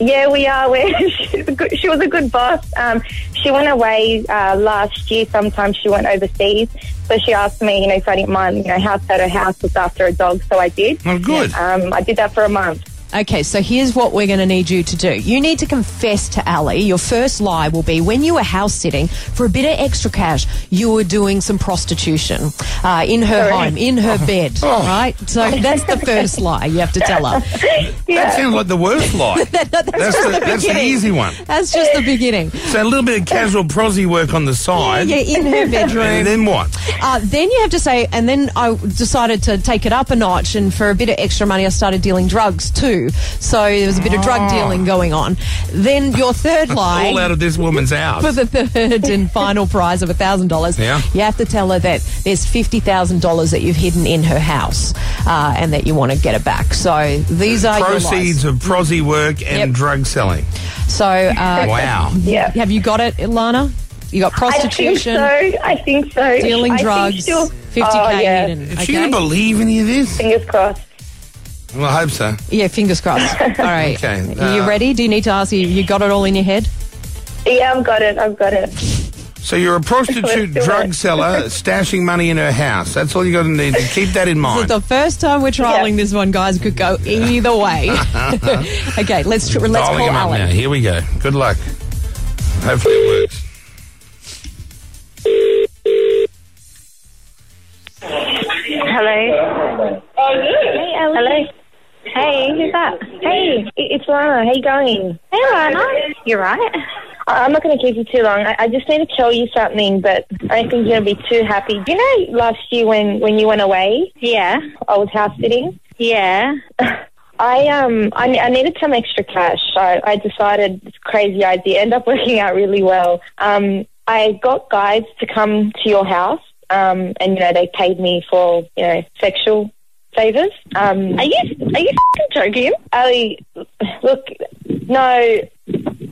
Speaker 13: Yeah, we are. We're, she's a good, she was a good boss. Um, she went away uh, last year. Sometimes she went overseas. So she asked me, you know, if I didn't mind, you know, house at her house, looked after her dog. So I did.
Speaker 8: Oh, good.
Speaker 13: Um, I did that for a month.
Speaker 8: Okay, so here's what we're going to need you to do. You need to confess to Ali. Your first lie will be when you were house sitting for a bit of extra cash, you were doing some prostitution uh, in her home, in her
Speaker 2: Uh-huh.
Speaker 8: bed,
Speaker 2: Oh.
Speaker 8: right? So that's the first lie you have to tell her.
Speaker 2: That sounds like the worst lie.
Speaker 8: That- that- that's
Speaker 2: That's
Speaker 8: just
Speaker 2: the-
Speaker 8: the
Speaker 2: that's the
Speaker 8: beginning.
Speaker 2: easy one.
Speaker 8: That's just the beginning.
Speaker 2: So a little bit of casual prosy work on the side.
Speaker 8: Yeah, in her bedroom.
Speaker 2: And then what?
Speaker 8: Uh, then you have to say, and then I decided to take it up a notch, and for a bit of extra money, I started dealing drugs too. So there was a bit of drug dealing going on. Then your third lie.
Speaker 2: Ah. All out of this woman's house.
Speaker 8: for the third and final prize of $1,000,
Speaker 2: Yeah.
Speaker 8: you have to tell her that there's $50,000 that you've hidden in her house uh, and that you want to get it back. So these are
Speaker 2: Proceeds
Speaker 8: your lies.
Speaker 2: of prosy work and drug selling.
Speaker 8: So, uh,
Speaker 2: Wow.
Speaker 13: Yeah.
Speaker 8: Have you got it, Ilana? You got prostitution.
Speaker 13: I think so. I think so.
Speaker 8: Dealing
Speaker 13: I think
Speaker 8: drugs,
Speaker 13: she'll-
Speaker 8: 50K
Speaker 13: oh, yeah.
Speaker 8: hidden,
Speaker 2: Is she okay? gonna believe any of this?
Speaker 13: Fingers crossed.
Speaker 2: Well, I hope so.
Speaker 8: Yeah, fingers crossed. All right.
Speaker 2: Okay.
Speaker 8: Are you
Speaker 2: uh,
Speaker 8: ready? Do you need to ask you? You got it all in your head?
Speaker 13: Yeah, I've got it. I've got it.
Speaker 2: So you're a prostitute
Speaker 13: Let's do
Speaker 2: drug
Speaker 13: it.
Speaker 2: seller stashing money in her house. That's all you got to need. Keep that in
Speaker 8: This is
Speaker 2: mind.
Speaker 8: the first time we're trialing this one, guys. Could go either way. okay, let's tr- let's
Speaker 2: Dialing
Speaker 8: call
Speaker 2: him up now.
Speaker 8: Alan.
Speaker 2: Here we go. Good luck. Hopefully it works.
Speaker 13: Hello. Hey, Ellie. Hello. Hey, who's that? Hey, i- it's Lana. How you going? Hey, Lana. You're right. I'm not going to keep you too long. I, I just need to tell you something, but I don't think you're going to be too happy. Do you know last year when, when you went away? Yeah. I was house sitting? Yeah. I um I, ne- I needed some extra cash, so I decided it's a crazy idea. End up working out really well. Um, I got guys to come to your house, um, and you know they paid me for you know sexual favors. Um, are you are you f***ing joking, Ali? Look, no,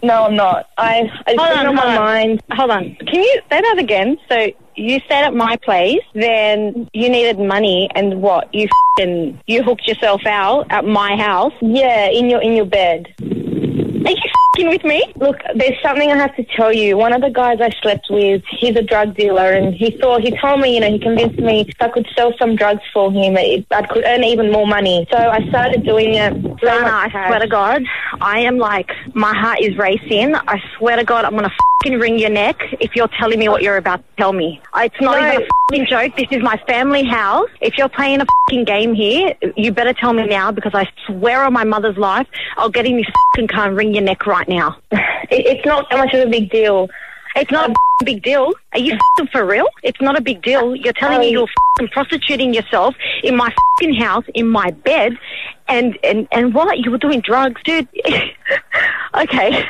Speaker 13: no, I'm not. I, I
Speaker 17: Hold
Speaker 13: it's
Speaker 17: on,
Speaker 13: on my
Speaker 17: hold on.
Speaker 13: mind. Hold on. Can you say that again? So you stayed at my place, then you needed money, and what? You f***ing, you hooked yourself out at my house. Yeah, in your in your bed. Are you f***ing with me? Look, there's something I have to tell you. One of the guys I slept with, he's a drug dealer, and he thought he told me, you know, he convinced me if I could sell some drugs for him, it, I could earn even more money. So I started doing it. So
Speaker 17: Lana, I swear to God,
Speaker 16: I am like, my heart is racing. I swear to God, I'm going to fucking wring your neck if you're telling me what you're about to tell me. It's not
Speaker 13: No.
Speaker 16: even a fucking joke. This is my family house. If you're playing a fucking game here, you better tell me now because I swear on my mother's life, I'll get in this fucking car and wring your neck right now. it's not that much of a big deal. It's not a f***ing big deal. Are you f***ing for real? It's not a big deal. You're telling me you're f***ing prostituting yourself in my f***ing house, in my bed, and, and, and what? You were doing drugs, dude. okay.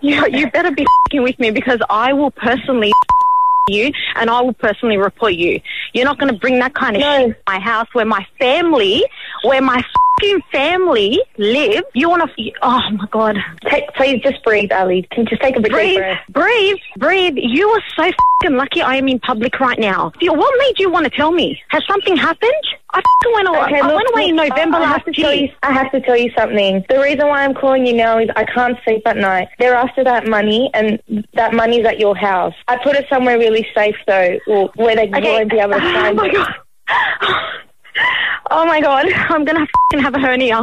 Speaker 16: you, you better be f***ing with me because I will personally f- you and I will personally report you. You're not going to bring that kind of shit to my house where my family, where my f***ing family live. You want to, oh my God. Take, please just breathe, Ali. Can just take a
Speaker 13: big deep
Speaker 16: breathe,
Speaker 13: breath.
Speaker 16: Breathe, breathe. You are so f***ing lucky I am in public right now. You- What made you want to tell me? Has something happened? I f***ing went away.
Speaker 13: Okay,
Speaker 16: I
Speaker 13: look,
Speaker 16: went away in
Speaker 13: look,
Speaker 16: November
Speaker 13: I, I have
Speaker 16: last
Speaker 13: to
Speaker 16: year.
Speaker 13: tell you, I have to tell you something. The reason why I'm calling you now is I can't sleep at night. They're after that money, and that money's at your house. I put it somewhere really safe, though, well, where they won't be able to find
Speaker 16: my
Speaker 13: it.
Speaker 16: God. Oh my god, I'm gonna f***ing have a hernia.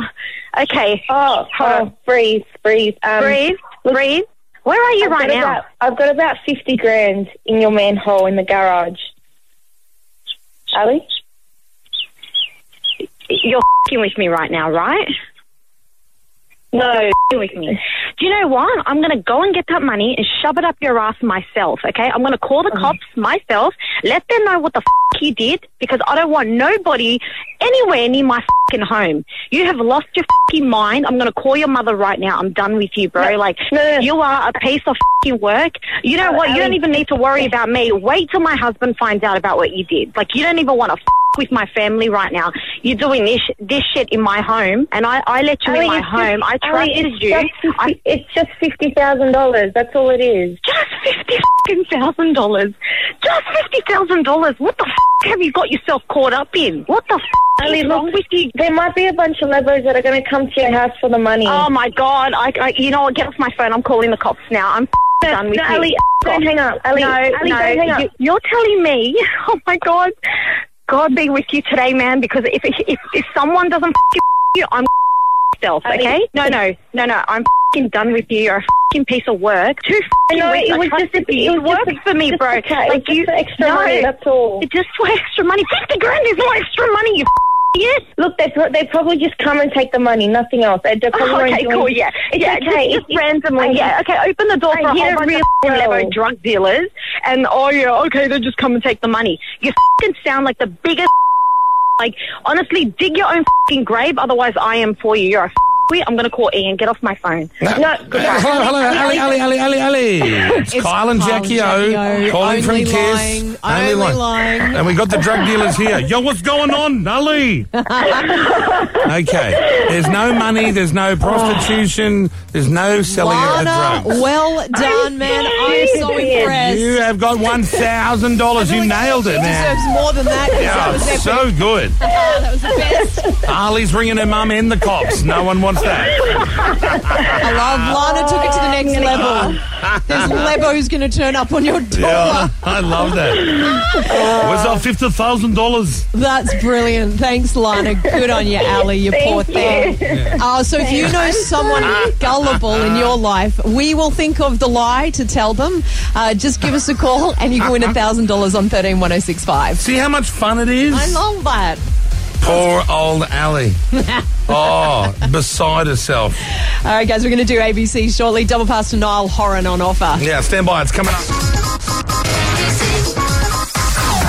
Speaker 16: Okay. Oh, hold on. Breathe, breathe,
Speaker 13: Um,
Speaker 16: breathe, breathe. Where are you
Speaker 13: I've
Speaker 16: right
Speaker 13: got
Speaker 16: now?
Speaker 13: about- I've got about 50 grand in your manhole in the garage. Ali?
Speaker 16: You're f***ing with me right now, right? No, You're f***ing with me. Do you know what? I'm gonna go and get that money and shove it up your ass myself. Okay? I'm gonna call the cops myself. Let them know what the f- you did because I don't want nobody anywhere near my f***ing home. You have lost your f***ing mind. I'm gonna call your mother right now. I'm done with you, bro. like you are a piece of f***ing work. You know what? You don't even need to worry about me. Wait till my husband finds out about what you did. Like you don't even want to. F- with my family right now. You're doing this this shit in my home, and I, I let you in
Speaker 13: Ali,
Speaker 16: my
Speaker 13: it's
Speaker 16: home.
Speaker 13: just-
Speaker 16: I
Speaker 13: Ali,
Speaker 18: trusted
Speaker 13: it's
Speaker 18: you.
Speaker 13: Just, I, it's just fifty thousand dollars. That's all it is.
Speaker 16: Just fifty thousand dollars. Just fifty thousand dollars. What the f- have you got yourself caught up in? What the f-
Speaker 13: Ali,
Speaker 16: is
Speaker 13: look,
Speaker 16: wrong with you?
Speaker 13: There might be a bunch of levers that are going to come to your house for the money.
Speaker 16: Oh my god! I, I you know what? Get off my phone. I'm calling the cops now. I'm f- done with
Speaker 13: no,
Speaker 16: you.
Speaker 13: Ali, don't hang up. Ali,
Speaker 16: no,
Speaker 13: Ali, don't
Speaker 16: no,
Speaker 13: hang up.
Speaker 16: You, you're telling me. Oh my god. God be with you today, man. Because if if, if someone doesn't f- you, I'm myself,
Speaker 13: Ali,
Speaker 16: okay? No, no, no, no. I'm fing done with you. You're a fing piece of work. Two fing
Speaker 13: No,
Speaker 16: weeks.
Speaker 13: it
Speaker 16: I
Speaker 13: was
Speaker 16: trusted
Speaker 13: just a-
Speaker 16: you.
Speaker 13: it
Speaker 16: It
Speaker 13: was just
Speaker 16: worked for me,
Speaker 13: just
Speaker 16: bro.
Speaker 13: a cat. It
Speaker 16: like
Speaker 13: was
Speaker 16: you,
Speaker 13: just extra
Speaker 16: no,
Speaker 13: money, that's all.
Speaker 16: It's just for extra money. Fifty grand is not extra money. You yes.
Speaker 13: Look, they pro- they probably just come and take the money, nothing else. They they probably
Speaker 16: Oh,
Speaker 13: won't
Speaker 16: okay,
Speaker 13: do
Speaker 16: cool,
Speaker 13: anything.
Speaker 16: yeah.
Speaker 13: It's
Speaker 16: yeah,
Speaker 13: okay.
Speaker 16: Just, just
Speaker 13: It's-
Speaker 16: randomly,
Speaker 13: I-
Speaker 16: yeah. Okay, open the door
Speaker 13: I
Speaker 16: for a
Speaker 13: hit
Speaker 16: whole
Speaker 13: a
Speaker 16: bunch
Speaker 13: real
Speaker 18: real
Speaker 16: of
Speaker 18: girl.
Speaker 16: level drug dealers, and oh yeah, okay, they just come and take the money. You fucking sound like the biggest. Like honestly, dig your own fucking grave. Otherwise, I am for you. You're a f- I'm gonna call Ian. Get off my phone.
Speaker 2: No, hello, hello, Ali, Ali, Ali, Ali, Ali. It's,
Speaker 16: It's
Speaker 2: Kyle and
Speaker 16: Kyle
Speaker 2: Jackie
Speaker 16: and
Speaker 2: O
Speaker 16: Jackie O,
Speaker 2: calling from
Speaker 16: only
Speaker 2: Kiss.
Speaker 16: lying, only lying.
Speaker 2: And we got the drug dealers here. Yo, what's going on, Ali? okay, there's no money, there's no prostitution, there's no selling of
Speaker 8: Lana,
Speaker 2: drugs.
Speaker 8: well done, man. I'm so impressed.
Speaker 2: You have got one thousand dollars. You nailed it,
Speaker 8: He deserves
Speaker 2: man.
Speaker 8: more than that. 'cause that
Speaker 2: Yeah,
Speaker 8: was epic.
Speaker 2: so good.
Speaker 8: that was the best.
Speaker 2: Ali's ringing her mum and the cops. No one wants that.
Speaker 8: I love Lana took it to the next
Speaker 2: Oh,
Speaker 8: level. There's Lebo who's going to turn up on your door.
Speaker 2: Yeah, I love that. Where's our fifty thousand dollars?
Speaker 8: That's brilliant. Thanks, Lana. Good on you, Ali, you
Speaker 2: Thank
Speaker 8: poor thing.
Speaker 2: you. Yeah.
Speaker 8: Oh, so if you know someone gullible in your life, we will think of the lie to tell them. Uh, just give us a call and you can win $1,000 on 131065.
Speaker 2: See how much fun it is?
Speaker 8: I love that.
Speaker 2: Poor old Ali. Oh, beside herself.
Speaker 8: All right, guys, we're going to do ABC shortly. Double past to Nile, Horan on offer.
Speaker 2: Yeah, stand by. It's coming up.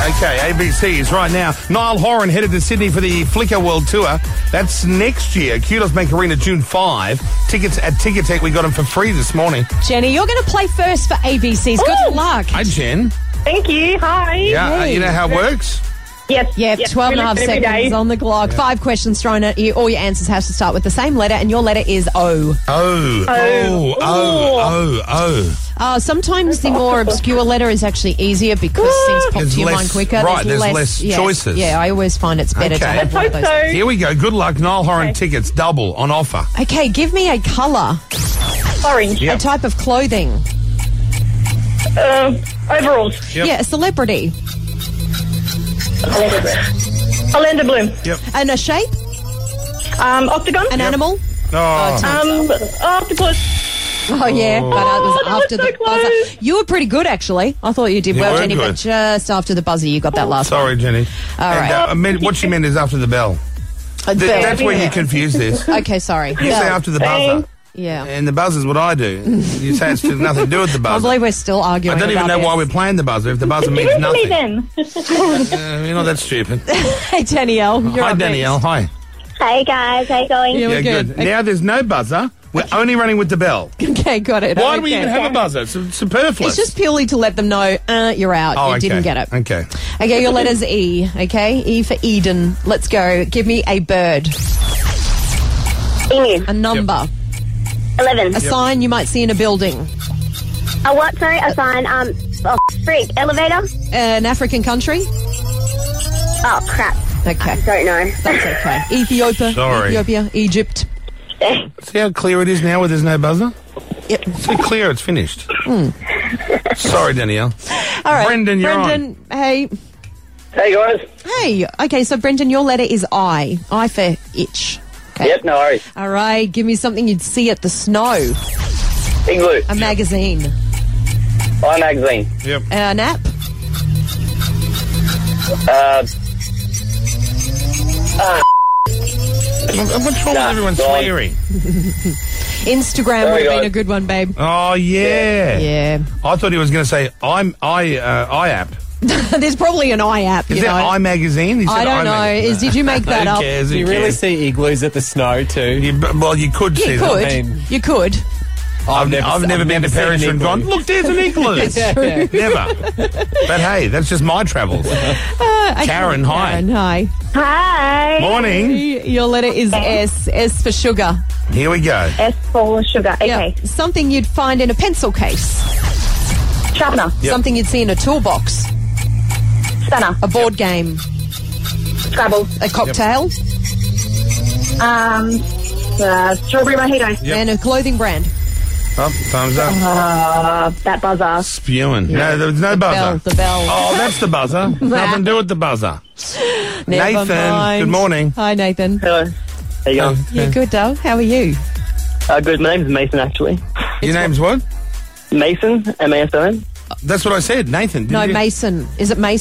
Speaker 2: Okay, ABC is right now. Niall Horan headed to Sydney for the Flickr World Tour. That's next year. Kudos Bank Arena, June 5. Tickets at Ticket Tech. We got them for free this morning.
Speaker 8: Jenny, you're going to play first for ABC's. Good luck.
Speaker 2: Hi, Jen.
Speaker 8: Thank you. Hi.
Speaker 2: Yeah, uh, you know how it works?
Speaker 8: Yep, yep,
Speaker 2: yep,
Speaker 8: 12 and a half
Speaker 2: really every
Speaker 8: seconds
Speaker 2: day.
Speaker 8: on the clock.
Speaker 2: Yeah.
Speaker 8: Five questions thrown at you. All your answers have to start with the same letter, and your letter is O.
Speaker 2: Oh, oh, oh, oh, oh.
Speaker 8: Uh, sometimes the more obscure letter is actually easier because things pop
Speaker 2: There's
Speaker 8: to your
Speaker 2: less-
Speaker 8: mind quicker.
Speaker 2: right, there's less
Speaker 8: yeah,
Speaker 2: choices.
Speaker 8: Yeah, I always find it's better to have one of those.
Speaker 2: Here we go. Good luck. Niall Horan tickets double on offer.
Speaker 8: Okay, give me a colour. Orange.
Speaker 2: Yep.
Speaker 8: A type of clothing. Uh,
Speaker 2: overalls. Yep.
Speaker 8: Yeah, a celebrity.
Speaker 2: Yep.
Speaker 8: And a shape. Um, octagon. An animal.
Speaker 18: Um,
Speaker 13: uh,
Speaker 18: octopus.
Speaker 8: Oh yeah, but uh, it was
Speaker 18: Oh, that was
Speaker 8: after
Speaker 18: so
Speaker 8: the buzzer. You were pretty good actually. I thought you did
Speaker 2: You
Speaker 8: well,
Speaker 2: were
Speaker 8: Jenny, but
Speaker 2: good.
Speaker 8: just after the buzzer, you got
Speaker 13: Oh,
Speaker 8: that last.
Speaker 2: Sorry, Jenny.
Speaker 8: All
Speaker 2: and,
Speaker 8: right.
Speaker 2: uh, I meant- what she meant is after the bell.
Speaker 8: A
Speaker 2: Th-
Speaker 8: bell.
Speaker 2: That's where you confuse this.
Speaker 8: One. Okay, sorry.
Speaker 2: You say after the buzzer.
Speaker 8: Yeah.
Speaker 2: And the buzzer's what I do. You say it's nothing to do with the
Speaker 8: I
Speaker 2: buzzer.
Speaker 8: believe we're still arguing.
Speaker 2: I don't even
Speaker 8: about
Speaker 2: know
Speaker 8: this.
Speaker 2: why we're playing the buzzer if the buzzer means nothing. Uh, you're not that stupid.
Speaker 8: hey Danielle, you're
Speaker 2: hi,
Speaker 8: up next.
Speaker 2: Danielle. Hi.
Speaker 13: Hey guys, how you going?
Speaker 2: Now there's no buzzer. We're only running with the bell.
Speaker 8: Okay, got it.
Speaker 2: Why
Speaker 8: okay.
Speaker 2: do we even have a buzzer? It's superfluous.
Speaker 8: It's just purely to let them know uh, you're out.
Speaker 2: oh,
Speaker 8: you
Speaker 2: okay.
Speaker 8: didn't get it.
Speaker 2: Okay.
Speaker 8: Okay, your letter's E. Okay, E for Eden. Let's go. Give me a bird.
Speaker 13: Emu.
Speaker 8: A number.
Speaker 13: Eleven.
Speaker 8: A
Speaker 13: Yep.
Speaker 8: sign you might see in a building.
Speaker 13: A what? Sorry, a sign. Um, oh, freak. Elevator.
Speaker 8: An African country.
Speaker 13: Oh crap.
Speaker 8: Okay.
Speaker 13: don't know.
Speaker 8: That's okay. E, Ethiopia.
Speaker 2: Sorry.
Speaker 8: Ethiopia. Egypt.
Speaker 2: See how clear it is now where there's no buzzer?
Speaker 8: Yep. Hmm.
Speaker 2: So clear, it's finished. Sorry, Danielle.
Speaker 8: All right,
Speaker 2: Brendan, you're on.
Speaker 8: Brendan, hey.
Speaker 17: Hey guys.
Speaker 8: Hey. Okay, so Brendan, your letter is I. I for itch. Okay.
Speaker 17: Yep, no worries.
Speaker 8: All right, give me something you'd see at the snow.
Speaker 17: Igloo.
Speaker 8: A magazine.
Speaker 17: My magazine.
Speaker 2: Yep.
Speaker 8: An app.
Speaker 17: Uh, ah,
Speaker 2: What's wrong with everyone swearing?
Speaker 8: Instagram
Speaker 2: There
Speaker 8: would
Speaker 2: we
Speaker 8: have
Speaker 2: go.
Speaker 8: been a good one, babe.
Speaker 2: Oh yeah.
Speaker 8: Yeah.
Speaker 2: I thought he was going to say I'm I uh, I app.
Speaker 8: There's probably an I app.
Speaker 2: Is
Speaker 8: you
Speaker 2: that
Speaker 8: know.
Speaker 2: I magazine? He
Speaker 8: I
Speaker 2: said
Speaker 8: don't
Speaker 2: I
Speaker 8: know.
Speaker 2: magazine.
Speaker 8: Is did you make that
Speaker 2: Who
Speaker 8: up?
Speaker 2: cares? Who
Speaker 7: you really
Speaker 2: cares?
Speaker 7: see igloos at the snow too?
Speaker 2: You, b- well, you could
Speaker 8: You
Speaker 2: see them.
Speaker 8: could.
Speaker 2: I mean,
Speaker 8: you could.
Speaker 2: I've, never, I've
Speaker 7: I've
Speaker 2: never been
Speaker 7: never
Speaker 2: to
Speaker 7: seen
Speaker 2: Paris
Speaker 7: an
Speaker 2: and gone,
Speaker 7: igloo.
Speaker 2: look, there's an igloo.
Speaker 8: It's true.
Speaker 2: Never. But hey, that's just my travels.
Speaker 8: Uh, okay,
Speaker 2: Karen, hi.
Speaker 8: Karen, hi.
Speaker 13: Hi.
Speaker 2: Morning.
Speaker 8: Your letter is S. S for sugar.
Speaker 2: Here we go.
Speaker 13: S for sugar. Okay.
Speaker 8: Yeah. Something you'd find in a pencil case.
Speaker 13: Sharpener.
Speaker 2: Yep.
Speaker 8: Something you'd see in a toolbox.
Speaker 13: Spanner.
Speaker 8: A board game.
Speaker 13: Scrabble.
Speaker 8: A cocktail.
Speaker 13: Um, uh, strawberry mojito.
Speaker 2: Yep.
Speaker 8: And a clothing brand.
Speaker 2: Oh, time's up.
Speaker 13: Uh, that buzzer.
Speaker 2: Spewing. No, there was no buzzer.
Speaker 8: bell, Uh-huh. the bell.
Speaker 2: Oh, that's the buzzer. Nothing to do with the buzzer.
Speaker 8: Never
Speaker 2: Nathan,
Speaker 8: mind.
Speaker 2: good morning.
Speaker 8: Hi, Nathan. Hello.
Speaker 17: How you going?
Speaker 8: Yeah, good, Dale. How are you?
Speaker 17: Uh, good. My name's Mason, actually.
Speaker 2: Your name's what? Uh,
Speaker 17: Mason, M-A-S-O-N.
Speaker 2: That's what I said, Nathan.
Speaker 8: No,
Speaker 2: didn't you?
Speaker 8: Mason. Is it Mason?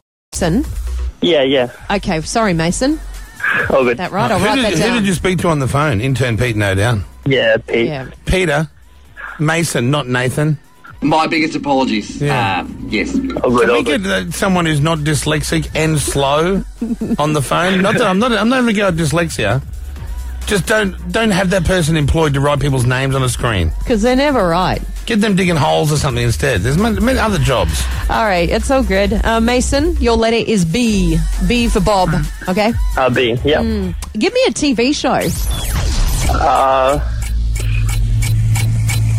Speaker 17: Yeah, yeah.
Speaker 8: Okay, sorry, Mason.
Speaker 17: Oh, good.
Speaker 8: That right? I'll
Speaker 2: Who
Speaker 8: write
Speaker 2: did-
Speaker 8: that
Speaker 2: Who
Speaker 8: down.
Speaker 2: did you speak to on the phone? Intern Pete, no doubt.
Speaker 17: Yeah, Pete.
Speaker 8: Yeah.
Speaker 2: Peter, Mason, not Nathan.
Speaker 4: My biggest apologies.
Speaker 2: Yeah.
Speaker 4: Uh,
Speaker 17: Oh,
Speaker 4: yes.
Speaker 2: Can we get uh, someone who's not dyslexic and slow on the phone? Not that I'm not. I'm not even going dyslexia. Just don't don't have that person employed to write people's names on a screen.
Speaker 8: Because they're never right.
Speaker 2: Get them digging holes or something instead. There's many, many other jobs.
Speaker 8: All right, it's all good. Uh, Mason, your letter is B. B for Bob. Okay.
Speaker 17: Uh, B. Yeah.
Speaker 8: Mm. Give me a TV show.
Speaker 17: Uh,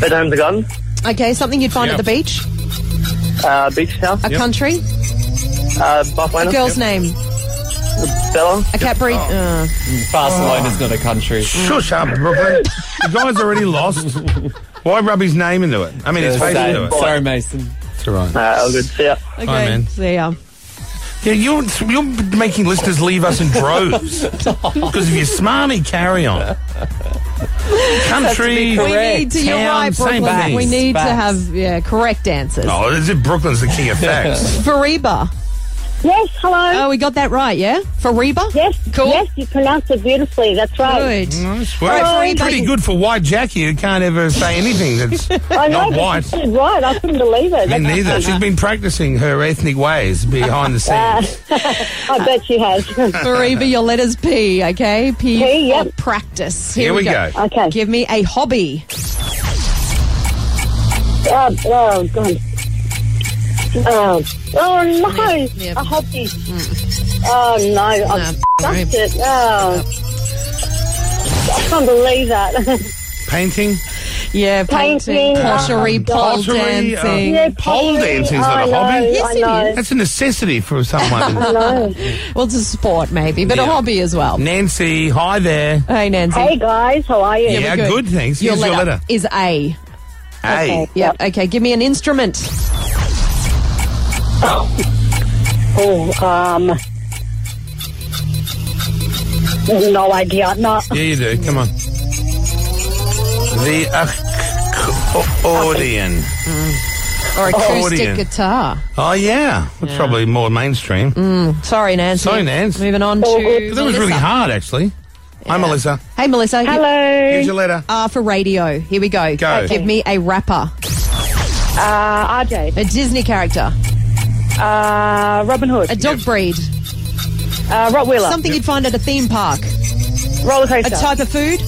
Speaker 17: bedtime's a gun.
Speaker 8: Okay, something you'd find at the beach.
Speaker 17: Uh, beach house.
Speaker 8: A country.
Speaker 17: Uh, Barcelona.
Speaker 8: A girl's name.
Speaker 17: Bella.
Speaker 8: A cat breed.
Speaker 17: Oh.
Speaker 8: Uh,
Speaker 7: Barcelona's not a country.
Speaker 2: Shush up, Brooklyn. the guy's already lost. Why rub his name into it? I mean, his
Speaker 7: Yeah,
Speaker 2: face
Speaker 7: sorry-
Speaker 2: into it.
Speaker 7: Sorry, Mason.
Speaker 2: It's all right.
Speaker 17: Uh, all good. Yeah.
Speaker 8: okay.
Speaker 2: Hi, man.
Speaker 8: See ya.
Speaker 2: Yeah, you're, you're making listeners leave us in droves because of your smarmy carry on. Country,
Speaker 8: We need to. You're
Speaker 2: town,
Speaker 8: right,
Speaker 2: same
Speaker 8: Brooklyn.
Speaker 2: thing.
Speaker 8: We need to have yeah correct answers.
Speaker 2: Oh, is it Brooklyn's the king of facts?
Speaker 8: Fariba.
Speaker 28: Yes, hello.
Speaker 8: Oh, we got that right, yeah? Fariba?
Speaker 28: Yes,
Speaker 8: Cool.
Speaker 28: yes, you pronounced it beautifully. That's right.
Speaker 8: Good.
Speaker 2: Well,
Speaker 28: Sorry,
Speaker 2: it's
Speaker 28: but
Speaker 2: pretty
Speaker 28: you-
Speaker 2: good for white Jackie, who can't ever say anything that's
Speaker 28: I know,
Speaker 2: not
Speaker 28: but
Speaker 2: white.
Speaker 28: You did it right. I couldn't believe it.
Speaker 2: Me neither. She's been practicing her ethnic ways behind the
Speaker 28: Uh,
Speaker 2: scenes.
Speaker 28: I bet she has.
Speaker 8: Uh, Fariba, your letter's P, okay? P,
Speaker 28: P, yep.
Speaker 8: for practice.
Speaker 2: Here we go.
Speaker 8: Okay. Give me a hobby.
Speaker 17: Uh,
Speaker 28: Oh, oh God. Oh, oh no. A hobby. Oh, no. I
Speaker 8: sorry.
Speaker 28: sucked it. Oh. can't believe that.
Speaker 2: Painting?
Speaker 8: Yeah, painting,
Speaker 28: Painting, oh
Speaker 8: pottery, pole
Speaker 28: my God.
Speaker 2: Pottery, uh,
Speaker 8: dancing.
Speaker 2: pole dancing's not a hobby.
Speaker 8: Yes, it is.
Speaker 2: That's a necessity for someone.
Speaker 8: well, it's a sport maybe, but a
Speaker 2: Yeah.
Speaker 8: hobby as well.
Speaker 2: Nancy, hi there.
Speaker 8: Hey, Nancy.
Speaker 28: Hey, guys. How are you?
Speaker 2: Yeah,
Speaker 8: we're
Speaker 2: good, thanks.
Speaker 8: Your
Speaker 2: Here's your
Speaker 8: letter,
Speaker 2: letter.
Speaker 8: is A.
Speaker 2: Hey.
Speaker 8: Yeah. Okay. Give me an instrument.
Speaker 28: Oh, um, no idea. No.
Speaker 2: Yeah, you do. Come on. The accordion.
Speaker 28: Oh,
Speaker 8: Or acoustic
Speaker 2: Accordion.
Speaker 8: guitar.
Speaker 2: Oh, yeah. That's probably more mainstream.
Speaker 8: Mm, sorry, Nancy.
Speaker 2: Sorry, Nancy.
Speaker 8: Moving on
Speaker 2: Oh,
Speaker 8: to.
Speaker 2: that was really
Speaker 8: Melissa.
Speaker 2: hard, actually. Hi, Melissa.
Speaker 8: Hey, Melissa.
Speaker 28: Hello.
Speaker 2: Here's your letter.
Speaker 8: R for radio. Here we go.
Speaker 2: Go.
Speaker 8: Uh, Give me a rapper.
Speaker 28: Uh, RJ.
Speaker 8: A Disney character.
Speaker 28: Uh, Robin Hood.
Speaker 8: A dog breed.
Speaker 28: Uh, Rottweiler.
Speaker 8: Something you'd find at a theme park.
Speaker 28: Roller coaster.
Speaker 8: A type of food.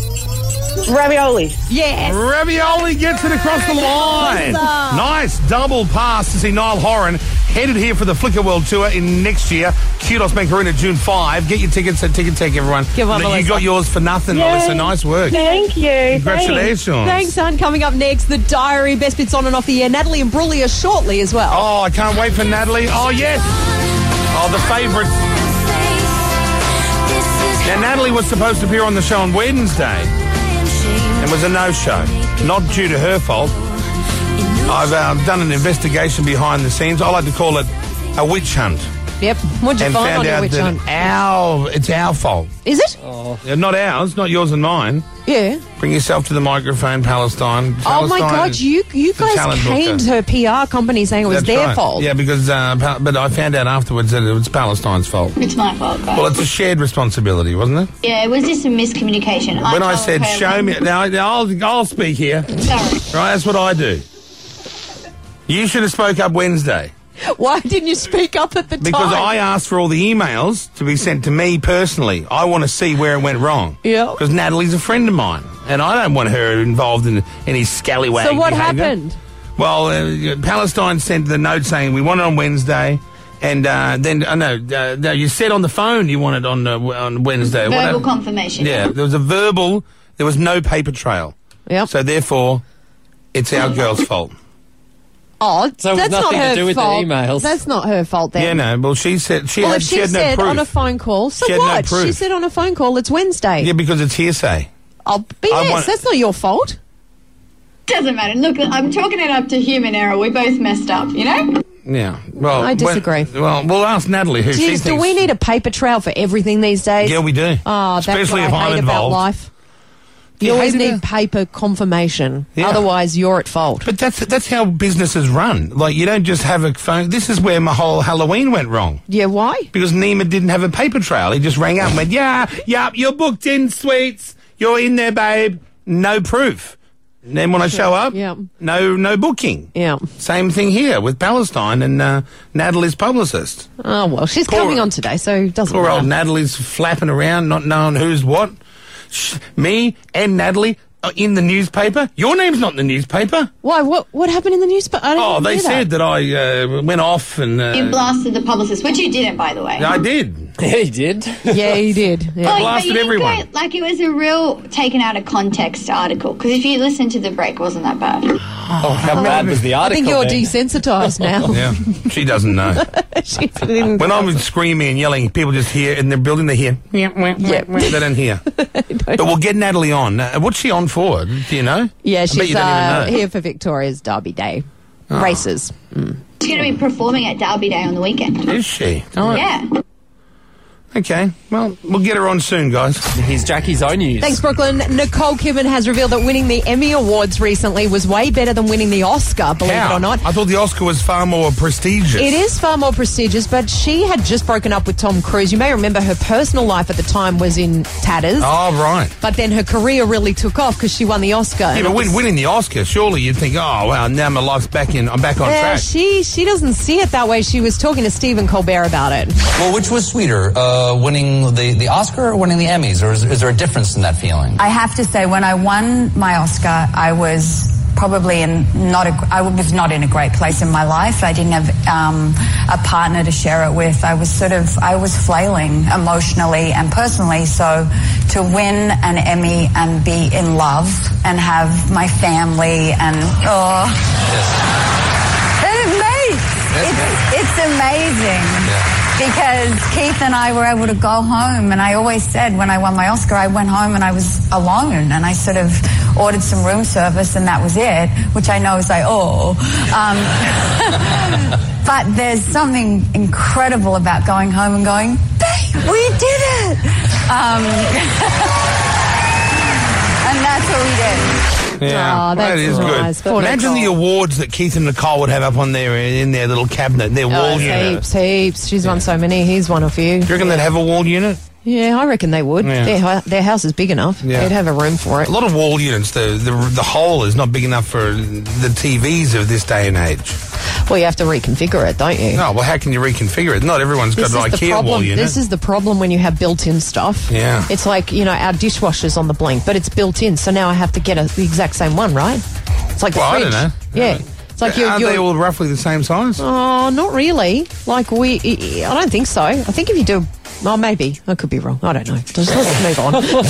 Speaker 28: Ravioli.
Speaker 8: Yes.
Speaker 2: Ravioli gets it across the line.
Speaker 8: Melissa.
Speaker 2: Nice double pass to see Niall Horan headed here for the Flickr World Tour in next year. Kudos Bankarina, June 5. Get your tickets at Ticket Tech, everyone.
Speaker 8: Give one,
Speaker 2: Look, you
Speaker 8: Melissa.
Speaker 2: got yours for nothing, Melissa. Nice work.
Speaker 28: Thank you.
Speaker 2: Congratulations.
Speaker 8: Thanks, hon. Coming up next, the diary, best bits on and off the air. Natalie and Brulia shortly as well.
Speaker 2: Oh, I can't wait for Natalie. Oh, yes. Oh, the favourite. Now, Natalie was supposed to appear on the show on Wednesday and was a no show. Not due to her fault. I've uh, done an investigation behind the scenes. I like to call it a witch hunt.
Speaker 8: Yep. What'd you
Speaker 2: and
Speaker 8: find on
Speaker 2: found
Speaker 8: your
Speaker 2: out
Speaker 8: witch
Speaker 2: that
Speaker 8: hunt?
Speaker 2: our, it's our fault.
Speaker 8: Is it?
Speaker 2: Yeah, Not ours, not yours and mine.
Speaker 8: Yeah.
Speaker 2: Bring yourself to the microphone, Palestine.
Speaker 8: Oh my
Speaker 2: Palestine
Speaker 8: God!
Speaker 2: is-
Speaker 8: You you
Speaker 2: the
Speaker 8: guys
Speaker 2: talent
Speaker 8: caned
Speaker 2: booker.
Speaker 8: her PR company saying it was
Speaker 2: That's
Speaker 8: their
Speaker 2: right.
Speaker 8: fault.
Speaker 2: Yeah, because uh, Pal- but I found out afterwards that it was Palestine's fault.
Speaker 8: Oh,
Speaker 5: It's my fault, guys.
Speaker 2: Well, it's a shared responsibility, wasn't it?
Speaker 5: yeah, it was just a miscommunication.
Speaker 2: when I
Speaker 5: told
Speaker 2: said
Speaker 5: her
Speaker 2: show
Speaker 5: when-
Speaker 2: me, now, now I'll, I'll speak here.
Speaker 5: Sorry.
Speaker 2: Right, that's what I do. You should have spoke up Wednesday
Speaker 8: Why didn't you speak up at the
Speaker 2: because
Speaker 8: time?
Speaker 2: I asked for all the emails to be sent to me personally. I want to see where it went wrong.
Speaker 8: Yeah.
Speaker 2: Because Natalie's a friend of mine, and I don't want her involved in any scallywag.
Speaker 8: So what
Speaker 2: behaviour.
Speaker 8: happened?
Speaker 2: Well, uh, Palestine sent the note saying we want it on Wednesday, and uh, then I know uh, no, you said on the phone you want it on uh, on Wednesday. What
Speaker 5: verbal
Speaker 2: hap-
Speaker 5: confirmation.
Speaker 2: Yeah, there was a verbal. There was no paper trail. Yeah. So therefore, it's our girl's fault.
Speaker 8: Oh,
Speaker 2: So it was
Speaker 8: that's not
Speaker 2: nothing to
Speaker 8: her
Speaker 2: do with the
Speaker 8: fault.
Speaker 2: emails.
Speaker 8: That's not her fault. Then.
Speaker 2: Yeah, no. Well, she said she
Speaker 8: well,
Speaker 2: had,
Speaker 8: if she,
Speaker 2: had
Speaker 8: said
Speaker 2: no proof.
Speaker 8: on a phone call, so
Speaker 2: She had no
Speaker 8: what? she
Speaker 2: proof.
Speaker 8: said on a phone call, it's Wednesday.
Speaker 2: yeah, because it's hearsay.
Speaker 8: Oh, but
Speaker 2: I
Speaker 8: yes,
Speaker 2: want-
Speaker 8: that's not your fault.
Speaker 5: Doesn't matter. Look, I'm chalking it up to human error. We both messed up, you know?
Speaker 2: Yeah. Well,
Speaker 8: I
Speaker 2: when-
Speaker 8: disagree.
Speaker 2: well, we'll ask Natalie who she
Speaker 8: Jeez,
Speaker 2: thinks.
Speaker 8: do we need a paper trail for everything these days?
Speaker 2: yeah, we do.
Speaker 8: Oh, that's
Speaker 2: Especially
Speaker 8: what
Speaker 2: if
Speaker 8: I
Speaker 2: I'm
Speaker 8: hate about
Speaker 2: involved.
Speaker 8: life.
Speaker 2: Do
Speaker 8: You,
Speaker 2: you
Speaker 8: always
Speaker 2: hate it
Speaker 8: need paper confirmation.
Speaker 2: Yeah.
Speaker 8: Otherwise, you're at fault.
Speaker 2: But that's that's how businesses run. Like you don't just have a phone. This is where my whole Halloween went wrong
Speaker 8: Yeah, why?
Speaker 2: because Nima didn't have a paper trail. He just rang up and went, "Yeah, yeah, you're booked in, sweets. You're in there, babe. No proof." And then when I show up,
Speaker 8: Yeah.
Speaker 2: no no booking.
Speaker 8: Yeah.
Speaker 2: Same thing here with Palestine and uh, Natalie's publicist.
Speaker 8: Oh, well, she's
Speaker 2: Poor-
Speaker 8: coming on today, so it doesn't
Speaker 2: Poor
Speaker 8: matter.
Speaker 2: old Natalie's flapping around, not knowing who's what. Sh- me and Natalie are in the newspaper. Your name's not in the newspaper.
Speaker 8: Why? What What happened in the newspaper? I don't
Speaker 2: Oh,
Speaker 8: even
Speaker 2: they
Speaker 8: hear that.
Speaker 2: said that I uh, went off and. Uh,
Speaker 5: you blasted the publicist, which you didn't, by the way.
Speaker 2: I did. Oh, Yeah, he did.
Speaker 8: Yeah, he did. Yeah.
Speaker 5: Well, but
Speaker 2: blasted
Speaker 5: Oh, you didn't
Speaker 2: everyone.
Speaker 5: go- like it was a real taken out of context article. Because if you listened to the break, it wasn't that bad.
Speaker 2: Oh, how bad was the
Speaker 8: I think you're desensitized now.
Speaker 2: Yeah, she doesn't know.
Speaker 8: she didn't.
Speaker 2: When I'm screaming and yelling, people just hear in the building. They hear.
Speaker 8: Yeah.
Speaker 2: They don't hear. but we'll get Natalie on. Uh, what's she on for? Do you know?
Speaker 8: Yeah,
Speaker 2: I bet
Speaker 8: she's
Speaker 2: you don't
Speaker 8: uh,
Speaker 2: even know. Oh.
Speaker 8: here for Victoria's Derby Day races.
Speaker 5: She's going to be performing at Derby Day on the weekend.
Speaker 2: Is she? All right.
Speaker 5: Yeah.
Speaker 2: Okay. Well, we'll get her on soon, guys. He's Jackie's own news.
Speaker 8: Thanks, Brooklyn. Nicole Kidman has revealed that winning the Emmy Awards recently was way better than winning the Oscar, believe it or not.
Speaker 2: I thought the Oscar was far more prestigious.
Speaker 8: It is far more prestigious, but she had just broken up with Tom Cruise. You may remember her personal life at the time was in tatters.
Speaker 2: Oh, right.
Speaker 8: But then her career really took off because she won the Oscar.
Speaker 2: Yeah, but win, winning the Oscar, surely you'd think, oh wow, now my life's back in. I'm back on
Speaker 8: Yeah,
Speaker 2: track.
Speaker 8: she she doesn't see it that way. She was talking to Stephen Colbert about it.
Speaker 6: Well, which was sweeter, uh, winning the, the Oscar or winning the Emmys? Or is, is there a difference in that feeling?
Speaker 9: I have to say, when I won my Oscar, I was probably in not a, I was not in a great place in my life. I didn't have um, a partner to share it with. I was sort of I was flailing emotionally and personally. So to win an Emmy and be in love and have my family and oh, it makes it's, it's amazing. Because Keith and I were able to go home, and I always said when I won my Oscar, I went home and I was alone, and I sort of ordered some room service, and that was it, which I know is like, oh. Um, but there's something incredible about going home and going, babe, we did it! Um, and that's what we did.
Speaker 8: Oh,
Speaker 2: Yeah,
Speaker 9: Aw,
Speaker 2: that
Speaker 9: that's
Speaker 2: is
Speaker 9: nice,
Speaker 2: good.
Speaker 9: but
Speaker 2: Imagine the awards that Keith and Nicole would have up on their in their little cabinet, their
Speaker 8: Oh,
Speaker 2: wall unit.
Speaker 8: heaps, heaps. She's won so many. He's one of you. Do you
Speaker 2: reckon they'd have a wall unit?
Speaker 8: Yeah, I reckon they would.
Speaker 2: Yeah.
Speaker 8: Their, hu- their house is big enough.
Speaker 2: Yeah.
Speaker 8: They'd have a room for it.
Speaker 2: A lot of wall units. The, the the hole is not big enough for the TVs of this day and age.
Speaker 8: Well, you have to reconfigure it, don't you?
Speaker 2: No, well, how can you reconfigure it? Not everyone's
Speaker 8: This
Speaker 2: got an
Speaker 8: is, the
Speaker 2: IKEA wall
Speaker 8: problem.
Speaker 2: unit.
Speaker 8: this is the problem when you have built-in stuff.
Speaker 2: Yeah.
Speaker 8: It's like, you know, our dishwasher's on the blink, but it's built in, so now I have to get a, the exact same one, right? It's like
Speaker 2: Well, I
Speaker 8: a
Speaker 2: don't
Speaker 8: fridge.
Speaker 2: know.
Speaker 8: Yeah. It's like you're,
Speaker 2: Are
Speaker 8: you're
Speaker 2: they all roughly the same size?
Speaker 8: Oh, not really. Like we, I I don't think so. I think if you do, oh, maybe I could be wrong. I don't know. Just let's move on.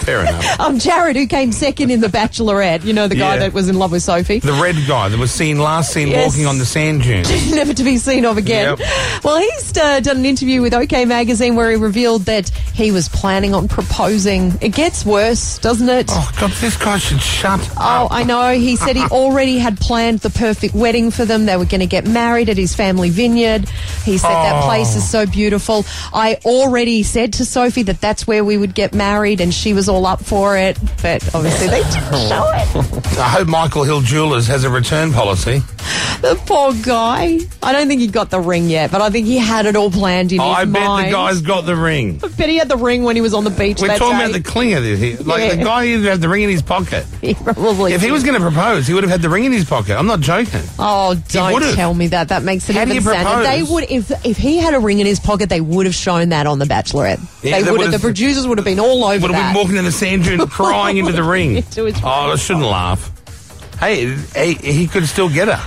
Speaker 2: Fair enough.
Speaker 8: I'm Jared, who came second in the Bachelorette. You know the guy
Speaker 2: Yeah.
Speaker 8: that was in love with Sophie.
Speaker 2: The red guy that was seen last seen
Speaker 8: Yes.
Speaker 2: walking on the sand dunes.
Speaker 8: Never to be seen of again. Well, he's uh, done an interview with OK Magazine where he revealed that he was planning on proposing. It gets worse, doesn't it?
Speaker 2: Oh, God, this guy should shut
Speaker 8: Oh, I know. He said he already had planned the perfect wedding for them. They were going to get married at his family vineyard. He said that
Speaker 11: Oh.
Speaker 8: place is so beautiful. I already said to Sophie that that's where we would get married, and she was all up for it. But obviously, they didn't show it.
Speaker 2: I hope Michael Hill Jewelers has a return policy.
Speaker 8: The poor guy. I don't think he got the ring yet, but I think he had it all planned in his
Speaker 2: Oh, I bet
Speaker 8: mind.
Speaker 2: the guy's got the ring.
Speaker 8: I bet he had the ring when he was on the beach.
Speaker 2: We're
Speaker 8: that
Speaker 2: talking
Speaker 8: day.
Speaker 2: about the clinger this here. Like the
Speaker 8: Yeah.
Speaker 2: guy who had the ring in his pocket.
Speaker 8: He probably
Speaker 2: If he
Speaker 8: did.
Speaker 2: was going to propose, he would have had the ring in his pocket. I'm not joking.
Speaker 8: Oh, don't
Speaker 2: would've.
Speaker 8: tell me that. That makes it
Speaker 2: How do
Speaker 8: even
Speaker 2: you
Speaker 8: sadder.
Speaker 2: propose?
Speaker 8: They would if if he had a ring in his pocket, they would have shown that on the Bachelorette.
Speaker 2: Yeah,
Speaker 8: they
Speaker 2: they
Speaker 8: would have. The
Speaker 2: would've-
Speaker 8: producers would have been all over
Speaker 2: Would have
Speaker 8: that.
Speaker 2: been walking in the sand dune crying into the ring.
Speaker 8: Into his
Speaker 2: oh, I shouldn't laugh. Hey, hey, he could still get her.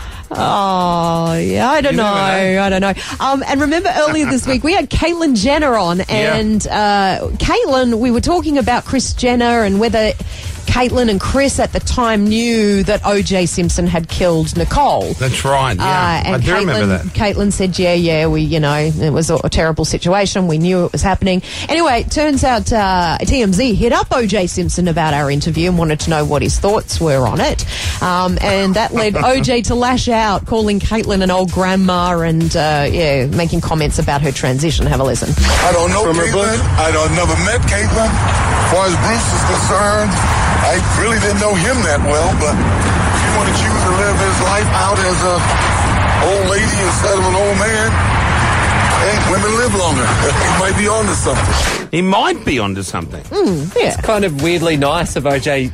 Speaker 8: Oh, yeah, I don't
Speaker 2: You
Speaker 8: know.
Speaker 2: never know.
Speaker 8: I don't know. Um, and remember earlier this week, we had Caitlyn Jenner on, and uh, Caitlyn, we were talking about Chris Jenner and whether Caitlyn and Chris at the time knew that OJ Simpson had killed Nicole.
Speaker 2: That's right. Yeah,
Speaker 8: Uh, and
Speaker 2: I do
Speaker 8: Caitlin,
Speaker 2: remember that.
Speaker 8: Caitlin said, "Yeah, yeah, we, you know, it was a, a terrible situation. We knew it was happening." Anyway, it turns out uh, TMZ hit up OJ Simpson about our interview and wanted to know what his thoughts were on it, um, and that led OJ to lash out, calling Caitlin an old grandma and uh, yeah, making comments about her transition. Have a listen.
Speaker 15: I don't know Caitlyn. I don't never met Caitlyn. As far as Bruce is concerned, I really didn't know him that well. But if you want to choose to live his life out as a old lady instead of an old man, hey, women live longer. you might be onto something.
Speaker 2: He might be onto something.
Speaker 8: Mm, yeah.
Speaker 7: It's kind of weirdly nice of OJ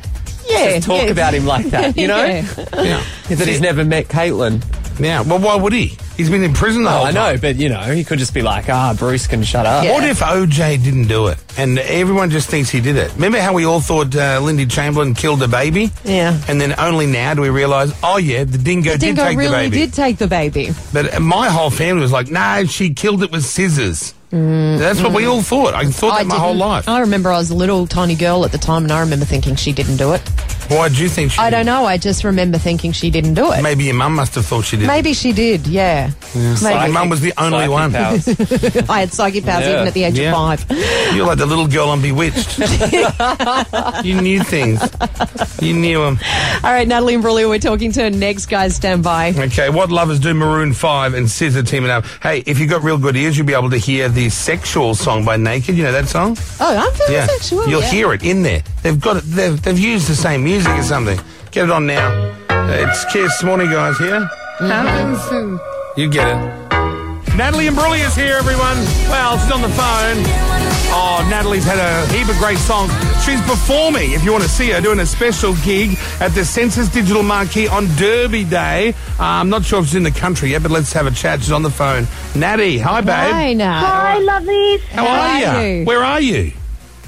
Speaker 8: Yeah,
Speaker 7: to talk
Speaker 8: yeah.
Speaker 7: about him like that, you know?
Speaker 8: Yeah.
Speaker 2: Yeah.
Speaker 7: That he's never met Caitlin.
Speaker 2: Yeah, well, why would he? He's been in prison the whole
Speaker 7: I know, but, you know, he could just be like, ah, Bruce can shut up.
Speaker 2: What if OJ didn't do it and everyone just thinks he did it? Remember how we all thought uh, Lindy Chamberlain killed a baby?
Speaker 8: Yeah.
Speaker 2: And then only now do we realise, oh yeah, the dingo
Speaker 8: The
Speaker 2: did
Speaker 8: dingo
Speaker 2: take the
Speaker 8: really
Speaker 2: baby.
Speaker 8: did take the baby.
Speaker 2: But uh, my whole family was like, nah, she killed it with scissors. That's what we all thought. I thought that my whole
Speaker 8: Mm. didn't-
Speaker 2: life.
Speaker 8: I remember I was a little tiny girl at the time, and I remember thinking she didn't do it.
Speaker 2: Why do you think she
Speaker 8: I
Speaker 2: did
Speaker 8: don't know. I just remember thinking she didn't do it.
Speaker 2: it? Maybe your mum must have thought she did
Speaker 8: Maybe she did, yeah.
Speaker 2: it. Yeah. My
Speaker 8: Maybe.
Speaker 2: mum was the only
Speaker 8: Psychic
Speaker 2: one.
Speaker 8: powers. I had psychic powers even at the age
Speaker 2: Yeah.
Speaker 8: of five.
Speaker 2: You're like the little girl on Bewitched. you knew things. You knew them.
Speaker 8: All right, Natalie and Brulia, we're talking to her next, guys. Stand by.
Speaker 2: Okay, what lovers do Maroon 5 and Scissor teaming up. Hey, if you've got real good ears, you'll be able to hear the sexual song by Naked. You know that song?
Speaker 8: Oh, I'm feeling sexual.
Speaker 2: You'll
Speaker 8: yeah.
Speaker 2: hear it in there. They've got it. They've, they've used the same music or something. Get it on now. It's Kiss. Morning, guys, here. You get it. Natalie and Brully is here, everyone. Well, she's on the phone. Oh, Natalie's had a heap of great songs. She's performing, if you want to see her, doing a special gig at the Census Digital Marquee on Derby Day. Uh, I'm not sure if she's in the country yet, but let's have a chat. She's on the phone. Natty, hi, babe.
Speaker 8: Hi, now.
Speaker 28: Hi, lovelies.
Speaker 2: How are you? Where are you?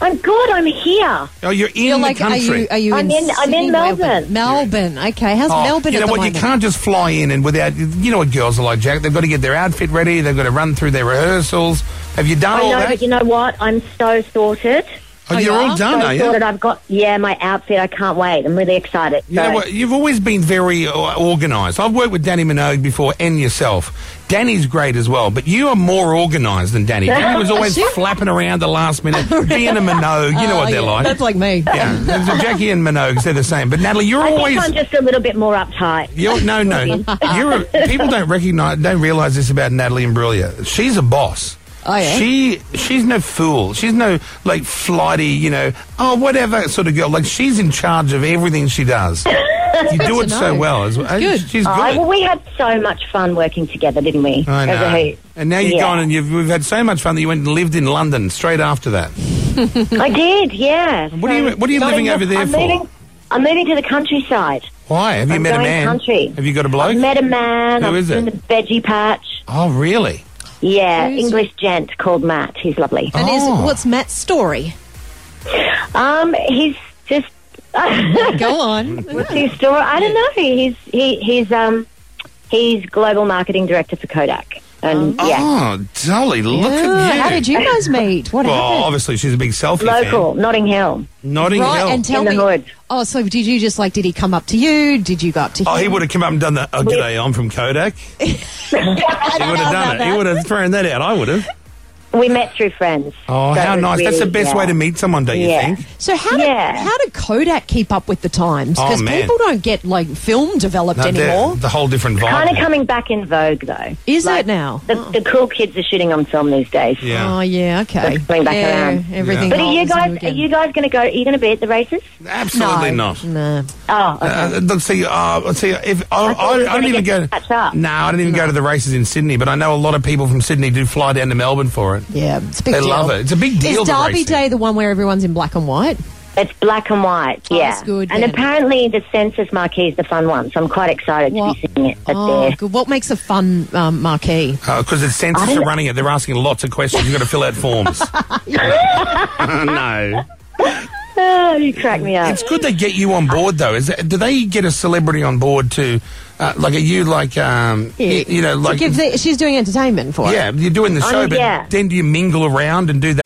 Speaker 24: I'm good. I'm here.
Speaker 2: Oh, you're in
Speaker 8: You're
Speaker 2: the
Speaker 8: like,
Speaker 2: country.
Speaker 8: Are you, are
Speaker 24: I'm
Speaker 8: you in,
Speaker 24: in- I'm in
Speaker 8: Sydney,
Speaker 24: Melbourne.
Speaker 8: Melbourne. Okay. How's
Speaker 2: Oh,
Speaker 8: Melbourne
Speaker 2: you know
Speaker 8: at the
Speaker 2: what?
Speaker 8: moment?
Speaker 2: You can't just fly in and without. You know what girls are like, Jack. They've got to get their outfit ready. They've got to run through their rehearsals. Have you done
Speaker 24: I
Speaker 2: all
Speaker 24: know,
Speaker 2: that?
Speaker 24: but you know what? I'm so sorted.
Speaker 2: Oh, you're all done,
Speaker 24: so
Speaker 2: are you?
Speaker 24: Sorted. I've got yeah, my outfit. I can't wait. I'm really excited.
Speaker 2: You know
Speaker 24: So-
Speaker 2: what? You've always been very uh, organised. I've worked with Danny Minogue before and yourself. Danny's great as well, but you are more organised than Danny. Danny was always flapping around the last minute, being a Minogue. You know
Speaker 24: Oh,
Speaker 2: what
Speaker 24: yeah,
Speaker 2: they're like.
Speaker 24: that's
Speaker 8: like me.
Speaker 2: Yeah. So Jackie and Minogues, they're the same. But Natalie, you're
Speaker 24: I
Speaker 2: always.
Speaker 24: think I'm just a little bit more uptight.
Speaker 2: You're, no, no. You're a, people don't recognize, don't realize this about Natalie Imbruglia. She's a boss.
Speaker 24: Oh, yeah?
Speaker 2: She she's no fool. She's no like flighty, you know, oh whatever sort of girl. Like she's in charge of everything she does. You do it so well as well. She's good.
Speaker 16: Oh, well, we had so much fun working together, didn't we?
Speaker 2: I
Speaker 16: As a
Speaker 2: know.
Speaker 16: hoot.
Speaker 2: And now you've
Speaker 16: Yeah.
Speaker 2: gone and you've we've had so much fun that you went and lived in London straight after that.
Speaker 16: I did, yeah.
Speaker 2: What are you- what are you living over there
Speaker 16: I'm
Speaker 2: for?
Speaker 16: Moving, I'm moving to the countryside.
Speaker 2: Why? Have you
Speaker 16: I'm
Speaker 2: met a
Speaker 16: going
Speaker 2: man?
Speaker 16: country.
Speaker 2: Have you got a bloke?
Speaker 16: I've met a man.
Speaker 2: Who
Speaker 16: I'm
Speaker 2: is it?
Speaker 16: In the veggie patch.
Speaker 2: Oh really?
Speaker 16: Yeah,
Speaker 8: Who's-
Speaker 16: English gent called Matt. He's lovely.
Speaker 8: And
Speaker 2: Oh.
Speaker 8: is, what's Matt's story?
Speaker 16: Um, he's just.
Speaker 8: Go on.
Speaker 16: What's his story? I don't know. He's he he's um he's global marketing director for Kodak. And yeah.
Speaker 2: Oh, Dolly, look at you.
Speaker 8: How did you guys meet? What
Speaker 2: well,
Speaker 8: happened?
Speaker 2: obviously she's a big selfie
Speaker 16: Local,
Speaker 2: fan.
Speaker 16: Notting Hill.
Speaker 2: Notting
Speaker 8: right,
Speaker 2: Hill.
Speaker 8: and tell me. Oh, so did you just like? Did he come up to you? Did you go up to
Speaker 2: Oh,
Speaker 8: him?
Speaker 2: he would have come up and done that. Oh, g'day, I'm from Kodak. he would have done it. He would have thrown that out. I would have.
Speaker 16: We met through friends.
Speaker 2: Oh,
Speaker 16: So it
Speaker 2: how
Speaker 16: was
Speaker 2: nice. That's the
Speaker 16: really-
Speaker 2: best
Speaker 16: yeah.
Speaker 2: way to meet someone, don't
Speaker 16: Yeah.
Speaker 2: you think?
Speaker 8: So how did how did Kodak keep up with the times?
Speaker 2: Oh,
Speaker 8: Because
Speaker 2: man.
Speaker 8: people don't get like film developed
Speaker 2: No, they're-
Speaker 8: anymore.
Speaker 2: the whole different vibe.
Speaker 16: Kind of coming back in vogue, though.
Speaker 8: Is it now?
Speaker 16: The, the cool kids are shooting on film these days.
Speaker 8: Oh yeah, okay.
Speaker 16: That's coming back
Speaker 8: yeah,
Speaker 16: around.
Speaker 8: Everything.
Speaker 16: But are you
Speaker 8: rolls new
Speaker 16: guys? Are
Speaker 8: again.
Speaker 16: you guys going to go? Are you going to be at the races?
Speaker 2: Absolutely not.
Speaker 8: No.
Speaker 16: Oh, okay.
Speaker 2: Uh, look, see, uh, see, if I, I,
Speaker 16: we were
Speaker 2: I don't
Speaker 16: gonna
Speaker 2: even go. No, I don't even go to the races in Sydney, but I know a lot of people from Sydney do fly down to Melbourne for it.
Speaker 8: Yeah, it's a big
Speaker 2: They
Speaker 8: deal.
Speaker 2: love it. It's a big deal.
Speaker 8: Is
Speaker 2: the
Speaker 8: Derby
Speaker 2: racing.
Speaker 8: Day the one where everyone's in black and white?
Speaker 16: It's black and white.
Speaker 8: Oh,
Speaker 16: yeah,
Speaker 8: that's good
Speaker 16: And
Speaker 8: then.
Speaker 16: apparently, the census marquee is the fun one, so I'm quite excited
Speaker 8: What?
Speaker 16: to be seeing it up
Speaker 8: Oh,
Speaker 16: there.
Speaker 8: good. What makes a fun um, marquee?
Speaker 2: Because Uh, it's
Speaker 8: I
Speaker 2: census
Speaker 8: don't-
Speaker 2: are running it. They're asking lots of questions. You've got to fill out forms. no.
Speaker 16: Oh, you crack me up.
Speaker 2: It's good they get you on board, though. Is that, do they get a celebrity on board to, uh, like, are you like, um, y- you, know, like,
Speaker 8: to give the, she's doing entertainment for
Speaker 2: yeah,
Speaker 8: it.
Speaker 2: you're doing the
Speaker 8: Oh,
Speaker 2: show, but
Speaker 8: yeah.
Speaker 2: then do you mingle around and do that?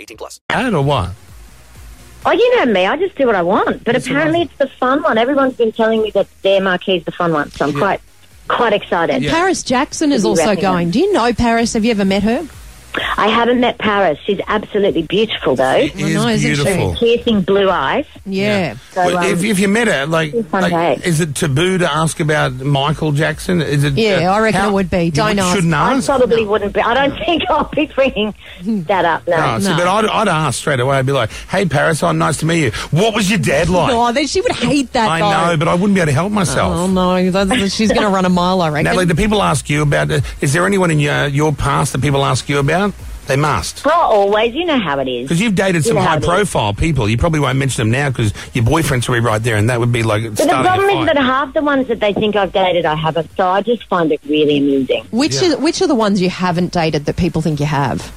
Speaker 18: 18 plus.
Speaker 2: That or what?
Speaker 16: Oh, you know me. I just do what I want. But apparently, it's the fun one. Everyone's been telling me that their marquee is the fun one, so I'm quite quite excited.
Speaker 8: And Paris Jackson is
Speaker 16: Be
Speaker 8: also
Speaker 16: wrapping
Speaker 8: going.
Speaker 16: up.
Speaker 8: Do you know Paris? Have you ever met her?
Speaker 16: I haven't met Paris. She's absolutely beautiful, though. She
Speaker 2: is know, isn't she? beautiful.
Speaker 16: Piercing blue eyes.
Speaker 8: Yeah.
Speaker 16: So,
Speaker 2: Well,
Speaker 16: um,
Speaker 2: if, if you met her, like, like, is it taboo to ask about Michael Jackson? Is it? uh,
Speaker 16: Yeah, I reckon it would
Speaker 8: be.
Speaker 2: you
Speaker 8: Don't
Speaker 2: wouldn't-
Speaker 8: ask.
Speaker 2: Shouldn't
Speaker 16: I
Speaker 2: ask.
Speaker 16: probably wouldn't be. I don't think I'll be bringing that up. No,
Speaker 2: No, see, but I'd, I'd ask straight away. I'd be like, "Hey, Paris, oh, nice to meet you. What was your dad like?"
Speaker 8: Oh, then she would hate that.
Speaker 2: I
Speaker 8: though.
Speaker 2: know, but I wouldn't be able to help myself.
Speaker 8: Oh no, that's- she's going to run a mile, I reckon.
Speaker 2: Natalie, do people ask you about? Uh, is there anyone in your your past that people ask you about? They must.
Speaker 16: Not always. You know how it is.
Speaker 2: Because you've dated
Speaker 16: You
Speaker 2: some
Speaker 16: know how
Speaker 2: high
Speaker 16: it is.
Speaker 2: profile people. You probably won't mention them now because your boyfriend's will be right there, and that would be like
Speaker 16: But the
Speaker 2: starting
Speaker 16: problem
Speaker 2: a
Speaker 16: is
Speaker 2: fight.
Speaker 16: that half the ones that they think I've dated, I haven't. So I just find it really amusing.
Speaker 8: Which is which are the ones you haven't dated that people think you have?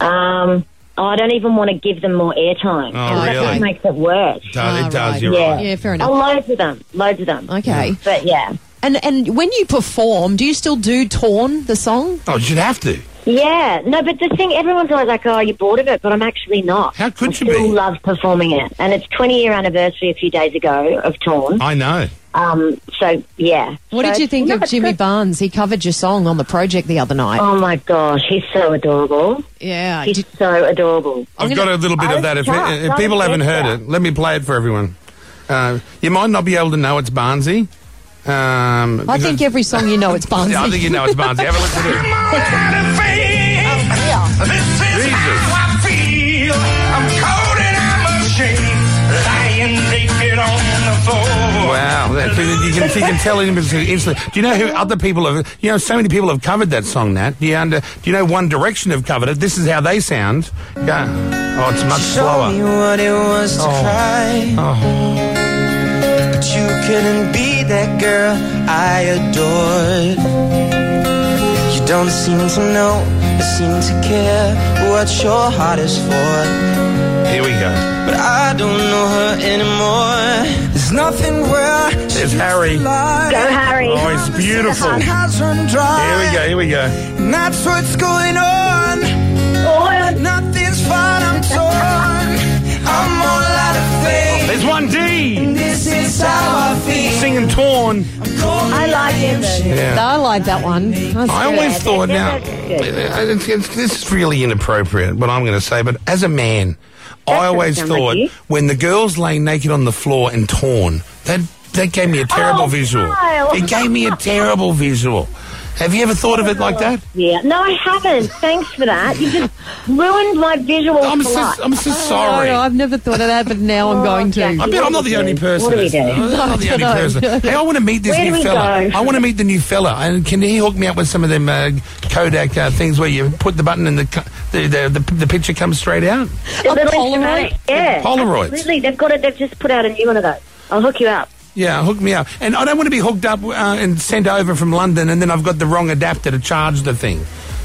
Speaker 16: Um, I don't even want to give them more airtime.
Speaker 8: Oh,
Speaker 16: That
Speaker 8: really?
Speaker 16: just makes it worse.
Speaker 8: Does- it Ah, does, right. you're
Speaker 16: yeah.
Speaker 8: right. Yeah, fair enough.
Speaker 16: Oh, loads of them. Loads of them.
Speaker 8: Okay. Yeah.
Speaker 16: But yeah.
Speaker 8: And and when you perform, do you still do "Torn" the song?
Speaker 2: Oh, you'd have to.
Speaker 16: Yeah, no, but the thing, everyone's always like, oh, you're bored of it, but I'm actually not.
Speaker 2: How could
Speaker 16: I you still love performing it. And it's 20 year anniversary a few days ago of Torn.
Speaker 2: I know.
Speaker 16: Um, so, yeah.
Speaker 8: What did
Speaker 16: So-
Speaker 8: you think
Speaker 16: No,
Speaker 8: of
Speaker 16: it's
Speaker 8: Jimmy
Speaker 16: good.
Speaker 8: Barnes? He covered your song on the project the other night.
Speaker 16: Oh, my gosh, he's so adorable.
Speaker 8: Yeah.
Speaker 16: He's so adorable.
Speaker 2: I've got a little bit of that. If, if people haven't heard it, let me play it for everyone. Uh, you might not be able to know it's Barnsey. Um,
Speaker 8: I
Speaker 2: because-
Speaker 8: think every song you know it's Barnes.
Speaker 2: Yeah, I think you know it's Barnsey. Have a listen to it.
Speaker 5: Oh,
Speaker 4: This is how I feel. I'm cold and
Speaker 2: Oh, that, so that you can you can tell him it's instantly. Do you know who other people have? You know, so many people have covered that song. Nat, do you under? Do you know One Direction have covered it? This is how they sound. Go. Oh, it's much slower.
Speaker 4: Show me what it was to
Speaker 2: Oh,
Speaker 4: cry. But you couldn't be that girl I adored. You don't seem to know or seem to care what your heart is for.
Speaker 2: Here we go.
Speaker 4: But I don't know her anymore. There's nothing where
Speaker 2: There's Harry.
Speaker 4: Go, Harry.
Speaker 2: Oh, it's beautiful.
Speaker 4: has run dry.
Speaker 2: Here we go. Here we go.
Speaker 4: And that's what's going on. Nothing's fine, I'm torn. I'm all out of faith.
Speaker 2: There's one D.
Speaker 4: This is how I feel.
Speaker 2: Singing torn.
Speaker 4: I like it.
Speaker 2: Yeah.
Speaker 8: I like that one. That's
Speaker 2: I
Speaker 8: good.
Speaker 2: always thought now, it's, it's, this is really inappropriate what I'm going to say, but as a man, I always
Speaker 4: sound like
Speaker 2: thought
Speaker 4: you.
Speaker 2: when the girls lay naked on the floor and torn, that that gave me a terrible
Speaker 16: Oh,
Speaker 2: visual.
Speaker 16: Kyle.
Speaker 2: It gave me a terrible visual. Have you ever thought of it like that?
Speaker 16: Yeah. No, I haven't. Thanks for that. You just ruined my visual.
Speaker 2: I'm so-
Speaker 16: collage.
Speaker 2: I'm so
Speaker 8: Oh, no, I've never thought of that, but now
Speaker 16: Oh,
Speaker 8: I'm going to.
Speaker 2: I bet I'm not the only person.
Speaker 8: What do we do?
Speaker 2: I'm not the only
Speaker 8: I don't
Speaker 2: person.
Speaker 8: know.
Speaker 2: Hey, I want to meet this
Speaker 8: Where do
Speaker 2: new
Speaker 8: we
Speaker 2: fella.
Speaker 8: go?
Speaker 2: I want to meet the new fella. And can he hook me up with some of them uh, Kodak uh, things where you put the button and the co- the, the, the, the picture comes straight out?
Speaker 16: A little Polaroid. Yeah.
Speaker 2: Polaroids.
Speaker 16: Absolutely. They've got it. They've just put out a new one of those. I'll hook you up.
Speaker 2: Yeah, hook me up. And I don't want to be hooked up uh, and sent over from London and then I've got the wrong adapter to charge the thing.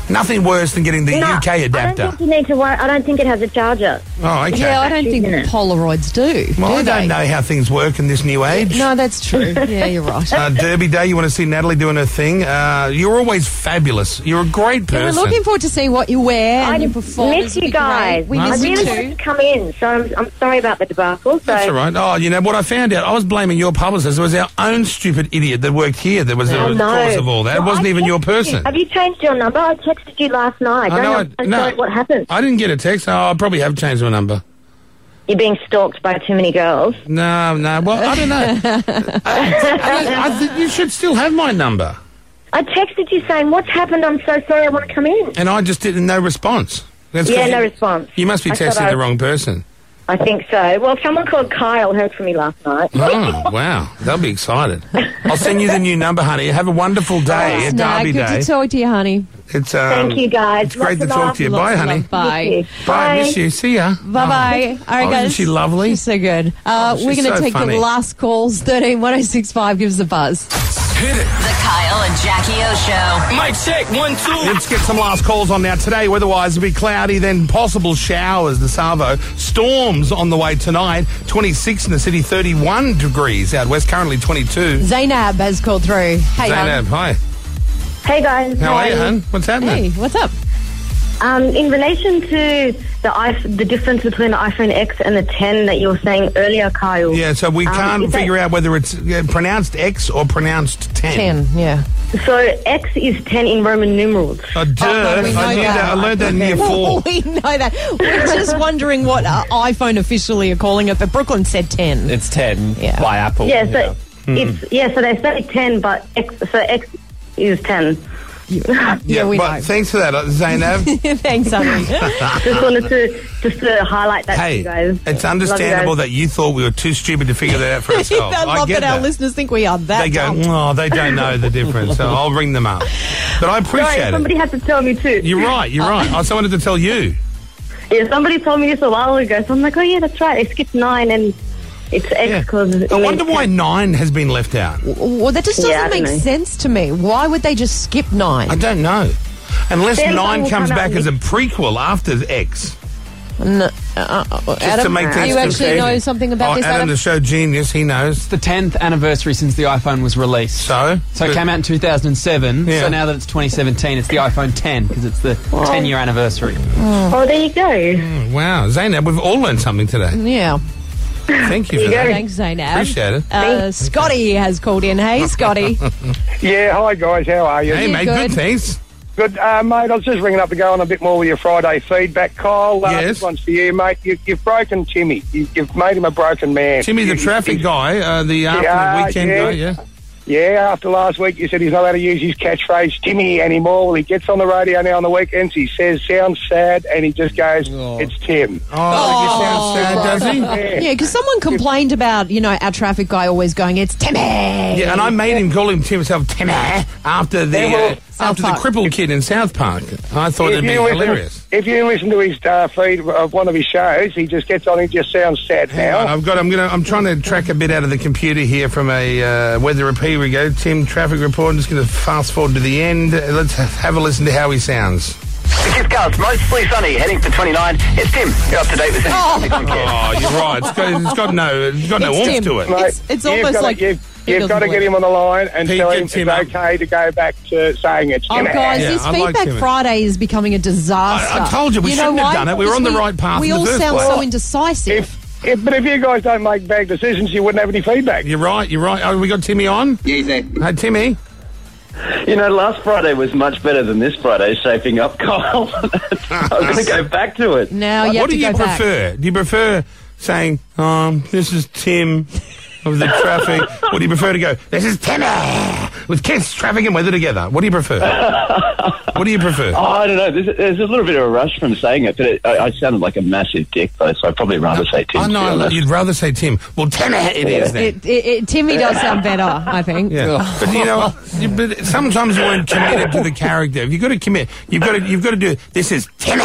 Speaker 2: Nothing worse than getting the
Speaker 16: No,
Speaker 2: UK
Speaker 16: I
Speaker 2: adapter.
Speaker 16: don't think you need to worry. I don't think it has a charger.
Speaker 2: Oh, okay.
Speaker 8: Yeah, I don't think
Speaker 16: Isn't it?
Speaker 8: Polaroids do.
Speaker 2: Well,
Speaker 8: do
Speaker 2: I don't
Speaker 8: they?
Speaker 2: know how things work in this new age.
Speaker 8: No, that's true. Yeah, you're right.
Speaker 2: Uh, Derby Day, you want to see Natalie doing her thing. Uh, you're always fabulous. You're a great
Speaker 8: We're
Speaker 2: person.
Speaker 8: looking forward to seeing what you wear and your performance.
Speaker 16: miss
Speaker 8: It'll be
Speaker 16: you
Speaker 8: great.
Speaker 16: guys.
Speaker 8: We
Speaker 16: I
Speaker 8: miss you
Speaker 16: really
Speaker 8: too.
Speaker 16: wanted to come in, so I'm, I'm sorry about the debacle. So
Speaker 2: That's all right. Oh, you know what I found out? I was blaming your publicist. It was our own stupid idiot that worked here that was
Speaker 16: Oh,
Speaker 2: the
Speaker 16: no.
Speaker 2: cause of all that. It
Speaker 16: Well,
Speaker 2: wasn't
Speaker 16: I
Speaker 2: even your
Speaker 16: texted
Speaker 2: person.
Speaker 16: you. Have you changed your number? I texted you last night.
Speaker 2: I know
Speaker 16: I don't
Speaker 2: I- no.
Speaker 16: understand what happened.
Speaker 2: I didn't get a text. Oh, I probably have changed my number.
Speaker 16: You're being stalked by too many girls.
Speaker 2: No, no. Well, I don't know. I, I think you should still have my number.
Speaker 16: I texted you saying, "What's happened? I'm so sorry. I want to come in."
Speaker 2: And I just didn't, no response. That's
Speaker 16: yeah,
Speaker 2: 'cause
Speaker 16: no
Speaker 2: you,
Speaker 16: response.
Speaker 2: You must be
Speaker 16: I thought
Speaker 2: texting
Speaker 16: I-
Speaker 2: the wrong person.
Speaker 16: I think so. Well, someone called Kyle heard from me last night.
Speaker 2: Oh, wow. They'll be excited. I'll send you the new number, honey. Have a wonderful day at
Speaker 8: Nah,
Speaker 2: Derby
Speaker 8: good
Speaker 2: Day.
Speaker 8: to talk to you, honey.
Speaker 2: It's, um,
Speaker 8: Thank you, guys.
Speaker 2: It's great
Speaker 8: Lots
Speaker 2: to
Speaker 8: of
Speaker 2: talk
Speaker 8: love.
Speaker 2: to you.
Speaker 8: Lots
Speaker 2: Bye,
Speaker 8: of
Speaker 2: honey.
Speaker 8: love. Bye.
Speaker 2: Bye.
Speaker 8: Bye.
Speaker 2: Miss you. See ya.
Speaker 8: Bye bye. All right,
Speaker 2: Oh,
Speaker 8: guys.
Speaker 2: isn't she lovely?
Speaker 8: She's so good. Uh,
Speaker 2: Oh,
Speaker 8: we're
Speaker 2: she's
Speaker 8: going to
Speaker 2: so
Speaker 8: take
Speaker 2: funny.
Speaker 8: the last calls. oh 13 1065 gives a buzz.
Speaker 29: The Kyle and Jackie O Show.
Speaker 2: Mike, check one, two. Let's get some last calls on now. Today, weather-wise, it'll be cloudy, then possible showers. The Savo storms on the way tonight. 26 in the city, 31 degrees out west. Currently 22.
Speaker 8: Zainab has called through. Hey, hon.
Speaker 2: Zainab, hi.
Speaker 16: Hey guys,
Speaker 2: How are you, hun? What's
Speaker 8: Hey,
Speaker 2: happening?
Speaker 8: what's up?
Speaker 16: Um, in relation to the iPhone, the difference between the iPhone X and the 10 that you were saying earlier, Kyle.
Speaker 2: Yeah, so we
Speaker 16: um,
Speaker 2: can't
Speaker 16: is that-
Speaker 2: figure out whether it's uh, pronounced X or pronounced 10.
Speaker 8: yeah.
Speaker 16: So X is 10 in Roman numerals.
Speaker 2: Oh, duh.
Speaker 8: Oh, we know
Speaker 2: I, knew that.
Speaker 8: that.
Speaker 2: I learned that in year four.
Speaker 8: we know that. We're just wondering what uh, iPhone officially are calling it, but Brooklyn said 10.
Speaker 30: It's 10 by Apple.
Speaker 16: Yeah,
Speaker 30: you
Speaker 16: so
Speaker 30: know.
Speaker 2: Hmm.
Speaker 16: it's yeah, so they say 10, but X, so X is 10.
Speaker 2: Yeah, well, thanks for that, uh, Zainab.
Speaker 8: Thanks, honey.
Speaker 16: just wanted to just to highlight that to
Speaker 2: hey,
Speaker 16: you guys.
Speaker 2: it's understandable that you thought we were too stupid to figure that out for
Speaker 8: I
Speaker 2: ourselves. I
Speaker 8: love
Speaker 2: get
Speaker 8: that our
Speaker 2: that.
Speaker 8: listeners think we are that
Speaker 2: they go,
Speaker 8: dumb.
Speaker 2: oh, they don't know the difference. so I'll ring them up. But I appreciate
Speaker 16: Sorry,
Speaker 2: it.
Speaker 16: somebody had to tell me too.
Speaker 2: You're right. You're right. I also wanted to tell you.
Speaker 16: Yeah, somebody told me this a while ago, so I'm like, oh yeah, that's right. It skipped nine and it's X because it
Speaker 2: I
Speaker 16: means
Speaker 2: wonder why nine has been left out.
Speaker 8: Well, that just doesn't
Speaker 16: Yeah, I
Speaker 8: make
Speaker 16: don't know.
Speaker 8: sense to me. Why would they just skip nine?
Speaker 2: I don't know. Unless
Speaker 8: Then I
Speaker 2: nine
Speaker 8: will
Speaker 2: comes
Speaker 8: come out
Speaker 2: back as a prequel after X.
Speaker 8: No, uh, uh, Adam,
Speaker 2: to make
Speaker 8: do
Speaker 2: things
Speaker 8: you actually
Speaker 2: confusing.
Speaker 8: know something about
Speaker 2: Oh,
Speaker 8: this,
Speaker 2: Adam,
Speaker 8: Adam?
Speaker 2: the show genius, he knows.
Speaker 7: It's the 10th anniversary since the iPhone was released.
Speaker 2: So?
Speaker 7: So it came out in 2007.
Speaker 2: Yeah.
Speaker 7: So now that it's 2017, it's the iPhone 10 because it's the
Speaker 8: Oh.
Speaker 7: 10 year anniversary.
Speaker 16: Oh, there you go.
Speaker 2: Hmm, Wow, Zainab, we've all learned something today.
Speaker 8: Yeah.
Speaker 2: Thank you for that.
Speaker 8: Thanks, Zainab.
Speaker 2: Appreciate it.
Speaker 8: Uh, Scotty has called in. Hey, Scotty.
Speaker 31: Yeah, hi guys, how are you?
Speaker 8: Hey, Yeah, mate, good, good.
Speaker 2: thanks.
Speaker 31: Good, uh, mate. I was just ringing up to go on a bit more with your Friday feedback, Kyle. Uh,
Speaker 2: Yes.
Speaker 31: This one's for you, mate. You, you've broken Timmy. You, you've made him a broken man.
Speaker 2: Timmy, the
Speaker 31: You-
Speaker 2: traffic guy, uh, the afternoon
Speaker 31: Yeah,
Speaker 2: weekend
Speaker 31: yeah.
Speaker 2: guy, yeah.
Speaker 19: Yeah, after last week, you said he's not allowed to use his catchphrase Timmy anymore. Well, he gets on the radio now on the weekends. He says, sounds sad, and he just goes, it's Tim.
Speaker 2: Oh,
Speaker 19: he sounds sad, does he?
Speaker 8: Yeah, because someone complained about, you know, our traffic guy always going, it's Timmy.
Speaker 2: Yeah, and I made him call him to himself Timmy after the
Speaker 19: Yeah, well,
Speaker 2: uh, after the crippled kid in South Park. I thought it'd be
Speaker 19: listen,
Speaker 2: hilarious.
Speaker 19: If you listen to his uh, feed of one of his shows, he just gets on and just sounds sad
Speaker 2: Hang
Speaker 19: now.
Speaker 2: on, I've got. I'm gonna. I'm trying to track a bit out of the computer here from a uh, weather report. Here we go. Tim, traffic report. I'm just gonna fast forward to the end. Uh, Let's have a listen to how he sounds.
Speaker 12: It is cars, mostly sunny, heading for 29. It's Tim. You're up to date with it.
Speaker 2: Oh, you're right. It's got, it's got no. It's got no
Speaker 19: It's
Speaker 2: oomph
Speaker 19: Tim.
Speaker 2: to it.
Speaker 19: Mate, It's- it's you've almost gotta- like you've- he you've gotta doesn't get him on the line and tell him it's okay to go back to saying it's
Speaker 8: Oh,
Speaker 19: Timmy.
Speaker 8: guys, this Feedback Friday is becoming a disaster.
Speaker 19: I- I told you we
Speaker 8: know
Speaker 19: shouldn't have
Speaker 8: why?
Speaker 19: done it. We were
Speaker 8: Because
Speaker 19: on the right path
Speaker 8: We
Speaker 19: in the
Speaker 8: all
Speaker 19: first
Speaker 8: sound
Speaker 19: place.
Speaker 8: so indecisive.
Speaker 19: If, but if you guys don't make bad decisions, you wouldn't have any feedback.
Speaker 2: You're right. You're right. Oh, we got Timmy on.
Speaker 12: Yeah, he's there.
Speaker 2: Hey, Timmy.
Speaker 18: You know, last Friday was much better than this Friday, shaping up, Kyle. I'm going to go back to it.
Speaker 8: Now you have
Speaker 2: what
Speaker 8: to
Speaker 2: do you
Speaker 8: go back.
Speaker 2: prefer? Do you prefer saying, um, this is Tim of the traffic? or do you prefer to go, this is Timmy with kids, traffic, and weather together? What do you prefer? what do you prefer?
Speaker 18: Oh, I don't know. There's, there's a little bit of a rush from saying it, but it, I, I sounded like a massive dick, though, so I'd probably rather say Tim.
Speaker 2: I know
Speaker 18: to be honest.
Speaker 2: you'd rather say Tim. Well, Timmy it is then.
Speaker 8: It, Oh. it, it, Timmy does sound better, I think.
Speaker 2: Yeah. but you know, you- but sometimes you weren't committed to the character. If you've got to commit, you've got to you've got to do this is Timmy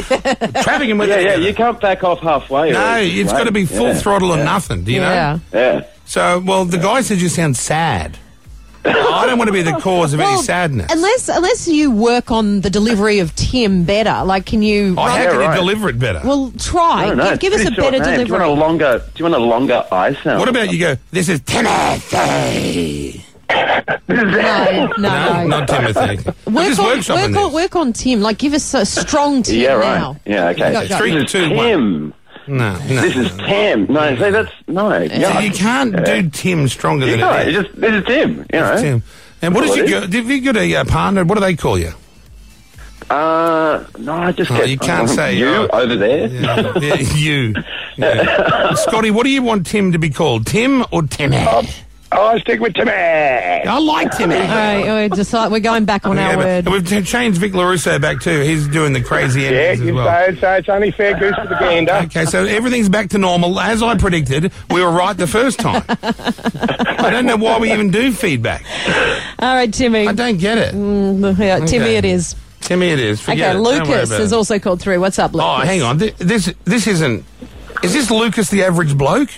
Speaker 2: traffic and weather.
Speaker 18: Yeah, yeah,
Speaker 2: together.
Speaker 18: you can't back off halfway.
Speaker 2: No, it's got to be full throttle or nothing. Do you
Speaker 18: Yeah.
Speaker 2: know? Yeah. So, well, the guy says you sound sad. I don't want to be the cause of any sadness.
Speaker 8: Unless unless you work on the delivery of Tim better, like can you?
Speaker 18: Oh,
Speaker 2: How
Speaker 18: yeah,
Speaker 2: can
Speaker 18: right.
Speaker 2: you deliver it better?
Speaker 8: Well, try.
Speaker 18: I don't know.
Speaker 8: Give-
Speaker 18: it's
Speaker 8: give us a
Speaker 18: pretty short
Speaker 8: better
Speaker 18: name. Do you
Speaker 8: delivery.
Speaker 18: want a longer? Do you want a longer I sound?
Speaker 2: what about you go? This is Timothy.
Speaker 8: no, no,
Speaker 2: No,
Speaker 8: no.
Speaker 2: not Timothy. We'll
Speaker 8: Work
Speaker 2: just
Speaker 8: on,
Speaker 2: work on
Speaker 8: work,
Speaker 2: this.
Speaker 8: on, work on Tim. Like, give us a strong Tim
Speaker 18: Yeah, right.
Speaker 8: now.
Speaker 18: Yeah, okay.
Speaker 8: Go, go.
Speaker 2: Three,
Speaker 18: This is
Speaker 2: two,
Speaker 18: Tim.
Speaker 2: No,
Speaker 18: This is Tim. No, see, that's no. Yeah.
Speaker 2: You can't do Tim stronger than
Speaker 18: Yeah,
Speaker 2: it is.
Speaker 18: it's just- this is Tim, you
Speaker 2: It's
Speaker 18: know.
Speaker 2: Tim. And what
Speaker 18: That's
Speaker 2: is
Speaker 18: what
Speaker 2: you
Speaker 18: it
Speaker 2: go?
Speaker 18: is.
Speaker 2: If you got a uh, partner, what do they call you?
Speaker 18: Uh, no, I just
Speaker 2: Oh,
Speaker 18: get,
Speaker 2: you can't
Speaker 18: uh,
Speaker 2: say,
Speaker 18: you
Speaker 2: uh,
Speaker 18: over there.
Speaker 2: Yeah, yeah, you. Yeah. Scotty, what do you want Tim to be called? Tim or Timmy?
Speaker 18: Uh,
Speaker 19: I stick with Timmy.
Speaker 2: I like Timmy.
Speaker 8: All right, we decide, we're going back on
Speaker 2: Yeah,
Speaker 8: our
Speaker 2: but-
Speaker 8: word.
Speaker 2: and we've t- changed Vic LaRusso back too. He's doing the crazy
Speaker 19: Yeah,
Speaker 2: endings as
Speaker 19: you
Speaker 2: well.
Speaker 19: say it, so it's only fair goose for the gander.
Speaker 2: Okay, so everything's back to normal. As I predicted, we were right the first time. I don't know why we even do feedback.
Speaker 8: All right, Timmy. I
Speaker 2: don't get it.
Speaker 8: Mm, yeah, Timmy,
Speaker 2: Okay.
Speaker 8: it is.
Speaker 2: Timmy, it is. Forget
Speaker 8: okay,
Speaker 2: it. Don't worry
Speaker 8: Lucas
Speaker 2: about
Speaker 8: is
Speaker 2: it.
Speaker 8: also called through. What's up, Lucas?
Speaker 2: Oh, hang on. Th- This this isn't. Is this Lucas the average bloke?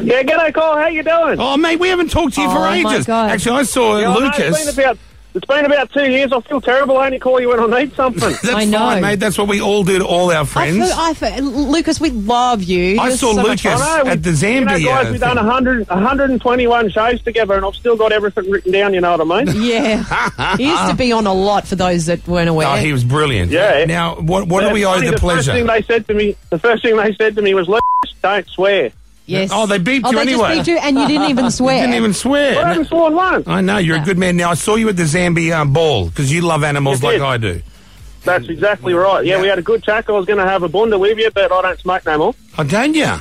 Speaker 17: Yeah, g'day, Cole. How you doing?
Speaker 2: Oh, mate, we haven't talked to you
Speaker 17: Oh,
Speaker 2: for
Speaker 17: my
Speaker 2: ages.
Speaker 17: God.
Speaker 2: Actually, I saw
Speaker 17: Yeah, I know,
Speaker 2: Lucas.
Speaker 17: it's, been about, it's been about two years. I feel terrible. I only call you when I need something.
Speaker 2: That's fine, mate. That's what we all do to all our
Speaker 8: I
Speaker 2: friends.
Speaker 8: feel- I feel- Lucas, we love you.
Speaker 2: I
Speaker 8: You're
Speaker 2: saw
Speaker 8: so much-
Speaker 2: Lucas at the
Speaker 17: You know,
Speaker 2: Zambia.
Speaker 17: guys, we've done
Speaker 2: thing.
Speaker 17: 100, 121 shows together, and I've still got everything written down. You know what I mean?
Speaker 8: Yeah, he used to be on a lot for those that weren't aware.
Speaker 2: Oh, he was brilliant.
Speaker 17: Yeah.
Speaker 2: Now, what what do we owe the
Speaker 17: First
Speaker 2: pleasure?
Speaker 17: thing they said to me, the first thing they said to me was, "Lucas, don't swear."
Speaker 8: Yes.
Speaker 2: Oh, they beeped
Speaker 8: Oh,
Speaker 2: you
Speaker 8: they just
Speaker 2: anyway.
Speaker 8: beeped you and you didn't even swear.
Speaker 2: You didn't even swear.
Speaker 17: I haven't sworn once.
Speaker 2: I know you're a good man. Now I saw you at the Zambia um, ball because you love animals
Speaker 17: You
Speaker 2: like
Speaker 17: did.
Speaker 2: I do.
Speaker 17: That's exactly right. Yeah, we had a good tackle. I was going to have a bunda with you, but I don't smoke no more.
Speaker 2: Oh, don't you?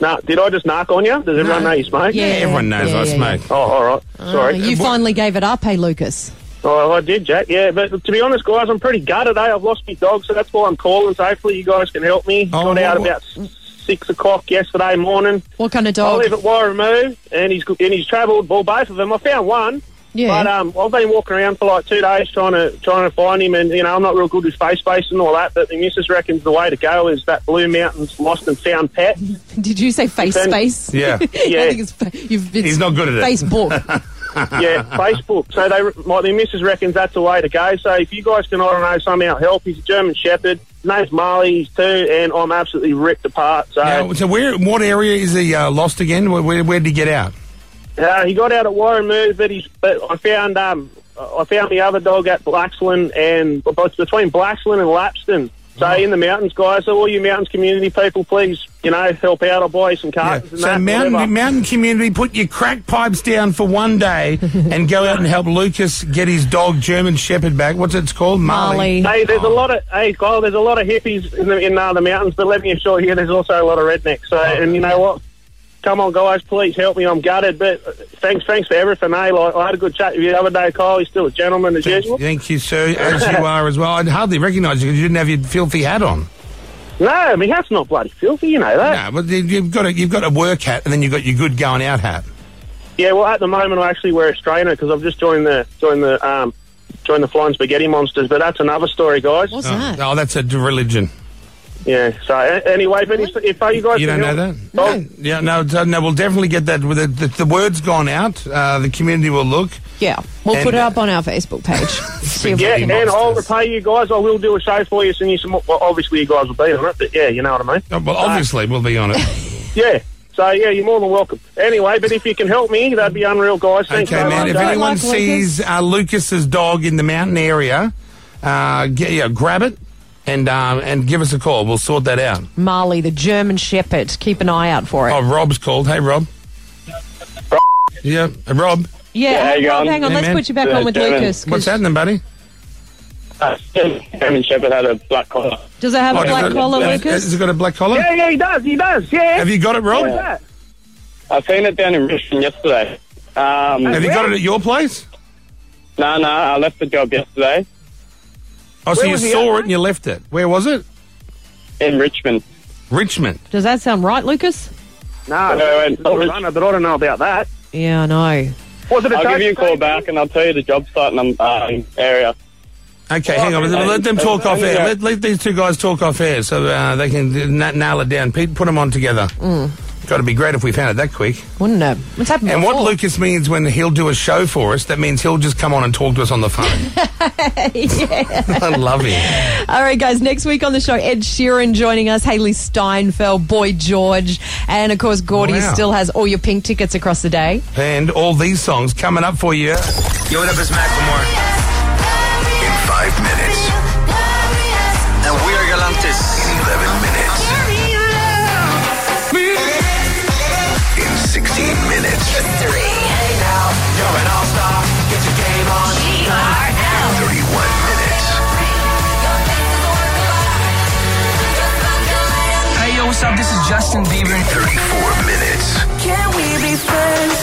Speaker 17: Nah, did I just knock on you? Does everyone know you smoke?
Speaker 8: Yeah, Yeah, everyone knows yeah, I yeah, smoke.
Speaker 17: Oh, all right. Sorry.
Speaker 8: Oh, you finally gave it up, hey Lucas.
Speaker 17: Oh, I did, Jack. Yeah, but to be honest, guys, I'm pretty gutted. Eh? I've lost my dog, so that's why I'm calling. So hopefully, you guys can help me. Got out
Speaker 8: Oh, what-
Speaker 17: about s- six o'clock yesterday morning.
Speaker 8: What kind of
Speaker 17: I
Speaker 8: dog?
Speaker 17: live at Warramoo, and he's and he's travelled. Well, both of them. I found one.
Speaker 8: Yeah.
Speaker 17: But um, I've been walking around for like two days trying to trying to find him, and you know I'm not real good with face space and all that. But the missus reckons the way to go is that Blue Mountains lost and found pet.
Speaker 8: Did you say face
Speaker 17: Then-
Speaker 8: space?
Speaker 17: Yeah.
Speaker 8: I
Speaker 17: Yeah.
Speaker 8: think it's, fa- you've been
Speaker 17: He's not good at it.
Speaker 8: Facebook.
Speaker 17: yeah, Facebook. So they, my, the missus reckons that's the way to go. So if you guys can, I don't know, somehow help. He's a German Shepherd. His name's Marley. He's two, and I'm absolutely ripped apart. So
Speaker 2: Now, so where? What area is he uh, lost again? Where, where, where did he get out?
Speaker 17: uh, he got out at Warramoo, but he's. But I found um, I found the other dog at Blaxland, and but it's between Blaxland and Lapston. So
Speaker 2: Oh.
Speaker 17: in the mountains, guys. So all you mountains community people, please, you know, help out. I'll buy you some cartons. and
Speaker 2: So
Speaker 17: that,
Speaker 2: mountain
Speaker 17: whatever.
Speaker 2: mountain community, put your crack pipes down for one day and go out and help Lucas get his dog German Shepherd back. What's it's called? Marley.
Speaker 17: Hey, there's a lot of hey, Kyle. There's a lot of hippies in the in uh, the mountains, but let me assure you, there's also a lot of rednecks. So, and you know what? come on, guys, please help me. I'm gutted, but uh, thanks, thanks for everything, eh? Like, I had a good chat with you the other day, Kyle. You're still a gentleman as usual.
Speaker 2: Thank you, sir, as you are as well. I'd hardly recognise you because you didn't have your filthy hat on.
Speaker 17: No, my hat's not bloody filthy, you know that.
Speaker 2: No, but you- you've got a, you've got a work hat and then you've got your good going out hat.
Speaker 17: Yeah, well, at the moment I actually wear a strainer because I've just joined the joined the um joined the flying spaghetti monsters. But that's another story, guys. What's
Speaker 2: oh, that? Oh, that's a d- religion.
Speaker 17: Yeah. So a- anyway, but if, if uh, you guys
Speaker 2: You
Speaker 17: can
Speaker 2: don't know
Speaker 17: help-
Speaker 2: that?
Speaker 17: Oh,
Speaker 2: Yeah, no, so- no. We'll definitely get that. with The, the, the word's gone out. Uh, the community will look.
Speaker 8: Yeah, we'll
Speaker 2: And- uh,
Speaker 8: put it up on our Facebook page. See if we
Speaker 17: Yeah,
Speaker 8: can-
Speaker 17: and I'll repay you guys. I will do a show for you, and you some. Well, obviously, you guys will be on it, but yeah, you know what I mean.
Speaker 2: well, obviously, we'll be on it.
Speaker 17: yeah. So yeah, you're more than welcome. Anyway, but if you can help me, that'd be unreal, guys. Thanks
Speaker 2: Okay,
Speaker 17: so
Speaker 2: man. If
Speaker 17: much, eh?
Speaker 2: anyone sees uh, Lucas's dog in the mountain area, uh, get, yeah, grab it and um, and give us a call. We'll sort that out.
Speaker 8: Marley, the German Shepherd. Keep an eye out for it.
Speaker 2: Oh, Rob's called. Hey, Rob. Yeah, uh, Rob.
Speaker 8: Yeah, Yeah, hey, hang Rob, on. hang on.
Speaker 2: Hey,
Speaker 8: Let's
Speaker 2: man.
Speaker 8: put you back
Speaker 17: Uh,
Speaker 8: Yeah, on with German. Lucas, 'cause-
Speaker 2: What's happening, buddy?
Speaker 17: German Uh, Shepherd had a black collar.
Speaker 8: Does it have
Speaker 2: Oh,
Speaker 8: a
Speaker 2: does
Speaker 8: black
Speaker 2: it-
Speaker 8: collar,
Speaker 2: has-
Speaker 8: Lucas?
Speaker 2: Has it got a black collar?
Speaker 17: Yeah, yeah, he does. He does. Yeah.
Speaker 2: Have you got it, Rob?
Speaker 32: I seen it down in Richmond yesterday. Um,
Speaker 2: Have you got it at your place?
Speaker 32: No, no, I left the job yesterday
Speaker 2: Oh, so
Speaker 32: Where
Speaker 2: you
Speaker 32: was the
Speaker 2: saw
Speaker 32: other
Speaker 2: it and you left it. Where was it?
Speaker 32: in Richmond.
Speaker 2: Richmond.
Speaker 8: Does that sound right, Lucas?
Speaker 17: No,
Speaker 32: uh, oh,
Speaker 17: no, but I don't know about that.
Speaker 8: Yeah, I know.
Speaker 17: Was it a
Speaker 32: I'll give
Speaker 17: taxi
Speaker 32: you a call back and I'll tell you the job site and um, area.
Speaker 2: Okay, hang
Speaker 17: Oh,
Speaker 2: on.
Speaker 32: okay.
Speaker 2: Let them talk off air. Let, let these two guys talk off air so uh, they can n- nail it down. Pete, put them on together.
Speaker 8: Mm,
Speaker 2: Got to be great if we found it that quick.
Speaker 8: wouldn't it? What's happened?
Speaker 2: And what
Speaker 8: before?
Speaker 2: Lucas means when he'll do a show for us, that means he'll just come on and talk to us on the phone.
Speaker 8: yeah.
Speaker 2: I love him.
Speaker 8: All right, guys. Next week on the show, Ed Sheeran joining us, Haley Steinfeld, Boy George, and of course, Gordy
Speaker 2: Wow.
Speaker 8: still has all your pink tickets across the day.
Speaker 2: And all these songs coming up for you.
Speaker 4: Yo, what up, it's Macklemore. In five minutes. And we are Galantis. In 11 minutes. In 16 minutes. Three. Hey now, you're an all-star. Get your game on. GRL. 31 minutes. Hey, yo, what's up? This is Justin Bieber. 34 minutes. Can we be friends?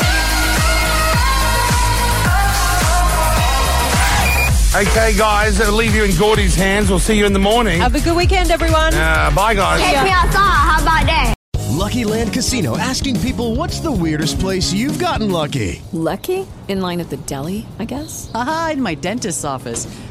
Speaker 2: Okay, guys, I'll leave you in Gordy's hands. We'll see you in the morning.
Speaker 8: Have a good weekend, everyone.
Speaker 2: Uh, bye, guys.
Speaker 4: outside. How about that?
Speaker 28: Lucky Land Casino asking people what's the weirdest place you've gotten lucky?
Speaker 33: Lucky? In line at the deli, I guess?
Speaker 34: Aha, in my dentist's office.